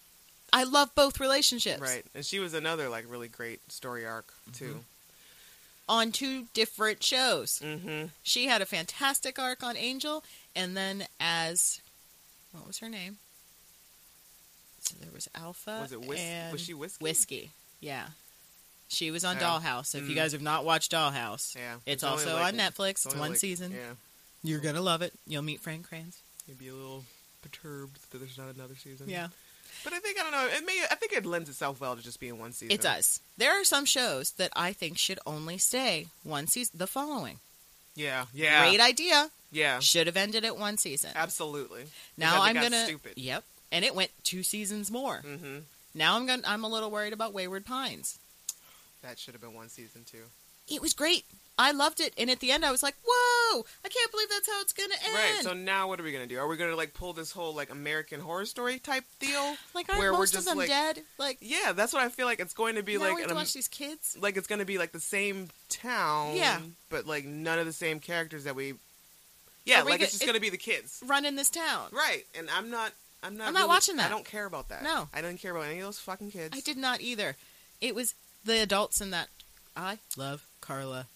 Speaker 6: I love both relationships.
Speaker 1: right and she was another like really great story arc
Speaker 6: Mm-hmm.
Speaker 1: too
Speaker 6: On two different shows.
Speaker 1: mm-hmm.
Speaker 6: She had a fantastic arc on Angel, and then as what was her name? So there was Alpha.
Speaker 1: Was it Whis-
Speaker 6: and
Speaker 1: was she Whiskey?
Speaker 6: Whiskey, yeah. She was on
Speaker 1: Yeah.
Speaker 6: Dollhouse. So if you
Speaker 1: Mm.
Speaker 6: guys have not watched Dollhouse,
Speaker 1: yeah
Speaker 6: it's,
Speaker 1: only,
Speaker 6: also
Speaker 1: like,
Speaker 6: on Netflix. It's,
Speaker 1: only,
Speaker 6: one
Speaker 1: like-
Speaker 6: season.
Speaker 1: yeah
Speaker 6: You're gonna love it. You'll meet Frank Kranz.
Speaker 1: You'd be a little perturbed that there's not another season.
Speaker 6: Yeah,
Speaker 1: but I think I don't know. It may. I think it lends itself well to just being one season.
Speaker 6: it does. There are some shows that I think should only stay one season. The following,
Speaker 1: Yeah. Yeah.
Speaker 6: great idea,
Speaker 1: Yeah.
Speaker 6: should have ended at one season.
Speaker 1: Absolutely.
Speaker 6: now
Speaker 1: Because it
Speaker 6: I'm
Speaker 1: got
Speaker 6: gonna.
Speaker 1: stupid.
Speaker 6: Yep, and it went two seasons more.
Speaker 1: Mm-hmm.
Speaker 6: Now I'm going to I'm a little worried about Wayward Pines.
Speaker 1: That should have been one season too.
Speaker 6: It was great. I loved it. And at the end, I was like, whoa, I can't believe that's how it's going to end.
Speaker 1: Right. So now, what are we gonna do? Are we gonna like pull this whole like American Horror Story type deal?
Speaker 6: like, aren't most of them
Speaker 1: like,
Speaker 6: dead? Like,
Speaker 1: yeah, that's what I feel like. It's going to be
Speaker 6: now
Speaker 1: like
Speaker 6: we have
Speaker 1: an
Speaker 6: to
Speaker 1: Am-
Speaker 6: watch these kids?
Speaker 1: like it's gonna be like the same town.
Speaker 6: Yeah.
Speaker 1: But like none of the same characters that we. Yeah,
Speaker 6: Are we
Speaker 1: like
Speaker 6: go-
Speaker 1: it's just
Speaker 6: it-
Speaker 1: gonna be the kids.
Speaker 6: Run in this town.
Speaker 1: Right. And I'm not. I'm not.
Speaker 6: I'm not
Speaker 1: really-
Speaker 6: watching that.
Speaker 1: I don't care about that.
Speaker 6: No.
Speaker 1: I don't care about any of those fucking kids.
Speaker 6: I did not either. It was the adults in that. I love Carla.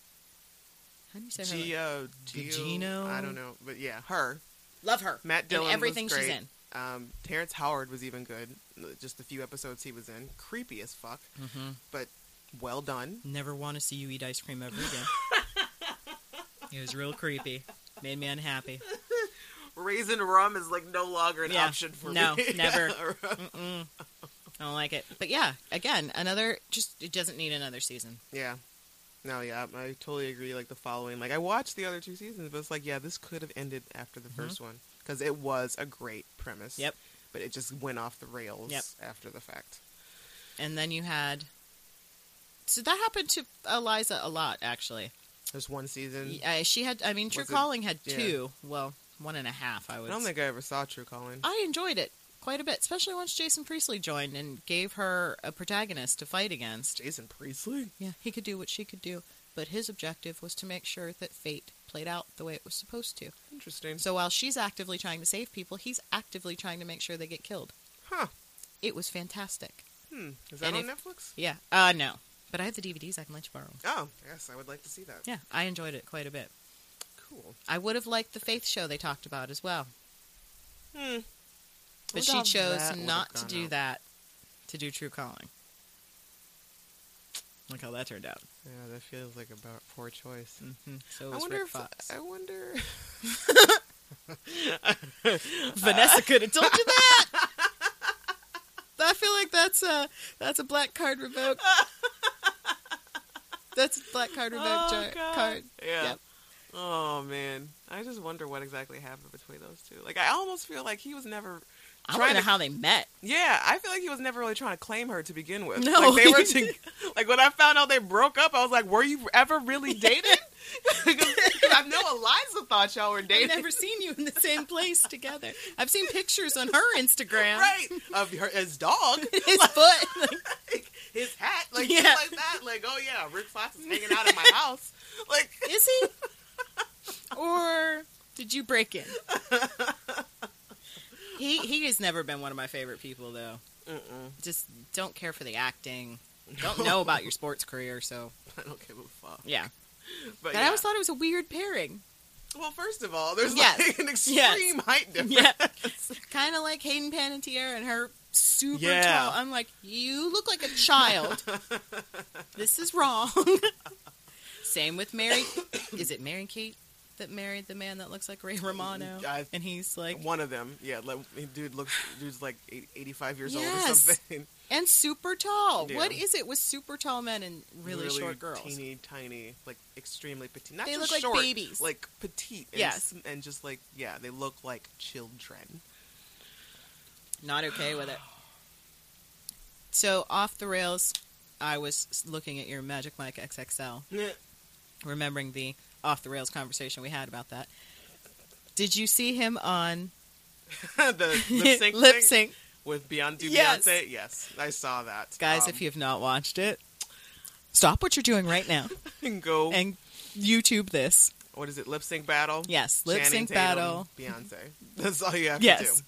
Speaker 6: How do you say her? name?
Speaker 1: Gio, Gio,
Speaker 6: Gugino?
Speaker 1: I don't know, but yeah, her.
Speaker 6: Love her.
Speaker 1: uh, Matt Dillon
Speaker 6: In everything
Speaker 1: was great.
Speaker 6: she's in.
Speaker 1: Um, Terrence Howard was even good. Just the few episodes he was in, creepy as fuck,
Speaker 6: Mm-hmm.
Speaker 1: but well done.
Speaker 6: Never want to see you eat ice cream ever again. it was real creepy. Made me unhappy.
Speaker 1: Raisin rum is like no longer an
Speaker 6: Yeah.
Speaker 1: option for
Speaker 6: no,
Speaker 1: me.
Speaker 6: never. Mm-mm. I don't like it. But yeah, again, another just it doesn't need another season.
Speaker 1: yeah. No, yeah, I totally agree. Like the following, like I watched the other two seasons, but it's like, yeah, this could have ended after the first one because it was a great premise.
Speaker 6: Yep.
Speaker 1: But it just went off the rails
Speaker 6: Yep.
Speaker 1: after the fact.
Speaker 6: And then you had so that happened to Eliza a lot actually.
Speaker 1: There's one season.
Speaker 6: Uh, she had I mean True
Speaker 1: Mm. Was it-
Speaker 6: Calling had
Speaker 1: yeah. Oh
Speaker 6: two, well, one and a half I
Speaker 1: I
Speaker 6: would
Speaker 1: don't
Speaker 6: say.
Speaker 1: think I ever saw True Calling.
Speaker 6: I enjoyed it quite a bit, especially once Jason Priestley joined and gave her a protagonist to fight against.
Speaker 1: Jason Priestley.
Speaker 6: Yeah, he could do what she could do, but his objective was to make sure that fate played out the way it was supposed to.
Speaker 1: Interesting.
Speaker 6: So while she's actively trying to save people, he's actively trying to make sure they get killed.
Speaker 1: Huh.
Speaker 6: It was fantastic.
Speaker 1: Hmm. Is that
Speaker 6: And
Speaker 1: on
Speaker 6: if-
Speaker 1: Netflix?
Speaker 6: Yeah. Uh no. But I have the DVDs I can let you borrow 'em.
Speaker 1: Oh, yes, I would like to see that.
Speaker 6: Yeah, I enjoyed it quite a bit.
Speaker 1: Cool.
Speaker 6: I would have liked the faith show they talked about as well.
Speaker 1: Hmm.
Speaker 6: But she chose not to do that, to do True Calling. Look how that turned out.
Speaker 1: Yeah, that feels like a b- poor choice.
Speaker 6: Mm-hmm. So
Speaker 1: I
Speaker 6: was
Speaker 1: wonder
Speaker 6: Rick
Speaker 1: if
Speaker 6: Fox.
Speaker 1: I wonder.
Speaker 6: Vanessa could have told you that. I feel like that's a that's a black card revoked. That's a black card revoked jar- card.
Speaker 1: Yeah.
Speaker 6: Oh, Yep.
Speaker 1: Oh man, I just wonder what exactly happened between those two. Like, I almost feel like he was never.
Speaker 6: I want
Speaker 1: trying
Speaker 6: to know
Speaker 1: to-
Speaker 6: how they met.
Speaker 1: Yeah, I feel like he was never really trying to claim her to begin with.
Speaker 6: No.
Speaker 1: like they were. To, like when I found out they broke up, I was like, "Were you ever really dating?" 'Cause I know Eliza thought y'all were
Speaker 6: I've
Speaker 1: dating.
Speaker 6: never seen you in the same place together. I've seen pictures on her Instagram.
Speaker 1: right of her, his dog,
Speaker 6: His foot.
Speaker 1: like, his hat, like
Speaker 6: Yeah.
Speaker 1: shit like that. Like, oh yeah, Rick Fox is hanging out at my house. Like,
Speaker 6: Is he? Or did you break in? He he has never been one of my favorite people though.
Speaker 1: Mm-mm.
Speaker 6: Just don't care for the acting. Don't know about your sports career, so
Speaker 1: I don't give a fuck.
Speaker 6: yeah.
Speaker 1: But
Speaker 6: But I
Speaker 1: yeah.
Speaker 6: always thought it was a weird pairing.
Speaker 1: well, first of all, there's
Speaker 6: Yes.
Speaker 1: like an extreme height difference.
Speaker 6: Yeah. kind of like Hayden Panettiere and her super
Speaker 1: Yeah.
Speaker 6: tall. I'm like, you look like a child. this is wrong. Same with Mary. is it Mary Kate that married the man that looks like Ray Romano?
Speaker 1: I-
Speaker 6: and he's like,
Speaker 1: One of them, yeah, like, dude looks, dude's like eight- 85 years old or
Speaker 6: Yes.
Speaker 1: something.
Speaker 6: and super tall.
Speaker 1: Yeah.
Speaker 6: What is it with super tall men and really, short girls?
Speaker 1: teeny tiny, like extremely petite. Not
Speaker 6: They
Speaker 1: just
Speaker 6: look like
Speaker 1: short,
Speaker 6: babies.
Speaker 1: like petite. And,
Speaker 6: Yes.
Speaker 1: s- and just like yeah, they look like children.
Speaker 6: Not okay with it. So off the rails, I was looking at your Magic Mike XXL. remembering the off the rails conversation we had about that. Did you see him on
Speaker 1: the lip sync,
Speaker 6: Lip
Speaker 1: thing
Speaker 6: Sync?
Speaker 1: with Beyond
Speaker 6: Yes.
Speaker 1: Beyonce. Yes, I saw that,
Speaker 6: Guys,
Speaker 1: Um,
Speaker 6: if you have not watched it, stop what you're doing right now
Speaker 1: can go.
Speaker 6: and YouTube this.
Speaker 1: what is it? Lip sync battle.
Speaker 6: Yes, lip
Speaker 1: Channing
Speaker 6: sync
Speaker 1: Tatum,
Speaker 6: battle.
Speaker 1: Beyonce. That's all you have
Speaker 6: Yes.
Speaker 1: to do.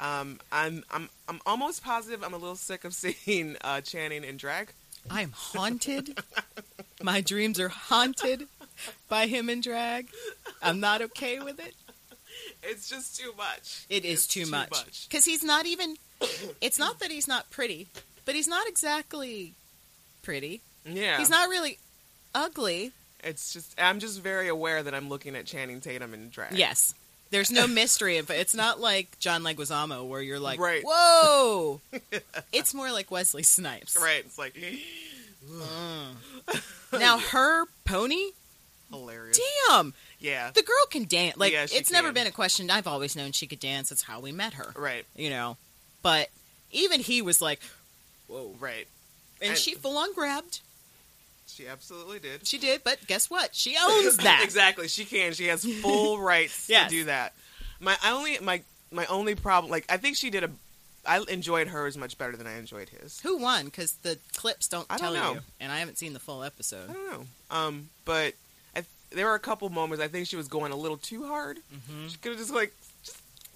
Speaker 1: Um, I'm I'm I'm almost positive. I'm a little sick of seeing uh, Channing in drag.
Speaker 6: I am haunted. My dreams are haunted by him in drag. I'm not okay with it.
Speaker 1: It's just too much.
Speaker 6: It is
Speaker 1: It's
Speaker 6: too, much. Because he's not even, it's not that he's not pretty, but he's not exactly pretty.
Speaker 1: Yeah,
Speaker 6: He's not really ugly.
Speaker 1: It's just I'm just very aware that I'm looking at Channing Tatum in drag.
Speaker 6: Yes. There's no mystery. of- It's not like John Leguizamo where you're like,
Speaker 1: Right.
Speaker 6: whoa. it's more like Wesley Snipes.
Speaker 1: Right. It's like
Speaker 6: Mm. Now her pony,
Speaker 1: hilarious.
Speaker 6: damn,
Speaker 1: Yeah.
Speaker 6: the girl can dance. Like
Speaker 1: Yeah, she
Speaker 6: it's never
Speaker 1: can.
Speaker 6: been a question. I've always known she could dance. It's how we met her.
Speaker 1: Right.
Speaker 6: You know, but even he was like, whoa,
Speaker 1: Right.
Speaker 6: and
Speaker 1: And-
Speaker 6: she full on grabbed.
Speaker 1: She absolutely did.
Speaker 6: She did, but guess what? She owns that.
Speaker 1: exactly. She can. She has full rights
Speaker 6: Yes.
Speaker 1: to do that. My I only my my only problem like I think she did a I enjoyed hers much better than I enjoyed his.
Speaker 6: Who won? Because the clips don't
Speaker 1: I
Speaker 6: tell
Speaker 1: don't know.
Speaker 6: you, and I haven't seen the full episode.
Speaker 1: I don't know. Um, but I, there were a couple moments I think she was going a little too hard. She could have just like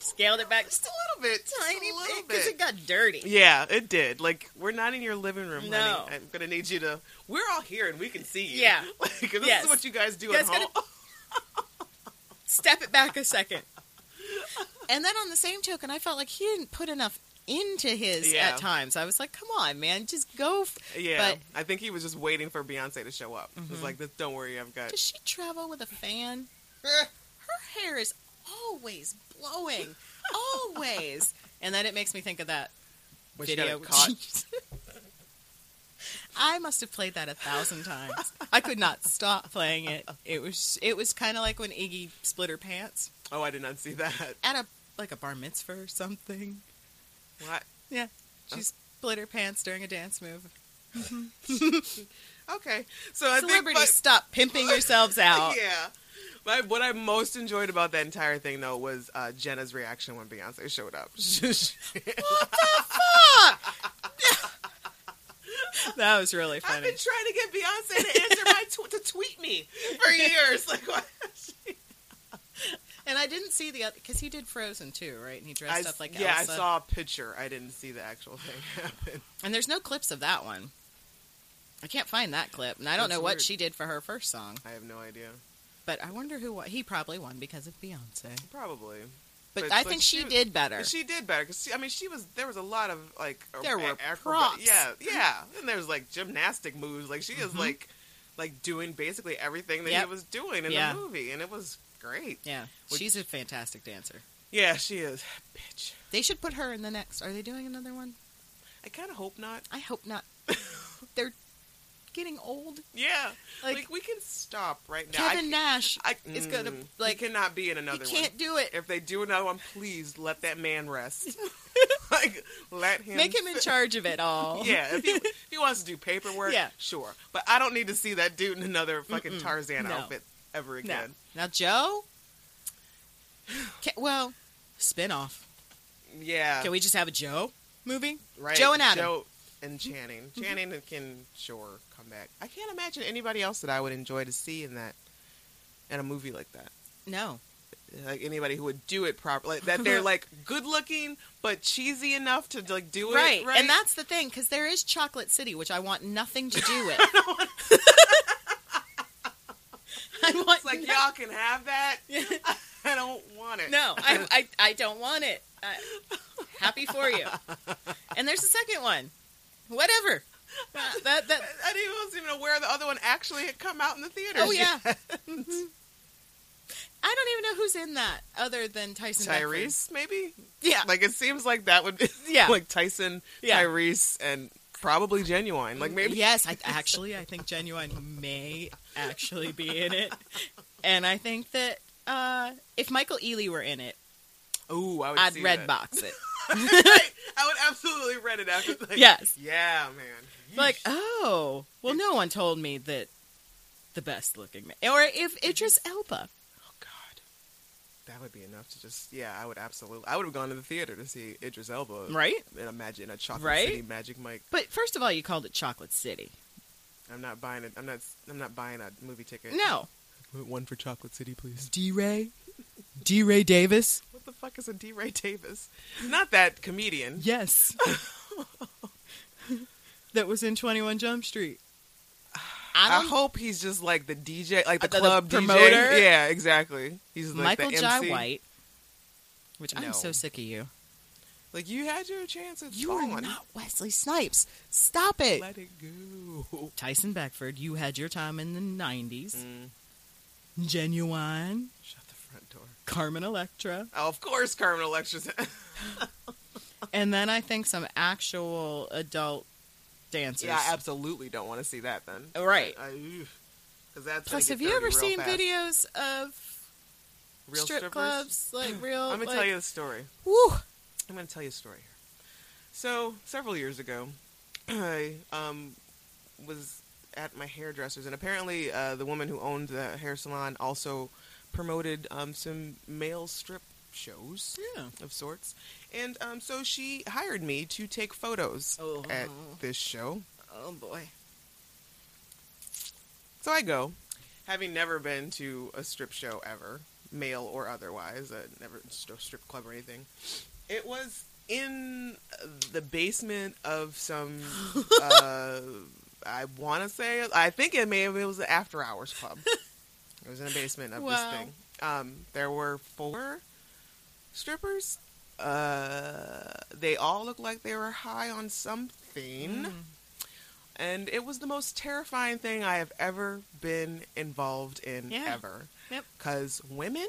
Speaker 6: Scaled it back just a
Speaker 1: little bit,
Speaker 6: tiny bit,
Speaker 1: bit.
Speaker 6: because it got dirty.
Speaker 1: yeah, it did. Like we're not in your living room.
Speaker 6: No.
Speaker 1: honey. I'm gonna need you to. We're all here and we can see you.
Speaker 6: Yeah.
Speaker 1: like, 'cause this
Speaker 6: Yes.
Speaker 1: is what you guys do
Speaker 6: You guys
Speaker 1: at home.
Speaker 6: Step it back a second. and then on the same token, I felt like he didn't put enough into his
Speaker 1: Yeah.
Speaker 6: at times. I was like, come on, man, just go. F-.
Speaker 1: Yeah,
Speaker 6: But
Speaker 1: I think he was just waiting for Beyonce to show up. It's
Speaker 6: Mhm.
Speaker 1: like, "This- don't worry, I've got.
Speaker 6: does she travel with a fan? Her hair is always blowing, always. And then it makes me think of that
Speaker 1: When she got
Speaker 6: video.
Speaker 1: it caught.
Speaker 6: I must have played that a thousand times. I could not stop playing it. It was it was kind of like when Iggy split her pants
Speaker 1: Oh, I did not see that.
Speaker 6: at a like a bar mitzvah or something.
Speaker 1: What?
Speaker 6: Yeah,
Speaker 1: Oh.
Speaker 6: she split her pants during a dance move.
Speaker 1: Okay, so I think
Speaker 6: Celebrities
Speaker 1: my-
Speaker 6: stop pimping yourselves out.
Speaker 1: yeah. My, what I most enjoyed about that entire thing, though, was uh, Jenna's reaction when Beyonce showed up.
Speaker 6: That was really
Speaker 1: I've
Speaker 6: funny.
Speaker 1: been trying to get Beyonce to answer my tw- to tweet me for years. Like, what?
Speaker 6: And I didn't see the other because he did Frozen too, right? And he dressed
Speaker 1: I-
Speaker 6: up like
Speaker 1: yeah,
Speaker 6: Elsa.
Speaker 1: I saw a picture. I didn't see the actual thing happen.
Speaker 6: And there's no clips of that one. I can't find that clip, and I don't
Speaker 1: That's
Speaker 6: know what
Speaker 1: weird.
Speaker 6: she did for her first song.
Speaker 1: I have no idea.
Speaker 6: But I wonder who won. He probably won because of Beyonce.
Speaker 1: Probably.
Speaker 6: But, I think she, did better.
Speaker 1: She did better because I mean, she was there was a lot of like a-
Speaker 6: There were
Speaker 1: acrobat-
Speaker 6: props.
Speaker 1: Yeah, yeah, and there's like gymnastic moves. Like she is
Speaker 6: Mhm.
Speaker 1: like like doing basically everything that
Speaker 6: Yep.
Speaker 1: he was doing in
Speaker 6: Yeah.
Speaker 1: the movie, and it was great.
Speaker 6: yeah,
Speaker 1: Which-
Speaker 6: she's a fantastic dancer.
Speaker 1: Yeah, she is. Bitch,
Speaker 6: They should put her in the next. Are they doing another one?
Speaker 1: I kind of hope not.
Speaker 6: I hope not. They're getting old.
Speaker 1: Yeah,
Speaker 6: Like-
Speaker 1: like, we can stop right now. I
Speaker 6: Kevin
Speaker 1: c-
Speaker 6: Nash
Speaker 1: I,
Speaker 6: is gonna
Speaker 1: Mm, he
Speaker 6: like.
Speaker 1: cannot be in
Speaker 6: He
Speaker 1: another
Speaker 6: can't
Speaker 1: one.
Speaker 6: do it.
Speaker 1: If they do another one, please let that man rest. like let him
Speaker 6: Make him in
Speaker 1: fi-
Speaker 6: charge of it all.
Speaker 1: Yeah, if he, if he wants to do paperwork,
Speaker 6: Yeah.
Speaker 1: sure. But I don't need to see that dude in another fucking Tarzan
Speaker 6: no.
Speaker 1: outfit ever
Speaker 6: No.
Speaker 1: again.
Speaker 6: Now Joe. Ca well, spin off.
Speaker 1: Yeah,
Speaker 6: Can we just have a Joe movie?
Speaker 1: right.
Speaker 6: Joe and Adam. Mm-hmm.
Speaker 1: Joe and Channing. Channing can sure come back. I can't imagine anybody else that I would enjoy to see in that in a movie like that.
Speaker 6: No.
Speaker 1: Like anybody who would do it properly, like, that they're like good looking but cheesy enough to like do
Speaker 6: Right.
Speaker 1: it right.
Speaker 6: And that's the thing, because there is Chocolate City, which I want nothing to do with. I want
Speaker 1: It's like
Speaker 6: no-
Speaker 1: y'all can have that. I don't want it.
Speaker 6: No, I, I, I don't want it. I, happy for you. And there's a second one. Whatever. Uh, that, that,
Speaker 1: I didn't, wasn't even aware the other one actually had come out in the theaters.
Speaker 6: oh, yeah. Mhm. I don't even know who's in that other than Tyson Beckford.
Speaker 1: Tyrese, maybe.
Speaker 6: Yeah.
Speaker 1: Like it seems like that would be
Speaker 6: Yeah.
Speaker 1: like Tyson,
Speaker 6: Yeah.
Speaker 1: Tyrese, and probably genuine. Like maybe
Speaker 6: Yes, I actually I think Genuine may actually be in it, and I think that uh, if Michael Ealy were in it,
Speaker 1: Ooh, I would
Speaker 6: I'd
Speaker 1: see
Speaker 6: red
Speaker 1: that.
Speaker 6: box it.
Speaker 1: I would absolutely rent it after like,
Speaker 6: Yes.
Speaker 1: Yeah, man.
Speaker 6: like, oh, well, no one told me that the best looking man, or if Idris Elba.
Speaker 1: Oh god. That would be enough to just yeah, I would absolutely I would have gone to the theater to see Idris Elba.
Speaker 6: Right?
Speaker 1: And imagine a chocolate
Speaker 6: Right?
Speaker 1: city magic Mike.
Speaker 6: But first of all, you called it Chocolate City.
Speaker 1: I'm not buying it. I'm not I'm not buying a movie ticket.
Speaker 6: No,
Speaker 1: One for Chocolate City, please.
Speaker 6: D. Ray, D. Ray Davis.
Speaker 1: What the fuck is a D. Ray Davis? Not that comedian.
Speaker 6: Yes, that was in Twenty One Jump Street.
Speaker 1: I
Speaker 6: I don't.
Speaker 1: hope he's just like the DJ, like the,
Speaker 6: Uh, the- the
Speaker 1: club DJ.
Speaker 6: promoter?
Speaker 1: Yeah, exactly. He's like
Speaker 6: Michael
Speaker 1: the
Speaker 6: Jai
Speaker 1: MC.
Speaker 6: White, which I'm
Speaker 1: No.
Speaker 6: so sick of you.
Speaker 1: Like you had your chance at
Speaker 6: You are
Speaker 1: falling.
Speaker 6: not Wesley Snipes. Stop it.
Speaker 1: Let it go.
Speaker 6: Tyson Beckford, you had your time in the 90s.
Speaker 1: Mm.
Speaker 6: Genuine.
Speaker 1: Shut the front door.
Speaker 6: Carmen Electra.
Speaker 1: Oh, of course, Carmen Electra's.
Speaker 6: And then I think some actual adult dancers. Oh,
Speaker 1: yeah, I absolutely don't want to see that then.
Speaker 6: Right.
Speaker 1: Because that's
Speaker 6: Plus,
Speaker 1: gonna get
Speaker 6: have you
Speaker 1: dirty
Speaker 6: ever
Speaker 1: real
Speaker 6: seen
Speaker 1: fast.
Speaker 6: videos of
Speaker 1: Real
Speaker 6: strip
Speaker 1: strippers?
Speaker 6: clubs? Like real.
Speaker 1: I'm gonna
Speaker 6: like,
Speaker 1: tell you a story.
Speaker 6: Woo!
Speaker 1: I'm going to tell you a story here. So several years ago, I um, was at my hairdressers, and apparently uh, the woman who owned the hair salon also promoted um, some male strip shows of sorts. And um, so she hired me to take photos at this show.
Speaker 6: Oh boy.
Speaker 1: So I go, having never been to a strip show ever, male or otherwise, uh, never st- a strip club or anything. It was in the basement of some. Uh, I want to say I think it may have it was an after hours club. it was in the basement of
Speaker 6: Wow.
Speaker 1: this thing. Um, there were four strippers. Uh, they all looked like they were high on something.
Speaker 6: Mm.
Speaker 1: And it was the most terrifying thing I have ever been involved in
Speaker 6: Yeah.
Speaker 1: ever.
Speaker 6: Yep.
Speaker 1: Because women,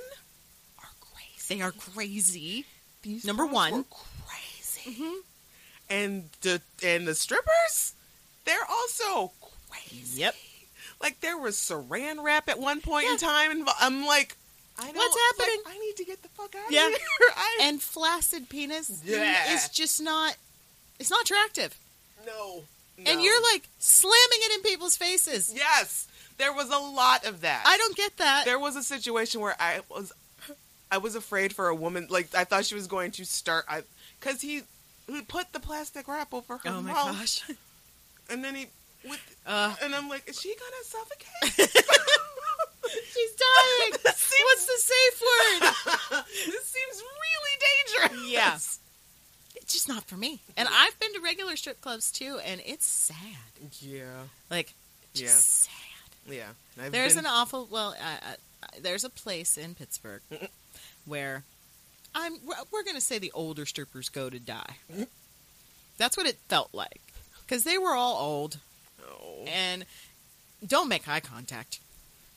Speaker 6: They are crazy.
Speaker 1: These
Speaker 6: Number
Speaker 1: folks
Speaker 6: one.
Speaker 1: were crazy,
Speaker 6: Mm-hmm.
Speaker 1: and the and the strippers, they're also crazy.
Speaker 6: Yep.
Speaker 1: Like there was Saran wrap at one point in time, and I'm like, I don't,
Speaker 6: What's
Speaker 1: it's like,
Speaker 6: happening?
Speaker 1: I need to get the fuck out of
Speaker 6: Yeah.
Speaker 1: here. I,
Speaker 6: And flaccid penis
Speaker 1: Yeah.
Speaker 6: is just not. It's not attractive.
Speaker 1: no, no.
Speaker 6: And you're like slamming it in people's faces.
Speaker 1: yes, there was a lot of that.
Speaker 6: I don't get that.
Speaker 1: there was a situation where I was I was afraid for a woman like I thought she was going to start I cuz he he put the plastic wrap over her
Speaker 6: oh my
Speaker 1: mouth
Speaker 6: gosh.
Speaker 1: and then he with
Speaker 6: Uh,
Speaker 1: and I'm like is she going to suffocate?
Speaker 6: she's dying. What's the safe word?
Speaker 1: this seems really dangerous.
Speaker 6: Yes. It's just not for me. And I've been to regular strip clubs too, and it's sad.
Speaker 1: Yeah.
Speaker 6: Like, just
Speaker 1: Yeah.
Speaker 6: sad.
Speaker 1: Yeah. I've
Speaker 6: There's
Speaker 1: been-
Speaker 6: an awful well. Uh, uh, there's a place in Pittsburgh where I'm. we're- We're going to say the older strippers go to die. That's what it felt like because they were all old
Speaker 1: Oh.
Speaker 6: and don't make eye contact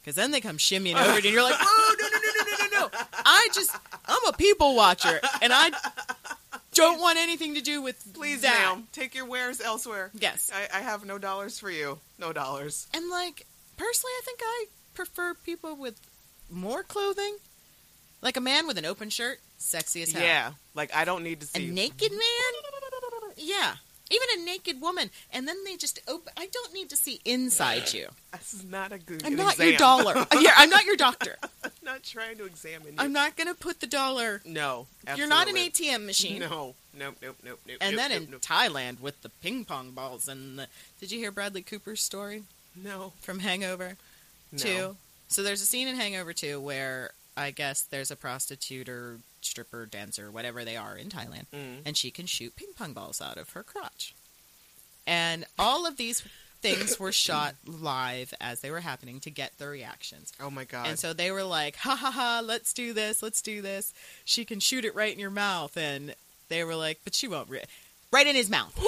Speaker 6: because then they come shimmying over to you and you're like, oh no no no no no no no! I just I'm a people watcher and I don't want anything to do with
Speaker 1: Please
Speaker 6: that.
Speaker 1: ma'am, take your wares elsewhere.
Speaker 6: Yes.
Speaker 1: I, I have no dollars for you. No dollars.
Speaker 6: And like personally, I think I prefer people with more clothing, like a man with an open shirt, sexy as hell.
Speaker 1: Yeah. Like I don't need to
Speaker 6: a
Speaker 1: see
Speaker 6: naked man. Yeah, even a naked woman, and then they just open. I don't need to see inside you.
Speaker 1: This is not a good
Speaker 6: I'm
Speaker 1: an
Speaker 6: not your
Speaker 1: exam.
Speaker 6: dollar. Uh, yeah, I'm not your doctor.
Speaker 1: not trying to examine you.
Speaker 6: I'm not gonna put the dollar.
Speaker 1: No,
Speaker 6: You're not an
Speaker 1: absolutely.
Speaker 6: ATM machine.
Speaker 1: No, nope, nope, nope, nope.
Speaker 6: And
Speaker 1: nope,
Speaker 6: then in
Speaker 1: nope,
Speaker 6: Thailand with the ping pong balls and the, did you hear Bradley Cooper's story?
Speaker 1: nope.
Speaker 6: from Hangover
Speaker 1: No.
Speaker 6: Two. So there's a scene in Hangover Two where I guess there's a prostitute or stripper, dancer, whatever they are in Thailand, and she can shoot ping pong balls out of her crotch. And all of these things were shot live as they were happening to get the reactions.
Speaker 1: no. Oh my god.
Speaker 6: And so they were like, ha ha ha, let's do this, let's do this. She can shoot it right in your mouth. And they were like, but she won't. Re-. Right in his mouth.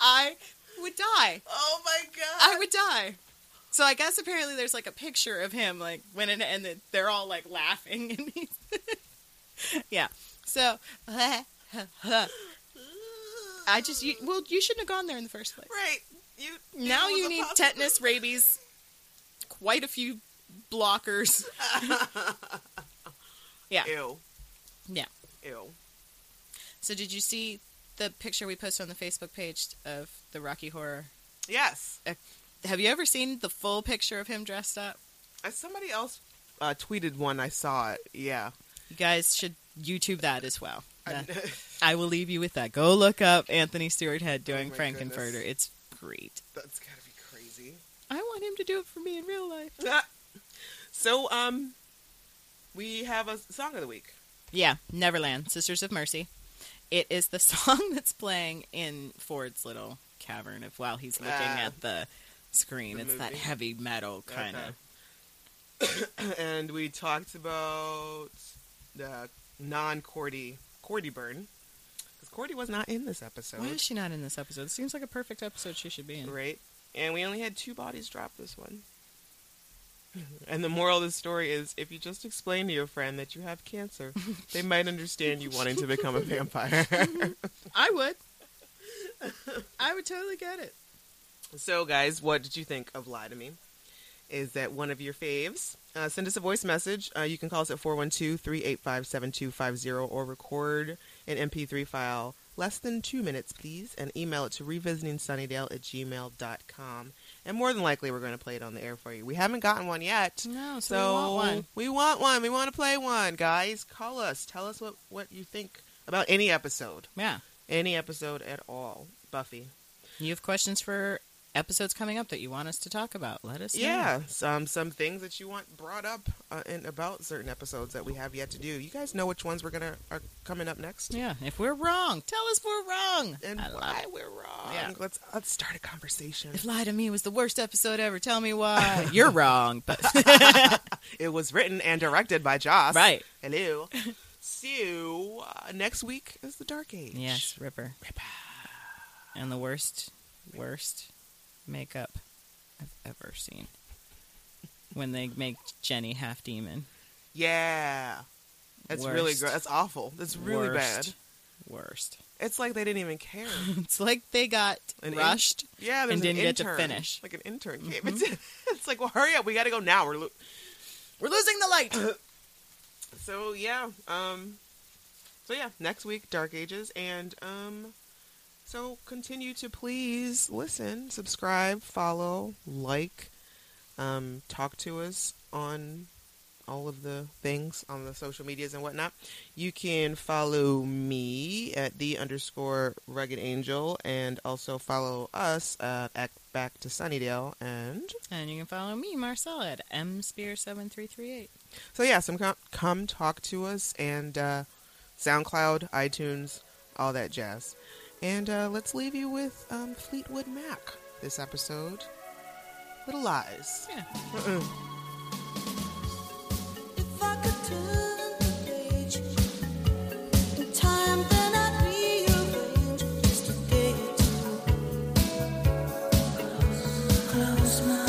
Speaker 6: I would die.
Speaker 1: oh my god.
Speaker 6: I would die. So I guess apparently there's like a picture of him like when and, and it- they're all like laughing and he's yeah. So I just you, well you shouldn't have gone there in the first place.
Speaker 1: Right. You
Speaker 6: Now
Speaker 1: it was
Speaker 6: you
Speaker 1: a
Speaker 6: need
Speaker 1: possi-
Speaker 6: tetanus, rabies, quite a few blockers. yeah,
Speaker 1: Ew.
Speaker 6: yeah.
Speaker 1: Ew.
Speaker 6: So did you see the picture we posted on the Facebook page of the Rocky Horror? eh,
Speaker 1: Yes.
Speaker 6: Have you ever seen the full picture of him dressed up?
Speaker 1: Uh, somebody else uh, tweeted one. I saw it. Yeah.
Speaker 6: You guys should YouTube that as well.
Speaker 1: I-
Speaker 6: That- I will leave you with that. Go look up Anthony Stewart Head doing
Speaker 1: Oh my
Speaker 6: Frankenfurter.
Speaker 1: goodness.
Speaker 6: It's great.
Speaker 1: That's gotta be crazy.
Speaker 6: I want him to do it for me in real life.
Speaker 1: so um, we have a song of the week.
Speaker 6: Yeah, Neverland, Sisters of Mercy. It is the song that's playing in Ford's little cavern of while he's looking
Speaker 1: Ah.
Speaker 6: at the screen.
Speaker 1: The
Speaker 6: it's
Speaker 1: movie.
Speaker 6: that heavy metal kind of.
Speaker 1: and we talked about the non Cordy Cordy burn because Cordy was not in this episode,
Speaker 6: Why is she not in this episode? It seems like a perfect episode she should be in.
Speaker 1: right? And we only had two bodies drop this one. And the moral of the story is if you just explain to your friend that you have cancer, they might understand you wanting to become a vampire.
Speaker 6: I would. I would totally get it.
Speaker 1: So, guys, what did you think of Lie to Me? Is that one of your faves? Uh, send us a voice message. Uh, you can call us at 412 385 7250 or record an MP3 file less than two minutes, please, and email it to revisitingsunnydale at gmail.com. And more than likely, we're going to play it on the air for you. We haven't gotten one yet.
Speaker 6: No, so,
Speaker 1: so
Speaker 6: we want one.
Speaker 1: We want one. We want to play one, guys. Call us. Tell us what, what you think about any episode.
Speaker 6: Yeah.
Speaker 1: Any episode at all. Buffy.
Speaker 6: You have questions for episodes coming up that you want us to talk about. Let us
Speaker 1: yeah,
Speaker 6: know.
Speaker 1: some some things that you want brought up uh, in, about certain episodes that we have yet to do. You guys know which ones we're gonna are coming up next.
Speaker 6: Yeah, if we're wrong, tell us we're wrong
Speaker 1: and
Speaker 6: I love
Speaker 1: why
Speaker 6: it.
Speaker 1: we're wrong.
Speaker 6: Yeah.
Speaker 1: Let's let's start a conversation.
Speaker 6: If Lie to Me was the worst episode ever, tell me why. You're wrong, but
Speaker 1: it was written and directed by Joss.
Speaker 6: Right.
Speaker 1: Hello. so uh, next week is the Dark Age.
Speaker 6: yes, Ripper. Ripper. And the worst, worst makeup I've ever seen. When they make Jenny half demon.
Speaker 1: Yeah. That's really
Speaker 6: Worst.
Speaker 1: gross. That's awful. That's really
Speaker 6: Worst.
Speaker 1: bad.
Speaker 6: Worst.
Speaker 1: It's like they didn't even care.
Speaker 6: It's like they got
Speaker 1: An in-
Speaker 6: rushed
Speaker 1: yeah, there's
Speaker 6: and didn't
Speaker 1: an
Speaker 6: get to
Speaker 1: intern,
Speaker 6: finish. Mm-hmm.
Speaker 1: Like an intern came. It's, it's like, well, hurry up. We got to go now. We're lo-
Speaker 6: We're losing the light.
Speaker 1: so yeah. Um. So yeah, next week, Dark Ages, and um. So continue to please listen, subscribe, follow, like, um, talk to us on all of the things on the social medias and whatnot. You can follow me at the underscore rugged angel and also follow us uh, at back to Sunnydale and
Speaker 6: and you can follow me, Marcella, at mspear7338.
Speaker 1: So yeah, some com- come talk to us and uh, SoundCloud, iTunes, all that jazz. And uh, let's leave you with um, Fleetwood Mac this episode. Little Lies.
Speaker 6: Yeah.
Speaker 1: Mm-mm.
Speaker 11: If I could turn the page in time, then I'd rearrange just a day or two. Close my